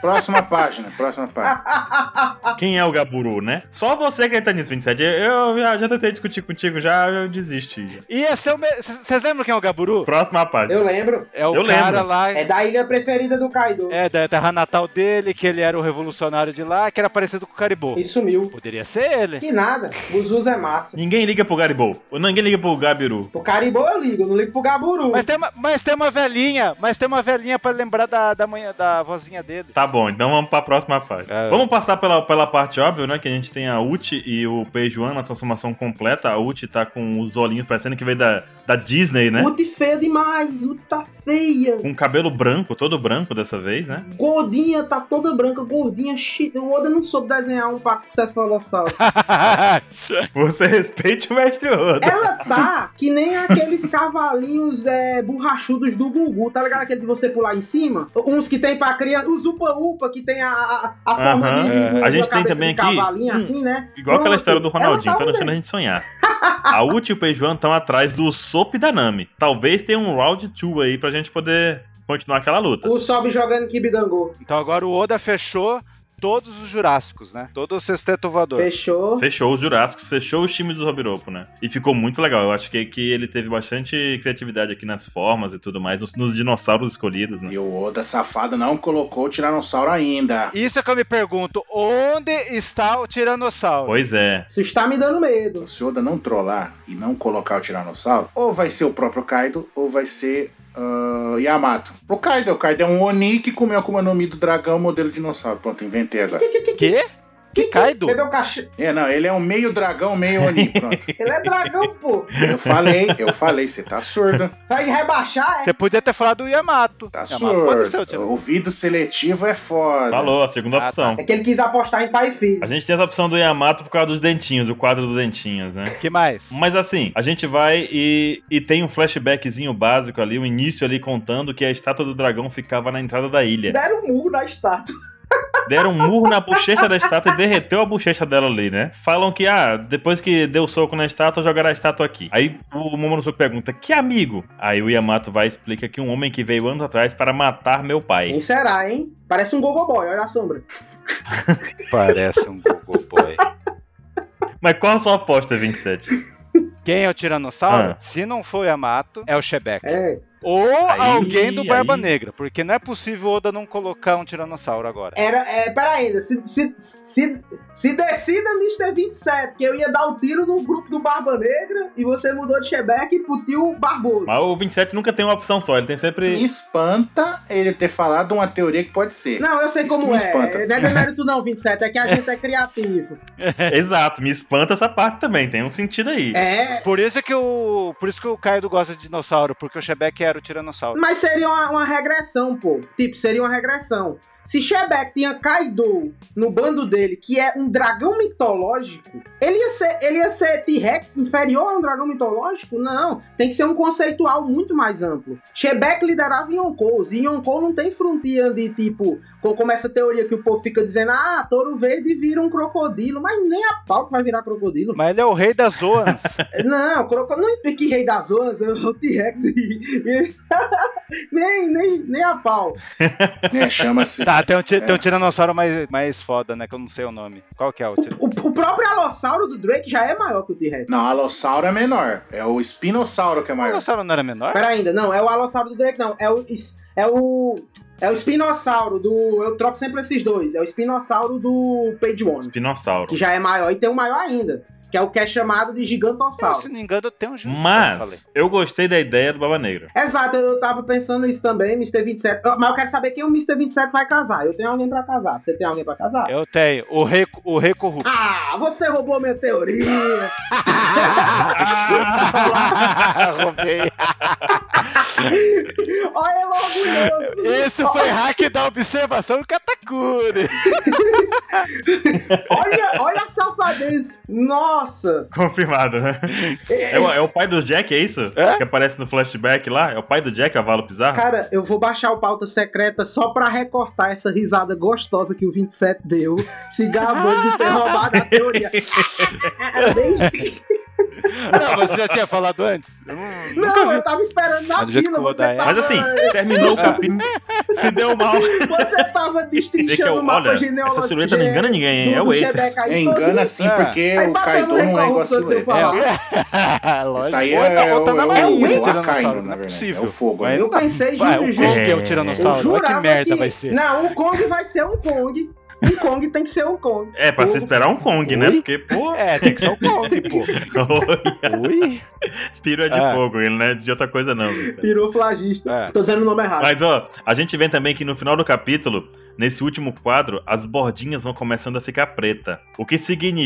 Speaker 6: Próxima página, próxima página.
Speaker 4: Ah.
Speaker 1: Quem é o Gaburu, né? Só você que tá nisso, 27. Eu já, já tentei discutir contigo, já eu desisti.
Speaker 3: Ia ser o é me... C- Vocês lembram quem é o Gaburu?
Speaker 1: Próxima página.
Speaker 4: Eu lembro.
Speaker 3: É o
Speaker 1: Eu
Speaker 3: cara
Speaker 1: lembro.
Speaker 3: lá.
Speaker 4: É da ilha preferida do Kaido.
Speaker 3: É, da terra natal dele, que ele era o revolucionário de lá, que era parecido com o Caribou.
Speaker 4: E sumiu.
Speaker 3: Poderia ser ele.
Speaker 4: Que nada, os Usos é massa.
Speaker 1: Ninguém liga pro Garibou. Ou Ninguém liga pro Gabiru.
Speaker 4: O Caribou eu ligo, eu não ligo pro Gaburu.
Speaker 1: tá,
Speaker 3: Mas tem, uma, mas tem uma velhinha, mas tem uma velhinha pra lembrar da, da, manhã, da vozinha dele.
Speaker 1: Tá bom, então vamos pra próxima página.
Speaker 3: É.
Speaker 1: Vamos passar pela, pela parte óbvia, né? Que a gente tem a Uchi e o Peijuan na transformação completa. A Uchi tá com os olhinhos parecendo que veio da, da Disney, né?
Speaker 4: Uti feia demais, Uti tá feia.
Speaker 1: Com cabelo branco, todo branco dessa vez, né?
Speaker 4: Gordinha, tá toda branca, gordinha, shit. O Oda não soube desenhar um pacto cefalossauro.
Speaker 1: Você respeite o mestre Oda.
Speaker 4: Ela tá que nem aqueles cavalinhos é, borrachudos do Gugu, tá ligado? Aquele de você pular em cima. Uns que tem pra criança, os upa-upa que tem a, a, a forma
Speaker 1: Aham. é.
Speaker 4: de, de- de
Speaker 1: A gente
Speaker 4: uma
Speaker 1: tem
Speaker 4: cabeça
Speaker 1: também
Speaker 4: de
Speaker 1: aqui-
Speaker 4: cavalinho
Speaker 1: Hum.
Speaker 4: assim, né?
Speaker 1: Igual aquela
Speaker 4: Pronto.
Speaker 1: história do Ronaldinho,
Speaker 4: Ela
Speaker 1: tá
Speaker 4: um
Speaker 1: deixando a
Speaker 4: desses.
Speaker 1: gente sonhar. A Uchi e o Peijuan estão atrás do Sop da Nami. Talvez tenha um round 2 aí pra gente poder continuar aquela luta.
Speaker 4: O Sobe jogando Kibidangô.
Speaker 3: então agora o Oda fechou todos os Jurássicos, né? Todo o sexteto voador.
Speaker 4: Fechou.
Speaker 1: Fechou os Jurássicos, fechou o time do Robiropo, né? E ficou muito legal. Eu acho que, que ele teve bastante criatividade aqui nas formas e tudo mais, nos, nos dinossauros escolhidos, né?
Speaker 6: E o Oda safado não colocou o Tiranossauro ainda.
Speaker 3: Isso é que eu me pergunto, onde está o Tiranossauro?
Speaker 1: Pois é.
Speaker 4: Isso está me dando medo.
Speaker 6: Se o Oda não trollar e não colocar o Tiranossauro, ou vai ser o próprio Kaido, ou vai ser ah, Yamato. O Kaido, o Kaido é um Oni que comeu a Kuma no Mi do dragão modelo dinossauro. Pronto, inventei agora.
Speaker 3: Quê? Que Kaido?
Speaker 4: Bebeu cachê.
Speaker 6: É, não, ele é um meio dragão, meio Oni. Pronto.
Speaker 4: Ele é dragão, pô.
Speaker 6: Eu falei, eu falei, você tá surdo.
Speaker 4: Vai rebaixar, é?
Speaker 3: Você podia ter falado do Yamato.
Speaker 6: Tá
Speaker 3: Yamato pode ser o
Speaker 6: surdo.
Speaker 3: Tiranossauro.
Speaker 6: Ouvido seletivo é foda.
Speaker 1: Falou, a segunda
Speaker 3: Ah, tá.
Speaker 1: opção.
Speaker 4: É que ele quis apostar em pai e filho.
Speaker 1: A gente tem essa opção do Yamato por causa dos dentinhos, do quadro dos dentinhos, né?
Speaker 3: Que mais?
Speaker 1: Mas assim, a gente vai e, e tem um flashbackzinho básico ali, o início ali contando que a estátua do dragão ficava na entrada da ilha.
Speaker 4: Deram um murro na estátua.
Speaker 1: Deram um murro na bochecha da estátua e derreteu a bochecha dela ali, né? Falam que, ah, depois que deu soco na estátua, jogaram a estátua aqui. Aí o Momonosuke pergunta, que amigo? Aí o Yamato vai e explica que um homem que veio anos atrás para matar meu pai.
Speaker 4: Quem será, hein? Parece um gogoboy, olha a sombra.
Speaker 3: Parece um Google Boy.
Speaker 1: Mas qual a sua aposta, 27?
Speaker 3: Quem é o Tiranossauro?
Speaker 1: Ah.
Speaker 3: Se não for o Yamato, é o Shebeck.
Speaker 4: É,
Speaker 3: Ou
Speaker 1: Aí,
Speaker 3: alguém do Barba
Speaker 1: aí.
Speaker 3: Negra, porque não é possível o Oda não colocar um Tiranossauro agora.
Speaker 4: Era, é, pera ainda, se, se, se, se decida Mr. 27, que eu ia dar o tiro no grupo do Barba Negra e você mudou de Chebeck pro tio Barboso.
Speaker 1: Mas o 27 nunca tem uma opção só, ele tem
Speaker 6: Me
Speaker 1: sempre...
Speaker 6: espanta ele ter falado uma teoria que pode ser.
Speaker 4: Não, eu sei
Speaker 6: Isso que
Speaker 4: como
Speaker 6: me
Speaker 4: é.
Speaker 6: espanta.
Speaker 4: Não é demérito não, 27, é que a gente é criativo.
Speaker 1: Exato, me espanta essa parte também, tem um sentido aí.
Speaker 4: É,
Speaker 3: Por isso que o. Por isso que o Kaido gosta de dinossauro, porque o Shebeck era o Tiranossauro.
Speaker 4: mas seria uma, uma regressão, pô. Tipo, seria uma regressão. Se Chebeck tinha Kaido no bando dele, que é um dragão mitológico, ele ia ser, ele ia ser T-Rex inferior a um dragão mitológico? Não. Tem que ser um conceitual muito mais amplo. Chebeck liderava Yonkous, e Yonkou não tem fronteira de tipo, co- como essa teoria que o povo fica dizendo, ah, touro verde vira um crocodilo, mas nem a pau que vai virar crocodilo.
Speaker 3: Mas ele é o rei das zonas.
Speaker 4: Não, Croco não tem que rei das zonas, é o T-Rex. e- nem, nem, nem a pau.
Speaker 6: É, chama-se.
Speaker 3: tá, tem um, ti- tem um tiranossauro mais, mais foda, né? Que eu não sei o nome. Qual que é o tiranossauro?
Speaker 4: O, o próprio Alossauro do Drake já é maior que o T-Rex.
Speaker 6: Não, Alossauro é menor. É o Espinossauro que é
Speaker 3: O
Speaker 6: maior.
Speaker 3: tiranossauro não era menor?
Speaker 4: Pera ainda, não, é o Alossauro do Drake, não. É o. is- É o. É o espinossauro do. Eu troco sempre esses dois. É o espinossauro do Page One,
Speaker 1: Espinossauro.
Speaker 4: que já é maior e tem um maior ainda. que é o que é chamado de
Speaker 3: Eu, se
Speaker 4: gigantossauro.
Speaker 3: não me engano, tem um jogo. eu falei.
Speaker 1: Mas eu gostei da ideia do Baba Negra.
Speaker 4: Exato, eu tava pensando nisso também, Mr. 27. Ah, Mas eu quero saber quem o Mr. 27 vai casar. Eu tenho alguém pra casar. Você tem alguém pra casar?
Speaker 3: Eu tenho. O rei, o rei corrupto.
Speaker 4: Ah, você roubou minha teoria.
Speaker 3: Ah! Roubei.
Speaker 4: Olha é o orgulhoso.
Speaker 3: Esse foi hack da observação do Katakuri.
Speaker 4: Olha, olha a safadez. Nossa.
Speaker 1: Confirmado, né? É, o- é o pai do Jack, é isso?
Speaker 3: É?
Speaker 1: Que aparece no flashback lá? É o pai do Jack, Avalo Pizarro?
Speaker 4: Cara, eu vou baixar o pauta secreta só pra recortar essa risada gostosa que o 27 deu, se gabando de ter roubado a teoria. É,
Speaker 3: Não, você já tinha falado antes? Eu não- nunca
Speaker 4: Não,
Speaker 3: vi.
Speaker 4: eu tava esperando na
Speaker 3: Mas do jeito
Speaker 4: fila,
Speaker 3: que eu vou
Speaker 4: você
Speaker 3: dar é.
Speaker 4: tava...
Speaker 1: Mas assim, terminou o capítulo, se deu mal.
Speaker 4: Você tava
Speaker 1: Que
Speaker 4: destrinchando
Speaker 1: eu,
Speaker 4: o mapa
Speaker 1: olha,
Speaker 4: genealógico.
Speaker 1: essa silhueta não engana ninguém, hein?
Speaker 4: do-
Speaker 1: É o
Speaker 4: do
Speaker 1: Ace.
Speaker 4: Chebeca aí
Speaker 6: Engana sim,
Speaker 3: É.
Speaker 6: porque
Speaker 4: Aí
Speaker 6: o
Speaker 4: bateu
Speaker 6: Kaido
Speaker 4: no
Speaker 6: não é
Speaker 4: Record,
Speaker 6: igual a
Speaker 4: que eu
Speaker 6: silhueta.
Speaker 4: falo.
Speaker 6: É,
Speaker 3: Lógico.
Speaker 6: Isso aí
Speaker 3: Ou
Speaker 6: é,
Speaker 3: ou
Speaker 6: o,
Speaker 3: Bahia,
Speaker 6: é o,
Speaker 4: Bahia,
Speaker 6: o
Speaker 3: tiranossauro,
Speaker 6: ar caindo,
Speaker 3: não
Speaker 6: na verdade. É
Speaker 3: possível.
Speaker 6: o fogo.
Speaker 3: Mas-
Speaker 6: né?
Speaker 4: todo. Eu pensei,
Speaker 3: né? Vai, o
Speaker 4: juro, juro.
Speaker 3: Kong é o
Speaker 4: Eu
Speaker 3: tiranossauro. Olha
Speaker 4: jurava
Speaker 3: que merda
Speaker 4: que...
Speaker 3: vai ser.
Speaker 4: Não, o Kong vai ser um Kong. Um Kong tem que ser um Kong.
Speaker 1: É, pra se esperar um Kong, né?
Speaker 3: Oi?
Speaker 1: Porque, pô,
Speaker 3: É, tem que ser o Kong, pô. Ui.
Speaker 1: piro é de
Speaker 3: É.
Speaker 1: fogo, ele não é de outra coisa, não. Luciano.
Speaker 4: Piroflagista.
Speaker 3: É.
Speaker 4: Tô dizendo o nome errado.
Speaker 1: Mas ó, a gente vê também que no final do capítulo, nesse último quadro, as bordinhas vão começando a ficar preta. O que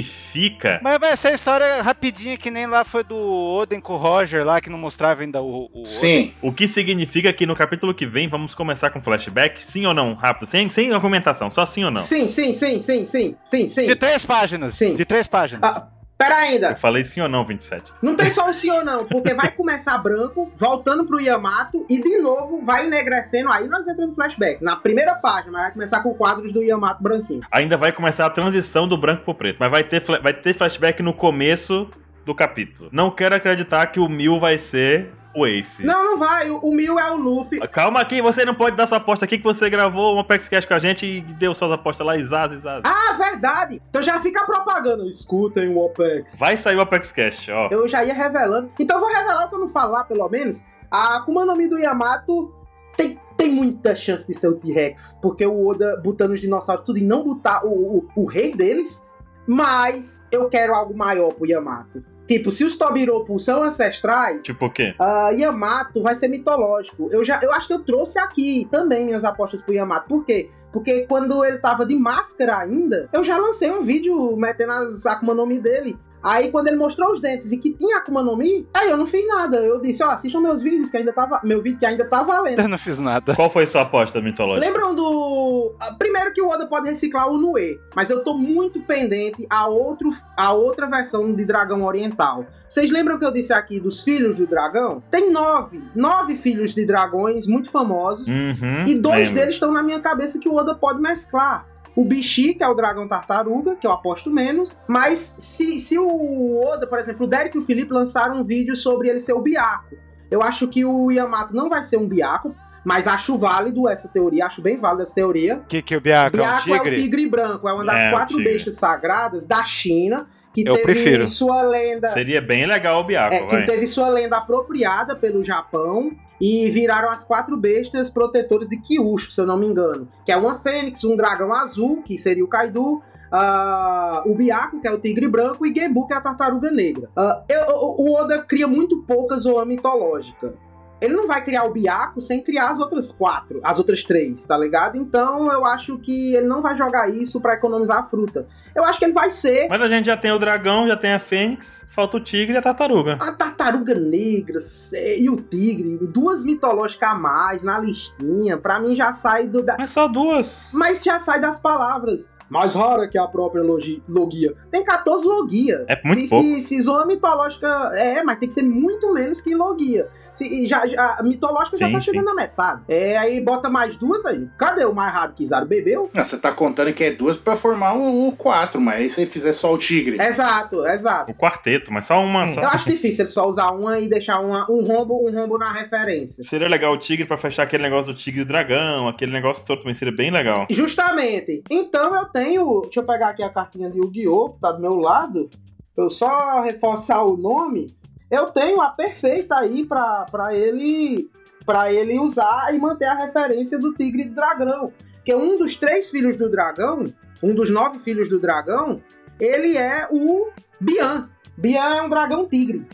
Speaker 1: significa.
Speaker 3: Mas vai ser a história é rapidinha, que nem lá foi do Oden com o Roger lá, que não mostrava ainda o. o
Speaker 6: Sim,
Speaker 1: O que significa que no capítulo que vem vamos começar com flashback? Sim ou não? Rápido, sem, sem argumentação, só sim ou não.
Speaker 4: Sim, sim, sim, sim, sim, sim, sim.
Speaker 3: De três páginas.
Speaker 4: Sim.
Speaker 3: De três páginas.
Speaker 4: Ah, Pera ainda,
Speaker 1: Eu falei sim ou não, 27.
Speaker 4: não tem só o sim ou não, porque vai começar branco, voltando pro Yamato e de novo vai enegrecendo. Aí nós entramos no flashback. Na primeira página, mas vai começar com quadros do Yamato branquinho.
Speaker 1: Ainda vai começar a transição do branco pro preto, mas vai ter, fla- vai ter flashback no começo do capítulo. Não quero acreditar que o Mil vai ser o Ace.
Speaker 4: Não, não vai, o, o Mil é o Luffy.
Speaker 1: Calma aqui, você não pode dar sua aposta aqui que você gravou uma Apex Cash com a gente e deu suas apostas lá, Isaz, Isaz.
Speaker 4: Ah, verdade! Então já fica a propaganda. Escutem o Opex.
Speaker 1: Vai sair o Apex Cash, ó.
Speaker 4: Eu já ia revelando. Então eu vou revelar pra não falar, pelo menos. A Akuma no Mi do Yamato tem, tem muita chance de ser o T-Rex. Porque o Oda botando os dinossauros tudo e não botar o, o, o rei deles. Mas eu quero algo maior pro Yamato. Tipo, se os Tobiropo são ancestrais,
Speaker 1: Tipo o quê?
Speaker 4: ah, Yamato vai ser mitológico. Eu já, eu acho que eu trouxe aqui também minhas apostas pro Yamato. Por quê? Porque quando ele tava de máscara ainda, eu já lancei um vídeo metendo as Akuma no Mi dele. Aí quando ele mostrou os dentes e que tinha Akuma no Mi, aí eu não fiz nada. Eu disse, ó, assistam meus vídeos que ainda tava, meu vídeo que ainda tá valendo.
Speaker 3: Eu não fiz nada.
Speaker 1: Qual foi sua aposta mitológica?
Speaker 4: Lembram do. ah, Primeiro que o Oda pode reciclar o Nue, mas eu tô muito pendente a, outro, a outra versão de Dragão Oriental. Vocês lembram que eu disse aqui dos filhos do dragão? Tem nove. Nove filhos de dragões muito famosos.
Speaker 1: Uhum,
Speaker 4: E dois
Speaker 1: lembro.
Speaker 4: deles estão na minha cabeça que o Oda pode mesclar. O Bishi, que é o dragão tartaruga, que eu aposto menos. Mas se, se o Oda, por exemplo, o Derek e o Felipe lançaram um vídeo sobre ele ser o Biaco. Eu acho que o Yamato não vai ser um Biaco, mas acho válido essa teoria, acho bem válida essa teoria.
Speaker 3: O que, que o Biaco é um
Speaker 4: Biaco é o
Speaker 3: tigre?
Speaker 4: tigre branco, é uma das
Speaker 1: É, o
Speaker 4: quatro
Speaker 1: tigre.
Speaker 4: bestas sagradas da China, que
Speaker 3: Eu
Speaker 4: teve
Speaker 3: prefiro.
Speaker 4: sua lenda.
Speaker 1: Seria bem legal o Biaco,
Speaker 4: É, que
Speaker 1: vai.
Speaker 4: teve sua lenda apropriada pelo Japão e viraram as quatro bestas protetoras de Kyushu, se eu não me engano. Que é uma fênix, um dragão azul, que seria o Kaido, ah, o Biaco, que é o tigre branco, e Genbu, que é a tartaruga negra. Ah, eu- o o Oda cria muito pouca zoa mitológica. Ele não vai criar o Biaco sem criar as outras quatro, as outras três, tá ligado? Então eu acho que ele não vai jogar isso pra economizar a fruta. Eu acho que ele vai ser
Speaker 1: Mas a gente já tem o dragão, já tem a fênix, falta o tigre e a tartaruga.
Speaker 4: A tartaruga negra sé- e o tigre, duas mitológicas a mais na listinha, pra mim já sai do. Da...
Speaker 1: Mas só duas.
Speaker 4: Mas já sai das palavras. Mais rara que a própria logi- logia. Tem 14 logia.
Speaker 1: É muito
Speaker 4: se,
Speaker 1: pouco.
Speaker 4: Se, se zoa mitológica. É, mas tem que ser muito menos que logia. Se, e já, já- a mitológica já
Speaker 1: Sim,
Speaker 4: tá
Speaker 1: sim.
Speaker 4: chegando na metade. É, aí bota mais duas aí. Cadê o mais raro que Kizaru bebeu?
Speaker 6: Não, você tá contando que é duas pra formar o, o quatro, mas aí você fizer só o tigre.
Speaker 4: É. Exato, exato.
Speaker 1: O quarteto, mas só uma só.
Speaker 4: Eu acho difícil ele só usar uma e deixar uma- um, rombo, um rombo na referência.
Speaker 1: Seria legal o tigre pra fechar aquele negócio do tigre e o dragão, aquele negócio todo também seria bem legal.
Speaker 4: Justamente. Então eu tenho. Deixa eu pegar aqui a cartinha de Yu-Gi-Oh! que tá do meu lado. Pra eu só reforçar o nome. Eu tenho a perfeita aí pra, pra ele. para ele usar e manter a referência do tigre e do dragão. Que um dos três filhos do dragão, um dos nove filhos do dragão, ele é o Bian. Bian é um dragão tigre.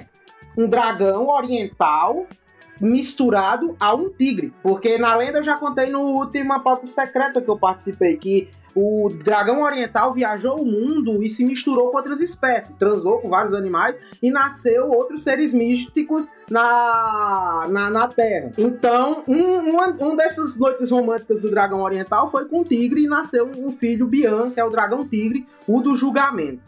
Speaker 4: Um dragão oriental misturado a um tigre. Porque na lenda eu já contei no última pauta secreta que eu participei, que o dragão oriental viajou o mundo e se misturou com outras espécies, transou com vários animais e nasceu outros seres místicos na, na, na Terra. Então, um, uma, um dessas noites românticas do dragão oriental foi com o tigre e nasceu um filho, Bian, que é o dragão tigre, o do julgamento.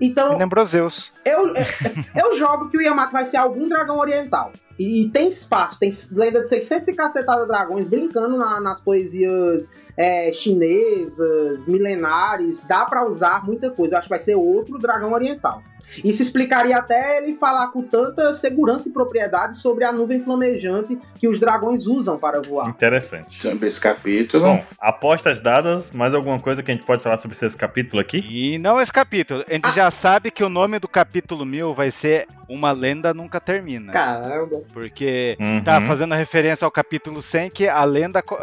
Speaker 4: Então,
Speaker 3: Me lembrou Zeus.
Speaker 4: eu, eu jogo que o Yamato vai ser algum dragão oriental. E, e tem espaço, tem lenda de 600 e cacetada dragões brincando na- nas poesias é, chinesas, milenares. Dá pra usar muita coisa. Eu acho que vai ser outro dragão oriental. Isso explicaria até ele falar com tanta segurança e propriedade sobre a nuvem flamejante que os dragões usam para voar.
Speaker 1: Interessante.
Speaker 6: Sobre esse capítulo.
Speaker 1: Bom, apostas dadas, mais alguma coisa que a gente pode falar sobre esse capítulo aqui?
Speaker 3: E não esse capítulo. A gente
Speaker 4: Ah.
Speaker 3: já sabe que o nome do capítulo 1000 vai ser Uma Lenda Nunca Termina.
Speaker 4: Caramba.
Speaker 3: Porque
Speaker 1: Uhum.
Speaker 3: tá fazendo referência ao capítulo 100, que é a lenda. co-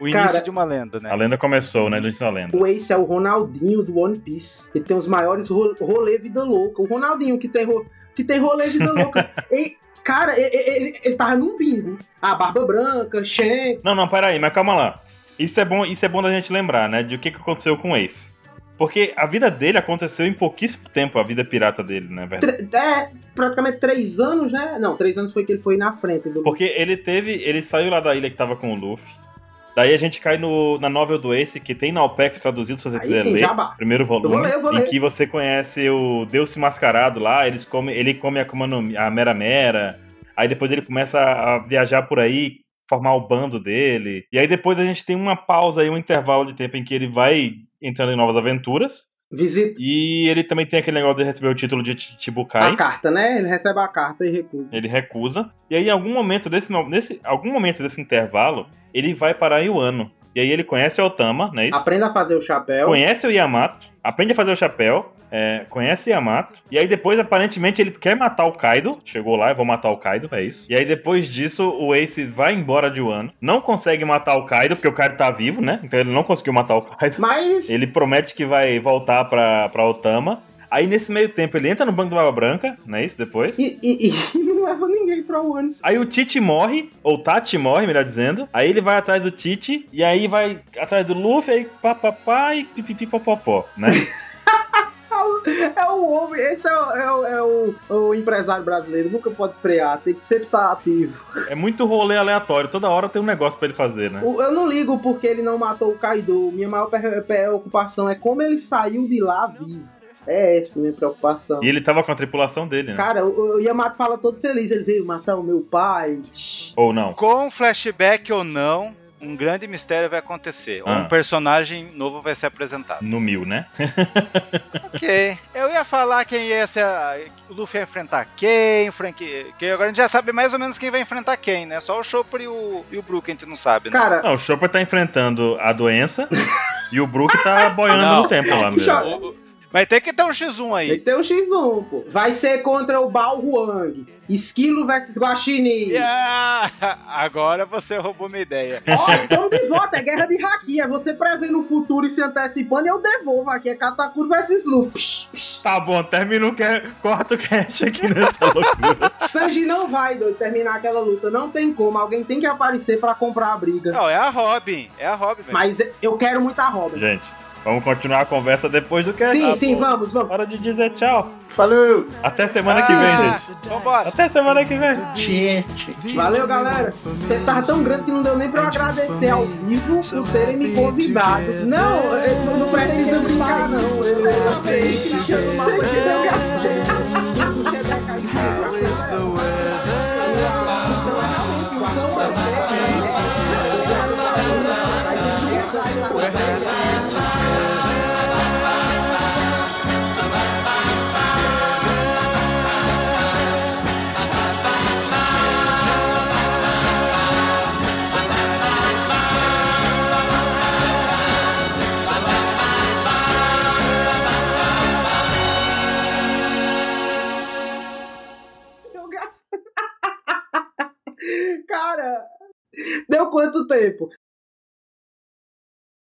Speaker 3: O início
Speaker 4: Cara,
Speaker 3: de uma lenda, né?
Speaker 1: A lenda começou, né? Início da lenda.
Speaker 4: O Ace é o Ronaldinho do One Piece. Ele tem os maiores ro- rolê vida louca. O Ronaldinho que tem, ro- que tem rolê vida louca. Ele- cara, ele, ele, ele tava num bingo. A Barba Branca, Shanks.
Speaker 1: Não, não, peraí, mas calma lá. Isso é bom, isso é bom da gente lembrar, né? De o que, que aconteceu com o Ace. Porque a vida dele aconteceu em pouquíssimo tempo, a vida pirata dele, né, verdade?
Speaker 4: Tre- É, praticamente três anos, né? Não, três anos foi que ele foi na frente do
Speaker 1: Porque ele teve. Ele saiu lá da ilha que tava com o Luffy. Daí a gente cai no, na novel do Ace, que tem na OPEX traduzido, se você
Speaker 4: Aí
Speaker 1: quiser
Speaker 4: sim,
Speaker 1: ler.
Speaker 4: jabá.
Speaker 1: Primeiro volume.
Speaker 4: Eu vou ler, eu vou
Speaker 1: Em
Speaker 4: ler.
Speaker 1: que você conhece o Deus se Mascarado lá, eles comem, ele come a, Akuma no Mi- a Mera Mera. Aí depois ele começa a a viajar por aí, formar o bando dele. E aí depois a gente tem uma pausa aí, um intervalo de tempo em que ele vai entrando em novas aventuras.
Speaker 4: Visita
Speaker 1: E ele também tem aquele negócio de receber o título de Ch- Chichibukai.
Speaker 4: a carta, né? Ele recebe a carta e recusa.
Speaker 1: Ele recusa. E aí, em algum momento desse, no- nesse, algum momento desse intervalo, ele vai para Iwano. E aí ele conhece o Otama, não é isso?
Speaker 4: Aprenda a fazer o chapéu.
Speaker 1: Conhece o Yamato, aprende a fazer o chapéu, é, conhece o Yamato. E aí depois, aparentemente, ele quer matar o Kaido. Chegou lá, eu vou matar o Kaido, é isso. E aí depois disso, o Ace vai embora de Wano. Não consegue matar o Kaido, porque o Kaido tá vivo, né? Então ele não conseguiu matar o Kaido.
Speaker 4: Mas
Speaker 1: Ele promete que vai voltar pra, pra Otama. Aí nesse meio tempo ele entra no banco da Barba Branca, não é isso? Depois.
Speaker 4: e, e- e não leva ninguém pra One.
Speaker 1: Aí o Tite morre, ou Tati morre, melhor dizendo. Aí ele vai atrás do Tite, e aí vai atrás do Luffy, aí pá, pá, pá e pipipipopopó, né?
Speaker 4: É o homem, esse é, o, é o- é o- o empresário brasileiro, nunca pode frear, tem que sempre estar ativo.
Speaker 1: é muito rolê aleatório, toda hora tem um negócio pra ele fazer, né?
Speaker 4: O- Eu não ligo porque ele não matou o Kaido, minha maior pre- preocupação é como ele saiu de lá vivo. É essa minha preocupação.
Speaker 1: E ele tava com a tripulação dele, né?
Speaker 4: Cara, o o Yamato fala todo feliz, ele veio matar o meu pai.
Speaker 1: Ou não.
Speaker 3: Com flashback ou não, um grande mistério vai acontecer. Ou
Speaker 1: Ah.
Speaker 3: Um personagem novo vai ser apresentado.
Speaker 1: No mil, né?
Speaker 3: ok. Eu ia falar quem ia ser. a- O Luffy ia enfrentar quem, o Frank. Que agora a gente já sabe mais ou menos quem vai enfrentar quem, né? Só o Chopper e o, e o Brook a gente não sabe, né?
Speaker 4: Cara,
Speaker 1: Não, o Chopper tá enfrentando a doença e o Brook tá boiando
Speaker 3: Não.
Speaker 1: no tempo lá mesmo.
Speaker 4: Chopper.
Speaker 3: O- o- Vai ter que ter um X1 aí.
Speaker 4: ele tem o X1, pô. Vai ser contra o Bao Huang. Esquilo versus Guaxinim.
Speaker 3: Yeah! Ah, Agora você roubou minha ideia.
Speaker 4: Ó, estamos de volta, é guerra de haki. É você prevendo o futuro e se antecipando, eu devolvo aqui. É Katakuri versus Luffy. Psh, psh.
Speaker 1: Tá bom, termina o que... quarto cast aqui nessa loucura.
Speaker 4: Sanji não vai, doido, terminar aquela luta. Não tem como. Alguém tem que aparecer pra comprar a briga.
Speaker 3: Não, é a Robin. É a Robin, velho.
Speaker 4: Mas eu quero muita roda.
Speaker 1: Gente, vamos continuar a conversa depois do que
Speaker 4: Sim, sim, vamos, vamos.
Speaker 1: Hora de dizer tchau.
Speaker 6: Falou!
Speaker 1: Até semana que vem, gente.
Speaker 3: Ah, Vambora.
Speaker 1: Até semana que vem.
Speaker 6: Gente!
Speaker 4: Valeu, galera. Você tava tão grande que não deu nem pra eu agradecer ao vivo por terem me convidado. Não, eu não- não precisa brincar, não. Eu, eu sei, eu sei que eu é né? é né? Cara, deu quanto tempo?